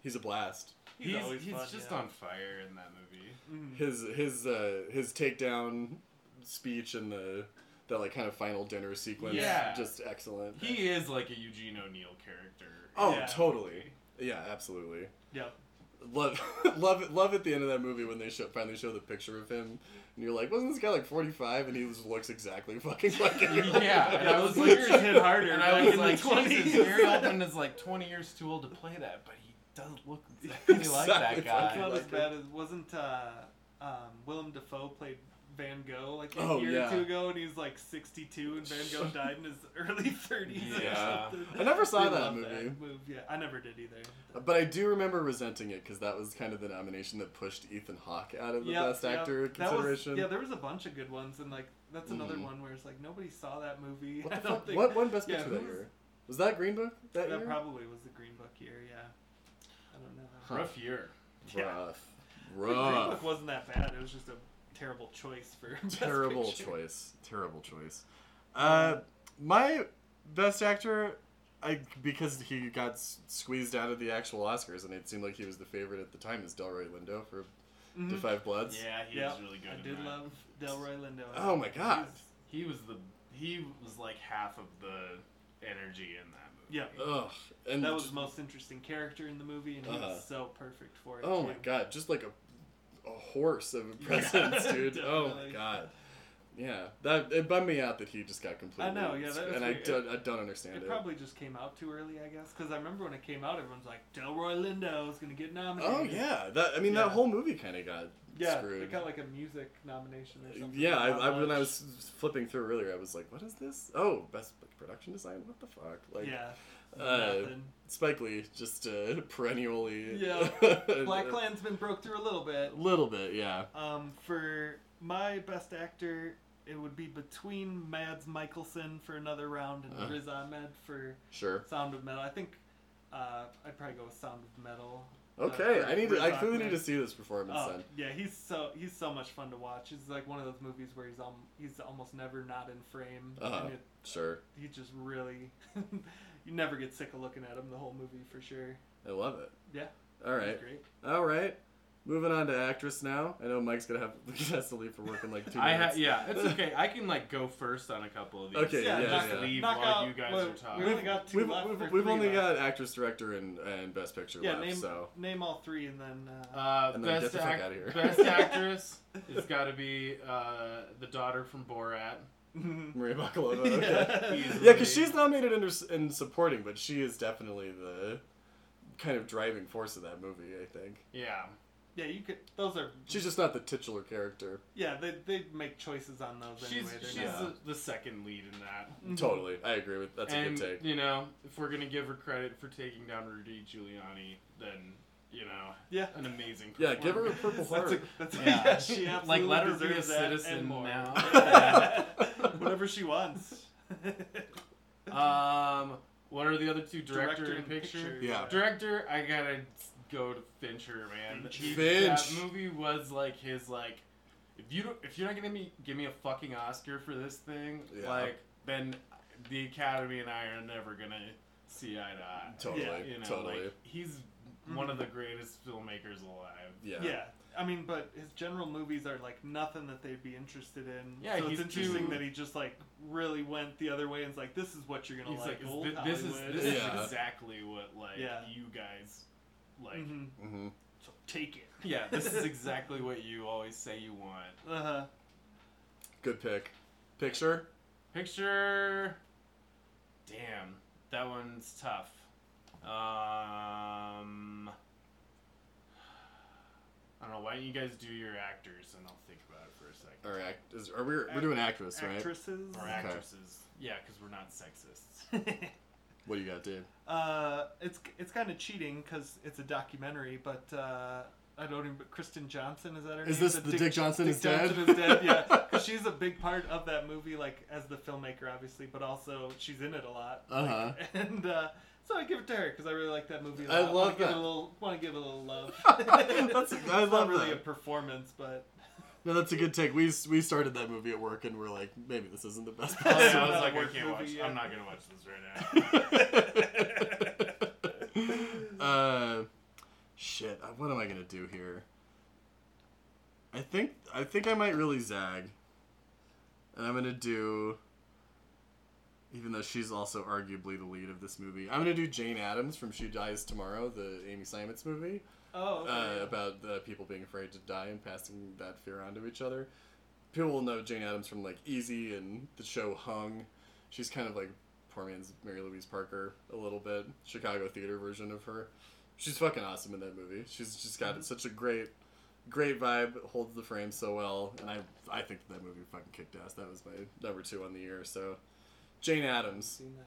[SPEAKER 1] He's a blast.
[SPEAKER 4] He's,
[SPEAKER 5] He's,
[SPEAKER 4] always
[SPEAKER 5] he's
[SPEAKER 4] fun,
[SPEAKER 5] just
[SPEAKER 4] yeah.
[SPEAKER 5] on fire in that movie.
[SPEAKER 4] Mhm.
[SPEAKER 1] His his uh, his takedown speech and the that like kind of final dinner sequence.
[SPEAKER 5] Yeah.
[SPEAKER 1] Just excellent.
[SPEAKER 5] He is like a Eugene O'Neill character.
[SPEAKER 1] Oh,
[SPEAKER 5] in that
[SPEAKER 1] totally.
[SPEAKER 5] movie.
[SPEAKER 1] Yeah, absolutely.
[SPEAKER 4] Yep.
[SPEAKER 1] Love, love, love at the end of that movie when they show, finally show the picture of him, and you're like, wasn't this guy like 45? And he just looks exactly fucking like him.
[SPEAKER 5] Yeah, and I was like,
[SPEAKER 4] Years hit harder.
[SPEAKER 5] and
[SPEAKER 4] back
[SPEAKER 5] I was
[SPEAKER 4] in
[SPEAKER 5] like,
[SPEAKER 4] the 20s.
[SPEAKER 5] Jesus, Gary Oldman is like 20 years too old to play that, but he doesn't look exactly, like
[SPEAKER 1] Exactly.
[SPEAKER 5] that
[SPEAKER 4] That's
[SPEAKER 5] guy.
[SPEAKER 4] not
[SPEAKER 1] like
[SPEAKER 4] as
[SPEAKER 1] him.
[SPEAKER 4] bad as wasn't uh, um, Willem Dafoe played Van Gogh like a
[SPEAKER 1] Oh,
[SPEAKER 4] year
[SPEAKER 1] yeah.
[SPEAKER 4] or two ago, and he's like 62, and Van Gogh died in his early 30s.
[SPEAKER 5] Yeah.
[SPEAKER 4] or something.
[SPEAKER 1] I never saw
[SPEAKER 4] We
[SPEAKER 1] that
[SPEAKER 4] love
[SPEAKER 1] movie.
[SPEAKER 4] move. Yeah, I never did either.
[SPEAKER 1] But I do remember resenting it because that was kind of the nomination that pushed Ethan Hawke out of the
[SPEAKER 4] Yep,
[SPEAKER 1] best
[SPEAKER 4] yep.
[SPEAKER 1] actor
[SPEAKER 4] That was-
[SPEAKER 1] consideration.
[SPEAKER 4] yeah, there was a bunch of good ones, and like that's another
[SPEAKER 1] Mhm.
[SPEAKER 4] one where it's like nobody saw that movie.
[SPEAKER 1] what, the
[SPEAKER 4] I don't
[SPEAKER 1] fuck-
[SPEAKER 4] think
[SPEAKER 1] what won best
[SPEAKER 4] yeah,
[SPEAKER 1] picture
[SPEAKER 4] who
[SPEAKER 1] that
[SPEAKER 4] was-
[SPEAKER 1] year? Was that Green Book that,
[SPEAKER 4] that
[SPEAKER 1] year?
[SPEAKER 4] probably was the Green Book year. Yeah, I don't know.
[SPEAKER 1] Huh.
[SPEAKER 5] Rough year.
[SPEAKER 4] Yeah.
[SPEAKER 1] Rough,
[SPEAKER 4] Green
[SPEAKER 1] rough,
[SPEAKER 4] Book wasn't that bad. It was just a terrible choice for Best
[SPEAKER 1] terrible
[SPEAKER 4] Picture.
[SPEAKER 1] choice, terrible choice. Uh, my best actor, I because he got s- squeezed out of the actual Oscars, and it seemed like he was the favorite at the time, is Delroy Lindo for
[SPEAKER 4] Mhm.
[SPEAKER 1] *The Five Bloods*.
[SPEAKER 5] Yeah, he
[SPEAKER 4] Yeah,
[SPEAKER 5] was really good.
[SPEAKER 4] I
[SPEAKER 5] in
[SPEAKER 4] did
[SPEAKER 5] that.
[SPEAKER 4] love Delroy Lindo.
[SPEAKER 1] Oh my God.
[SPEAKER 4] He's-
[SPEAKER 5] He was the he was like half of the energy in that movie.
[SPEAKER 4] Yeah.
[SPEAKER 1] Ugh, and
[SPEAKER 4] That was
[SPEAKER 1] just-
[SPEAKER 4] the most interesting character in the movie, and he
[SPEAKER 1] Uh-huh.
[SPEAKER 4] was so perfect for it.
[SPEAKER 1] Oh
[SPEAKER 4] too.
[SPEAKER 1] my god, just like a, a horse of a presence, dude. Oh my
[SPEAKER 4] definitely.
[SPEAKER 1] god. Yeah, that it bummed me out that he just got completely.
[SPEAKER 4] know, yeah, that was
[SPEAKER 1] and I
[SPEAKER 4] weird.
[SPEAKER 1] don't, I don't understand it.
[SPEAKER 4] It probably just came out too early, I guess, because I remember when it came out, everyone's like, Delroy Lindo is gonna get nominated.
[SPEAKER 1] Oh yeah, that I mean that
[SPEAKER 4] Yeah.
[SPEAKER 1] whole movie kind of got
[SPEAKER 4] yeah.
[SPEAKER 1] screwed.
[SPEAKER 4] It got like a music nomination or something.
[SPEAKER 1] yeah, I,
[SPEAKER 4] Not
[SPEAKER 1] I, when I
[SPEAKER 4] much.
[SPEAKER 1] was flipping through earlier, I was like, "What is this? Oh, best like, production design? What the fuck?" Like
[SPEAKER 4] yeah,
[SPEAKER 1] uh,
[SPEAKER 4] nothing.
[SPEAKER 1] Spike Lee just uh, perennially.
[SPEAKER 4] Yeah.
[SPEAKER 1] uh,
[SPEAKER 4] Black Klansman broke through a little bit.
[SPEAKER 1] A little bit, yeah.
[SPEAKER 4] Um, for my best actor, it would be between Mads Mikkelsen for another round and
[SPEAKER 1] Uh.
[SPEAKER 4] Riz Ahmed for
[SPEAKER 1] Sure.
[SPEAKER 4] Sound of Metal. I think uh, I'd probably go with Sound of Metal. uh,
[SPEAKER 1] Okay,
[SPEAKER 4] for
[SPEAKER 1] I need to. I
[SPEAKER 4] Riz
[SPEAKER 1] clearly
[SPEAKER 4] Ahmed.
[SPEAKER 1] need to see this performance
[SPEAKER 4] Oh,
[SPEAKER 1] then.
[SPEAKER 4] yeah, he's so he's so much fun to watch. He's like one of those movies where he's um he's almost never not in frame.
[SPEAKER 1] Uh-huh.
[SPEAKER 4] And it,
[SPEAKER 1] Sure.
[SPEAKER 4] he just really you never get sick of looking at him the whole movie for sure.
[SPEAKER 1] I love it.
[SPEAKER 4] Yeah.
[SPEAKER 1] All
[SPEAKER 4] he's
[SPEAKER 1] right.
[SPEAKER 4] Great.
[SPEAKER 1] All right. Moving on to actress now. I know Mike's gonna have he has to leave for work in like two minutes.
[SPEAKER 5] I ha- yeah, it's okay. I can like go first on a couple of these.
[SPEAKER 1] Okay,
[SPEAKER 4] Yeah, yeah,
[SPEAKER 5] just
[SPEAKER 1] yeah.
[SPEAKER 5] leave
[SPEAKER 4] Knock
[SPEAKER 5] while
[SPEAKER 4] out-
[SPEAKER 5] you guys
[SPEAKER 4] well,
[SPEAKER 5] are talking.
[SPEAKER 4] we only got two
[SPEAKER 1] We've,
[SPEAKER 4] left
[SPEAKER 1] we've,
[SPEAKER 4] or
[SPEAKER 1] we've
[SPEAKER 4] three
[SPEAKER 1] only got
[SPEAKER 4] left.
[SPEAKER 1] actress, director, and, and best picture
[SPEAKER 4] yeah,
[SPEAKER 1] left.
[SPEAKER 4] name
[SPEAKER 1] so
[SPEAKER 4] name all three and then uh,
[SPEAKER 5] Uh,
[SPEAKER 1] And then get
[SPEAKER 5] best,
[SPEAKER 1] the fuck
[SPEAKER 5] act-
[SPEAKER 1] outta here.
[SPEAKER 5] best actress has got to be uh, the daughter from Borat.
[SPEAKER 1] Maria Bakalova.
[SPEAKER 4] Yeah.
[SPEAKER 1] Oh, Okay.
[SPEAKER 5] Easily.
[SPEAKER 1] Yeah, because she's nominated in, her, s- in supporting, but she is definitely the kind of driving force of that movie. I think
[SPEAKER 5] yeah.
[SPEAKER 4] yeah, you could those are
[SPEAKER 1] she's just not the titular character.
[SPEAKER 4] yeah, they they make choices on those
[SPEAKER 5] She's
[SPEAKER 4] anyway. They're
[SPEAKER 5] she's
[SPEAKER 4] not-
[SPEAKER 5] the, the second lead in that.
[SPEAKER 4] Mhm.
[SPEAKER 1] Totally, I agree with that's
[SPEAKER 5] Mm-hmm. and,
[SPEAKER 1] a good take.
[SPEAKER 5] You know, if we're gonna give her credit for taking down Rudy Giuliani, then you know,
[SPEAKER 4] Yeah.
[SPEAKER 5] an amazing.
[SPEAKER 1] Yeah, give her a
[SPEAKER 5] performance.
[SPEAKER 1] purple heart.
[SPEAKER 4] That's a, that's a,
[SPEAKER 5] Yeah.
[SPEAKER 4] yeah, she
[SPEAKER 5] Like,
[SPEAKER 4] absolutely
[SPEAKER 5] let her be a
[SPEAKER 4] deserves that and
[SPEAKER 5] citizen
[SPEAKER 4] more.
[SPEAKER 5] now.
[SPEAKER 4] Yeah. Whatever she wants.
[SPEAKER 5] Um, what are the other two? Director, and
[SPEAKER 4] and
[SPEAKER 5] picture.
[SPEAKER 1] Yeah.
[SPEAKER 5] Director, I gotta go to Fincher, man.
[SPEAKER 4] Finch.
[SPEAKER 5] He- That
[SPEAKER 1] Finch.
[SPEAKER 5] movie was like his like, if you don't, if you're not gonna me, give me a fucking Oscar for this thing,
[SPEAKER 1] Yeah.
[SPEAKER 5] like then the Academy and I are never gonna see eye to eye.
[SPEAKER 1] Totally,
[SPEAKER 4] Yeah,
[SPEAKER 5] You know,
[SPEAKER 1] totally.
[SPEAKER 5] like, he's one of the greatest filmmakers alive.
[SPEAKER 1] yeah.
[SPEAKER 4] Yeah. I mean, but his general movies are like nothing that they'd be interested in.
[SPEAKER 5] Yeah,
[SPEAKER 4] so
[SPEAKER 5] he's
[SPEAKER 4] it's interesting
[SPEAKER 5] too-
[SPEAKER 4] that he just like really went the other way and was like, "This is what you're gonna
[SPEAKER 5] He's like,
[SPEAKER 4] like."
[SPEAKER 5] is
[SPEAKER 4] old
[SPEAKER 5] thi- this is
[SPEAKER 4] Hollywood."
[SPEAKER 5] this
[SPEAKER 1] Yeah.
[SPEAKER 5] is exactly what like
[SPEAKER 4] Yeah.
[SPEAKER 5] you guys like.
[SPEAKER 4] Mhm.
[SPEAKER 1] hmm
[SPEAKER 4] So take it.
[SPEAKER 5] Mm-hmm. Yeah, this is exactly what you always say you want.
[SPEAKER 4] Uh huh.
[SPEAKER 1] Good pick. Picture.
[SPEAKER 5] Picture. Damn, that one's tough. Um, I don't know. Why don't you guys do your actors and I'll think about it for a second.
[SPEAKER 1] Or act, is, are we, we're doing actress, right?
[SPEAKER 4] Actresses.
[SPEAKER 5] Or
[SPEAKER 1] Okay.
[SPEAKER 5] actresses. Yeah, because we're not sexists.
[SPEAKER 1] What do you got, Dave?
[SPEAKER 4] uh, it's it's kind of cheating because it's a documentary, but uh, I don't even. Kristen Johnson is that her name?
[SPEAKER 1] Is this the Dick Johnson
[SPEAKER 4] Dick
[SPEAKER 1] is dead?
[SPEAKER 4] Johnson is dead. Yeah, 'Cause she's a big part of that movie, like as the filmmaker, obviously, but also she's in it a lot. like,
[SPEAKER 1] Uh-huh.
[SPEAKER 4] and uh, so I give it to her because I really like that movie. a
[SPEAKER 1] I
[SPEAKER 4] lot.
[SPEAKER 1] love
[SPEAKER 4] wanna give it
[SPEAKER 1] that.
[SPEAKER 4] a little. Want to give it a little love.
[SPEAKER 1] That's- I love
[SPEAKER 4] it's not really
[SPEAKER 1] that.
[SPEAKER 4] a performance, but
[SPEAKER 1] No, that's a good take. We we started that movie at work, and we're like, maybe this isn't the best.
[SPEAKER 5] Oh, yeah, I
[SPEAKER 1] possible
[SPEAKER 5] was like, I
[SPEAKER 4] Work
[SPEAKER 5] can't watch.
[SPEAKER 4] movie, yeah.
[SPEAKER 5] I'm not gonna watch this right now.
[SPEAKER 1] uh, shit. uh, What am I gonna do here? I think I think I might really zag, and I'm gonna do. Even though she's also arguably the lead of this movie, I'm gonna do Jane Addams from She Dies Tomorrow, the Amy Simons movie
[SPEAKER 4] oh, okay.
[SPEAKER 1] uh, about uh, people being afraid to die and passing that fear on to each other. People will know Jane Addams from like Easy and the show Hung. She's kind of like poor man's Mary Louise Parker a little bit, Chicago theater version of her. She's fucking awesome in that movie. She's just got such a great, great vibe. Holds the frame so well, and I I think that movie fucking kicked ass. That was my number two on the year. So, Jane Addams.
[SPEAKER 4] Seen that.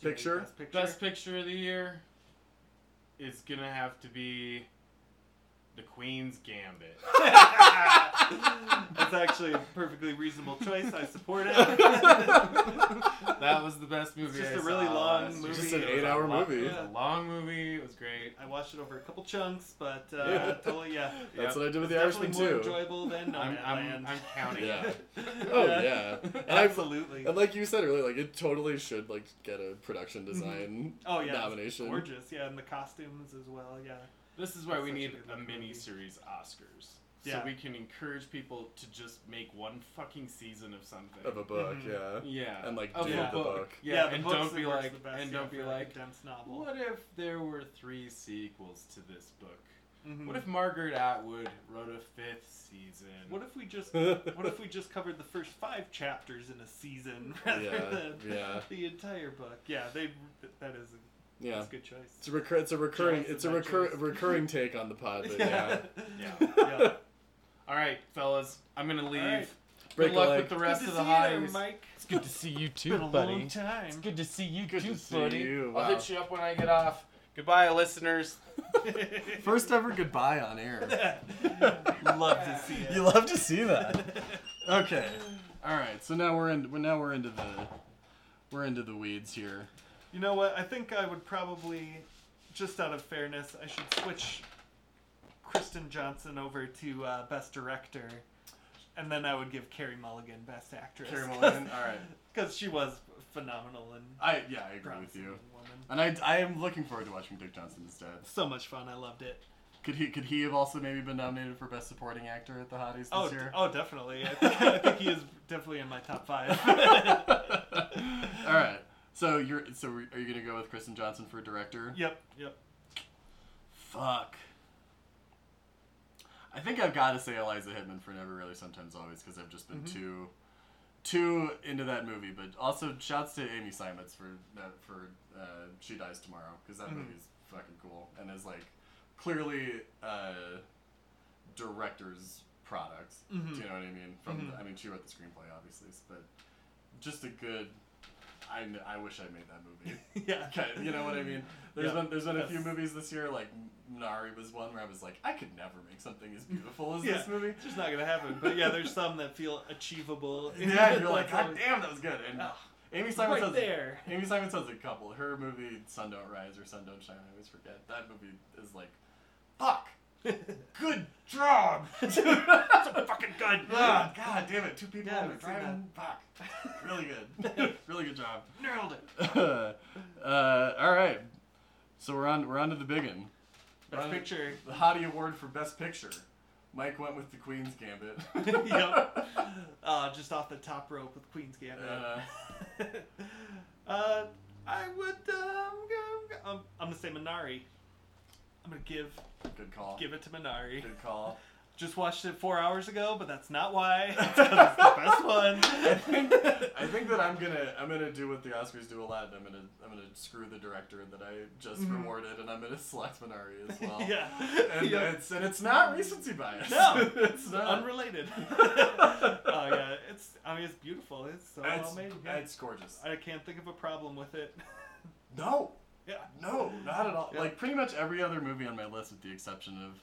[SPEAKER 4] Do you have
[SPEAKER 1] Picture?
[SPEAKER 4] any Best picture.
[SPEAKER 5] Best picture of the year is gonna have to be The Queen's Gambit.
[SPEAKER 4] That's actually a perfectly reasonable choice. I support it.
[SPEAKER 5] That was the best movie.
[SPEAKER 4] just
[SPEAKER 5] I
[SPEAKER 4] a really
[SPEAKER 5] saw
[SPEAKER 4] long
[SPEAKER 5] last year.
[SPEAKER 4] movie.
[SPEAKER 1] Just an
[SPEAKER 5] It was a
[SPEAKER 1] eight-hour
[SPEAKER 5] long-
[SPEAKER 1] movie.
[SPEAKER 5] It was a long movie. It was great.
[SPEAKER 4] I watched it over a couple chunks, but uh,
[SPEAKER 1] Yeah.
[SPEAKER 4] totally, yeah.
[SPEAKER 1] That's
[SPEAKER 5] Yep.
[SPEAKER 1] what I did with
[SPEAKER 4] It's
[SPEAKER 1] the Irishman
[SPEAKER 4] definitely more
[SPEAKER 1] too.
[SPEAKER 4] enjoyable than No
[SPEAKER 5] I'm,
[SPEAKER 4] Man
[SPEAKER 5] I'm,
[SPEAKER 4] Land.
[SPEAKER 5] I'm counting.
[SPEAKER 1] Yeah.
[SPEAKER 5] it.
[SPEAKER 1] Oh yeah, And I've-
[SPEAKER 4] absolutely.
[SPEAKER 1] And like you said earlier, like it totally should like get a production design
[SPEAKER 4] Oh yeah, it's
[SPEAKER 1] nomination.
[SPEAKER 4] gorgeous. Yeah, and the costumes as well. Yeah,
[SPEAKER 5] This is why we
[SPEAKER 4] Such a
[SPEAKER 5] need
[SPEAKER 4] good
[SPEAKER 5] a
[SPEAKER 4] movie.
[SPEAKER 5] mini series Oscars.
[SPEAKER 4] Yeah.
[SPEAKER 5] So we can encourage people to just make one fucking season of something.
[SPEAKER 1] of a book,
[SPEAKER 4] Mhm.
[SPEAKER 1] yeah.
[SPEAKER 5] yeah.
[SPEAKER 1] And like
[SPEAKER 5] Of
[SPEAKER 1] do
[SPEAKER 5] a
[SPEAKER 4] yeah.
[SPEAKER 1] the book.
[SPEAKER 5] book. Yeah,
[SPEAKER 4] the
[SPEAKER 5] and
[SPEAKER 4] books
[SPEAKER 5] don't
[SPEAKER 4] that
[SPEAKER 5] be
[SPEAKER 4] works
[SPEAKER 5] like-
[SPEAKER 4] the best,
[SPEAKER 5] and
[SPEAKER 4] yeah,
[SPEAKER 5] don't be
[SPEAKER 4] for a
[SPEAKER 5] like,
[SPEAKER 4] dense novel.
[SPEAKER 5] What if there were three sequels to this book?
[SPEAKER 4] Mhm.
[SPEAKER 5] What if Margaret Atwood wrote a fifth season?
[SPEAKER 4] What if we just what if we just covered the first five chapters in a season rather
[SPEAKER 1] Yeah,
[SPEAKER 4] than
[SPEAKER 1] yeah.
[SPEAKER 4] the entire book? Yeah, they that is a,
[SPEAKER 1] Yeah.
[SPEAKER 4] that's a good choice.
[SPEAKER 1] It's a recur- it's a recurring
[SPEAKER 4] Choice
[SPEAKER 1] it's a
[SPEAKER 4] of my
[SPEAKER 1] recur-
[SPEAKER 4] choice.
[SPEAKER 1] recurring take on the pod, but yeah.
[SPEAKER 5] Yeah.
[SPEAKER 4] yeah.
[SPEAKER 5] All right, fellas, I'm gonna leave.
[SPEAKER 4] right.
[SPEAKER 1] Break
[SPEAKER 5] Good
[SPEAKER 1] a
[SPEAKER 5] luck
[SPEAKER 1] leg.
[SPEAKER 5] with the rest
[SPEAKER 4] good
[SPEAKER 5] of
[SPEAKER 4] to
[SPEAKER 5] the
[SPEAKER 4] see you there,
[SPEAKER 5] hotties.
[SPEAKER 4] Mike.
[SPEAKER 5] It's good to see you
[SPEAKER 4] It's
[SPEAKER 5] too,
[SPEAKER 4] been a long time.
[SPEAKER 5] It's good to see you
[SPEAKER 1] Good
[SPEAKER 5] too,
[SPEAKER 1] to see
[SPEAKER 5] buddy.
[SPEAKER 1] you.
[SPEAKER 5] I'll
[SPEAKER 1] Wow.
[SPEAKER 5] hit you up when I get off. Goodbye, listeners.
[SPEAKER 1] First ever goodbye on air.
[SPEAKER 4] Love to see it.
[SPEAKER 1] you love to see that. Okay. All right. So now we're in. Well, now we're into the. We're into the weeds here.
[SPEAKER 4] You know what? I think I would probably, just out of fairness, I should switch Kristen Johnson over to uh, Best Director, and then I would give Carrie Mulligan Best Actress.
[SPEAKER 5] Carey Mulligan. All right.
[SPEAKER 4] Because she was phenomenal and
[SPEAKER 1] I yeah, I agree with
[SPEAKER 4] promising
[SPEAKER 1] you.
[SPEAKER 4] woman.
[SPEAKER 1] And I, I am looking forward to watching Dick Johnson instead.
[SPEAKER 4] So much fun. I loved it.
[SPEAKER 1] Could he could he have also maybe been nominated for best supporting actor at the Hotties this
[SPEAKER 4] Oh, d-
[SPEAKER 1] year?
[SPEAKER 4] oh, definitely. I think, I think he is definitely in my top five.
[SPEAKER 1] All right. So you're so are you gonna go with Kristen Johnson for director?
[SPEAKER 4] yep, yep.
[SPEAKER 1] Fuck. I think I've got to say Eliza Hittman for Never Really Sometimes Always because I've just been too too into that movie. But also shouts to Amy Simons for that for uh, She Dies Tomorrow because that movie's fucking cool and is like clearly uh, director's product. Do you know what I mean? From the- I mean she wrote the screenplay obviously, s- but just a good. I, kn- I wish I made that movie.
[SPEAKER 4] Yeah.
[SPEAKER 1] Okay, you know what I mean. There's
[SPEAKER 4] Yeah.
[SPEAKER 1] been there's been a few
[SPEAKER 4] Yes.
[SPEAKER 1] movies this year like Minari was one where I was like I could never make something as beautiful as
[SPEAKER 4] Yeah.
[SPEAKER 1] this movie.
[SPEAKER 4] It's just not gonna happen. But yeah, there's some that feel achievable.
[SPEAKER 1] Yeah, and you're like
[SPEAKER 4] That's
[SPEAKER 1] God damn that was good. And
[SPEAKER 4] Ah,
[SPEAKER 1] Amy
[SPEAKER 4] all-
[SPEAKER 1] Simons
[SPEAKER 4] right
[SPEAKER 1] has
[SPEAKER 4] there.
[SPEAKER 1] Amy Simons has a couple. Her movie Sun Don't Rise or Sun Don't Shine. I always forget that movie is like fuck good job.
[SPEAKER 4] fucking good.
[SPEAKER 1] Ah, God damn it! Two people
[SPEAKER 4] Yeah, I
[SPEAKER 1] were
[SPEAKER 4] haven't seen
[SPEAKER 1] driving. Fuck. Really good. really good job.
[SPEAKER 4] Nailed it.
[SPEAKER 1] uh, all right. So we're on we're on to the big one.
[SPEAKER 4] Best
[SPEAKER 1] Right.
[SPEAKER 4] picture.
[SPEAKER 1] The Hottie Award for Best Picture. Mike went with the Queen's Gambit.
[SPEAKER 4] yep. Uh, just off the top rope with Queen's Gambit.
[SPEAKER 1] Uh,
[SPEAKER 4] uh, I would. Um, go- I'm, I'm gonna say Minari. I'm gonna give
[SPEAKER 1] good call.
[SPEAKER 4] give it to Minari.
[SPEAKER 1] Good call.
[SPEAKER 4] Just watched it four hours ago, but that's not why. It's 'cause it's the best one.
[SPEAKER 1] I think, I think think that I'm gonna I'm gonna do what the Oscars do a lot. I'm gonna I'm gonna screw the director that I just
[SPEAKER 4] Mhm.
[SPEAKER 1] rewarded, and I'm gonna select Minari as well.
[SPEAKER 4] yeah.
[SPEAKER 1] And
[SPEAKER 4] Yeah.
[SPEAKER 1] it's and it's not recency bias.
[SPEAKER 4] No.
[SPEAKER 1] it's not.
[SPEAKER 4] Unrelated. oh yeah, it's I mean it's beautiful. It's so
[SPEAKER 1] It's,
[SPEAKER 4] well made. Yeah.
[SPEAKER 1] it's gorgeous.
[SPEAKER 4] I can't think of a problem with it.
[SPEAKER 1] No,
[SPEAKER 4] yeah.
[SPEAKER 1] no, not at all.
[SPEAKER 4] Yeah.
[SPEAKER 1] Like pretty much every other movie on my list, with the exception of,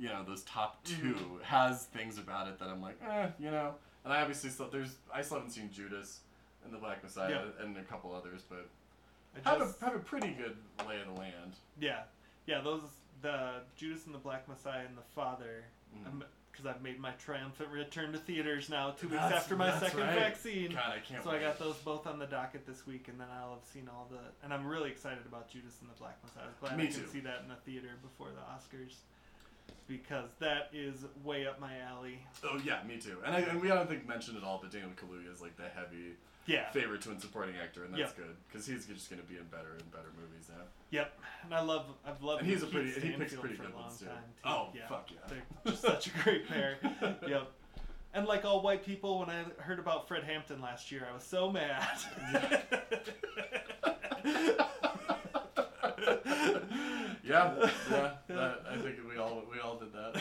[SPEAKER 1] you know, those top
[SPEAKER 4] Mm.
[SPEAKER 1] 2 has things about it that I'm like, eh, you know. And I obviously still there's I still haven't seen Judas and the Black Messiah
[SPEAKER 4] Yeah.
[SPEAKER 1] and a couple others, but
[SPEAKER 4] I
[SPEAKER 1] have
[SPEAKER 4] just-
[SPEAKER 1] a have a pretty good lay of the land.
[SPEAKER 4] Yeah, yeah. Those the Judas and the Black Messiah and the Father.
[SPEAKER 1] Mm.
[SPEAKER 4] Because I've made my triumphant return to theaters now, two weeks
[SPEAKER 1] That's-
[SPEAKER 4] after my
[SPEAKER 1] that's
[SPEAKER 4] second
[SPEAKER 1] right.
[SPEAKER 4] vaccine.
[SPEAKER 1] God, I can't.
[SPEAKER 4] so I
[SPEAKER 1] wait.
[SPEAKER 4] got those both on the docket this week, and then I'll have seen all the. And I'm really excited about Judas and the Black Messiah. I was glad
[SPEAKER 1] Me
[SPEAKER 4] I could
[SPEAKER 1] too.
[SPEAKER 4] see that in the theater before the Oscars, because that is way up my alley.
[SPEAKER 1] Oh yeah, me too. And I, and we I don't think mentioned at all, but Daniel Kaluuya is like the heavy
[SPEAKER 4] Yeah.
[SPEAKER 1] favorite to win supporting actor, and that's
[SPEAKER 4] Yeah.
[SPEAKER 1] good because he's just going to be in better and better movies now.
[SPEAKER 4] Yep. And I love. I've loved.
[SPEAKER 1] And he's a
[SPEAKER 4] Keith
[SPEAKER 1] pretty. and he picks
[SPEAKER 4] Stanfield
[SPEAKER 1] pretty
[SPEAKER 4] for a
[SPEAKER 1] good
[SPEAKER 4] long
[SPEAKER 1] ones too.
[SPEAKER 4] time, too.
[SPEAKER 1] Oh
[SPEAKER 4] yeah.
[SPEAKER 1] fuck yeah.
[SPEAKER 4] They're just such a great pair. yep. And like all white people, when I heard about Fred Hampton last year, I was so mad.
[SPEAKER 1] yeah, yeah. That, I think we all we all did that.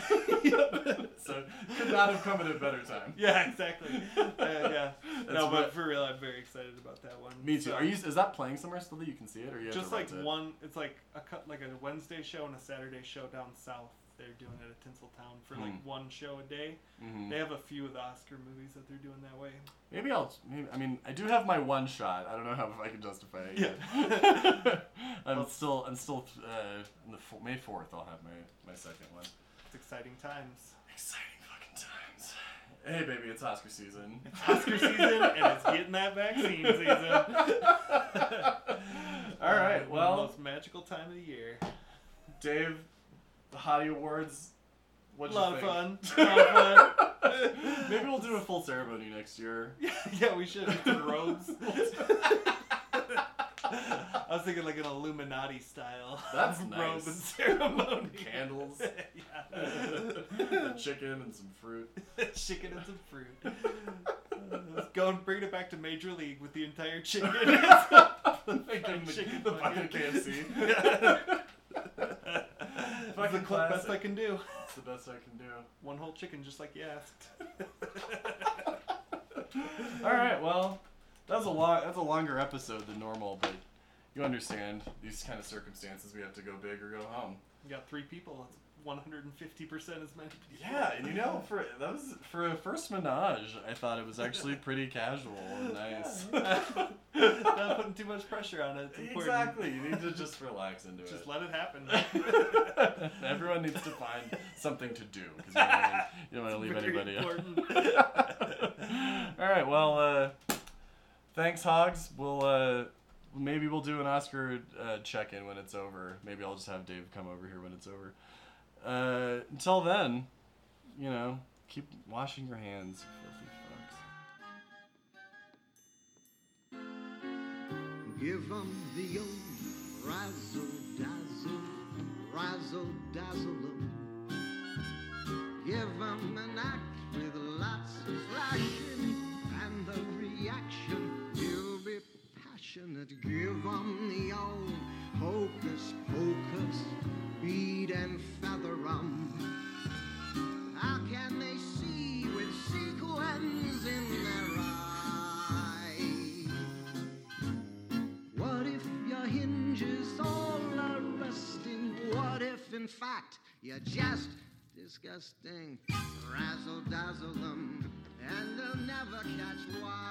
[SPEAKER 1] so could not have come at a better time.
[SPEAKER 4] yeah, exactly. Uh, yeah.
[SPEAKER 1] That's
[SPEAKER 4] no,
[SPEAKER 1] what-
[SPEAKER 4] but for real, I'm very excited about that one.
[SPEAKER 1] Me too.
[SPEAKER 4] So,
[SPEAKER 1] Are you? Is that playing somewhere still that you can see it, or you have
[SPEAKER 4] just
[SPEAKER 1] to
[SPEAKER 4] like
[SPEAKER 1] rent it?
[SPEAKER 4] one? It's like a cut, like a Wednesday show and a Saturday show down south. They're doing it at Tinseltown for like
[SPEAKER 1] Hmm.
[SPEAKER 4] one show a day.
[SPEAKER 1] Mhm.
[SPEAKER 4] They have a few of the Oscar movies that they're doing that way.
[SPEAKER 1] Maybe I'll. Maybe, I mean, I do have my one shot. I don't know how if I can justify it. yet.
[SPEAKER 4] Yeah.
[SPEAKER 1] I'm
[SPEAKER 4] Well-
[SPEAKER 1] still. I'm still. Uh, on the fo- May fourth, I'll have my my second one.
[SPEAKER 4] It's exciting times.
[SPEAKER 1] Exciting fucking times. Hey, baby, it's Oscar season.
[SPEAKER 4] It's Oscar season, and it's getting that vaccine season.
[SPEAKER 1] All right.
[SPEAKER 4] One of the
[SPEAKER 1] Well,
[SPEAKER 4] most magical time of the year.
[SPEAKER 1] Dave, the Hottie Awards. What
[SPEAKER 4] A
[SPEAKER 1] you
[SPEAKER 4] lot of
[SPEAKER 1] think?
[SPEAKER 4] fun. A lot of fun.
[SPEAKER 1] Maybe we'll do a full ceremony next year.
[SPEAKER 4] yeah, we should have the robes. I was thinking like an Illuminati style.
[SPEAKER 1] That's
[SPEAKER 4] robe
[SPEAKER 1] nice.
[SPEAKER 4] and ceremony.
[SPEAKER 1] Candles,
[SPEAKER 4] yeah.
[SPEAKER 1] a chicken, and some fruit.
[SPEAKER 4] chicken and some fruit. Uh, let's go and bring it back to Major League with the entire chicken. the fucking chicken
[SPEAKER 1] the bucket
[SPEAKER 4] bucket.
[SPEAKER 1] KFC.
[SPEAKER 4] That's the
[SPEAKER 1] Fucking
[SPEAKER 4] cl- best
[SPEAKER 1] classic.
[SPEAKER 4] I can do.
[SPEAKER 1] It's the best I can do.
[SPEAKER 4] One whole chicken, just like you asked.
[SPEAKER 1] All right, well, that's a long, that's a longer episode than normal, but you understand these kind of circumstances. We have to go big or go home.
[SPEAKER 4] We got three people. That's 150 percent as many people.
[SPEAKER 1] Yeah, and you know, for that was for a first menage, I thought it was actually pretty casual and nice.
[SPEAKER 4] Not putting too much pressure on it. It's important.
[SPEAKER 1] exactly. You need to just relax into it.
[SPEAKER 4] Just let it happen.
[SPEAKER 1] Everyone needs to find something to do because you don't wanna- you don't want to leave
[SPEAKER 4] Very
[SPEAKER 1] anybody out.
[SPEAKER 4] important.
[SPEAKER 1] All right. Well, uh, thanks, Hogs. We'll uh, maybe we'll do an Oscar uh, check-in when it's over. Maybe I'll just have Dave come over here when it's over. Uh, until then, you know, keep washing your hands, you filthy fucks.
[SPEAKER 3] Give 'em the old razzle dazzle, razzle dazzle 'em. Give 'em an act with lots of flashing and the reaction will be passionate. Give 'em the old hocus pocus, bead and feather 'em. How can they see with sequins in their eyes? What if your hinges all are rusting? What if, in fact, you're just disgusting? Razzle dazzle them, and they'll never catch why.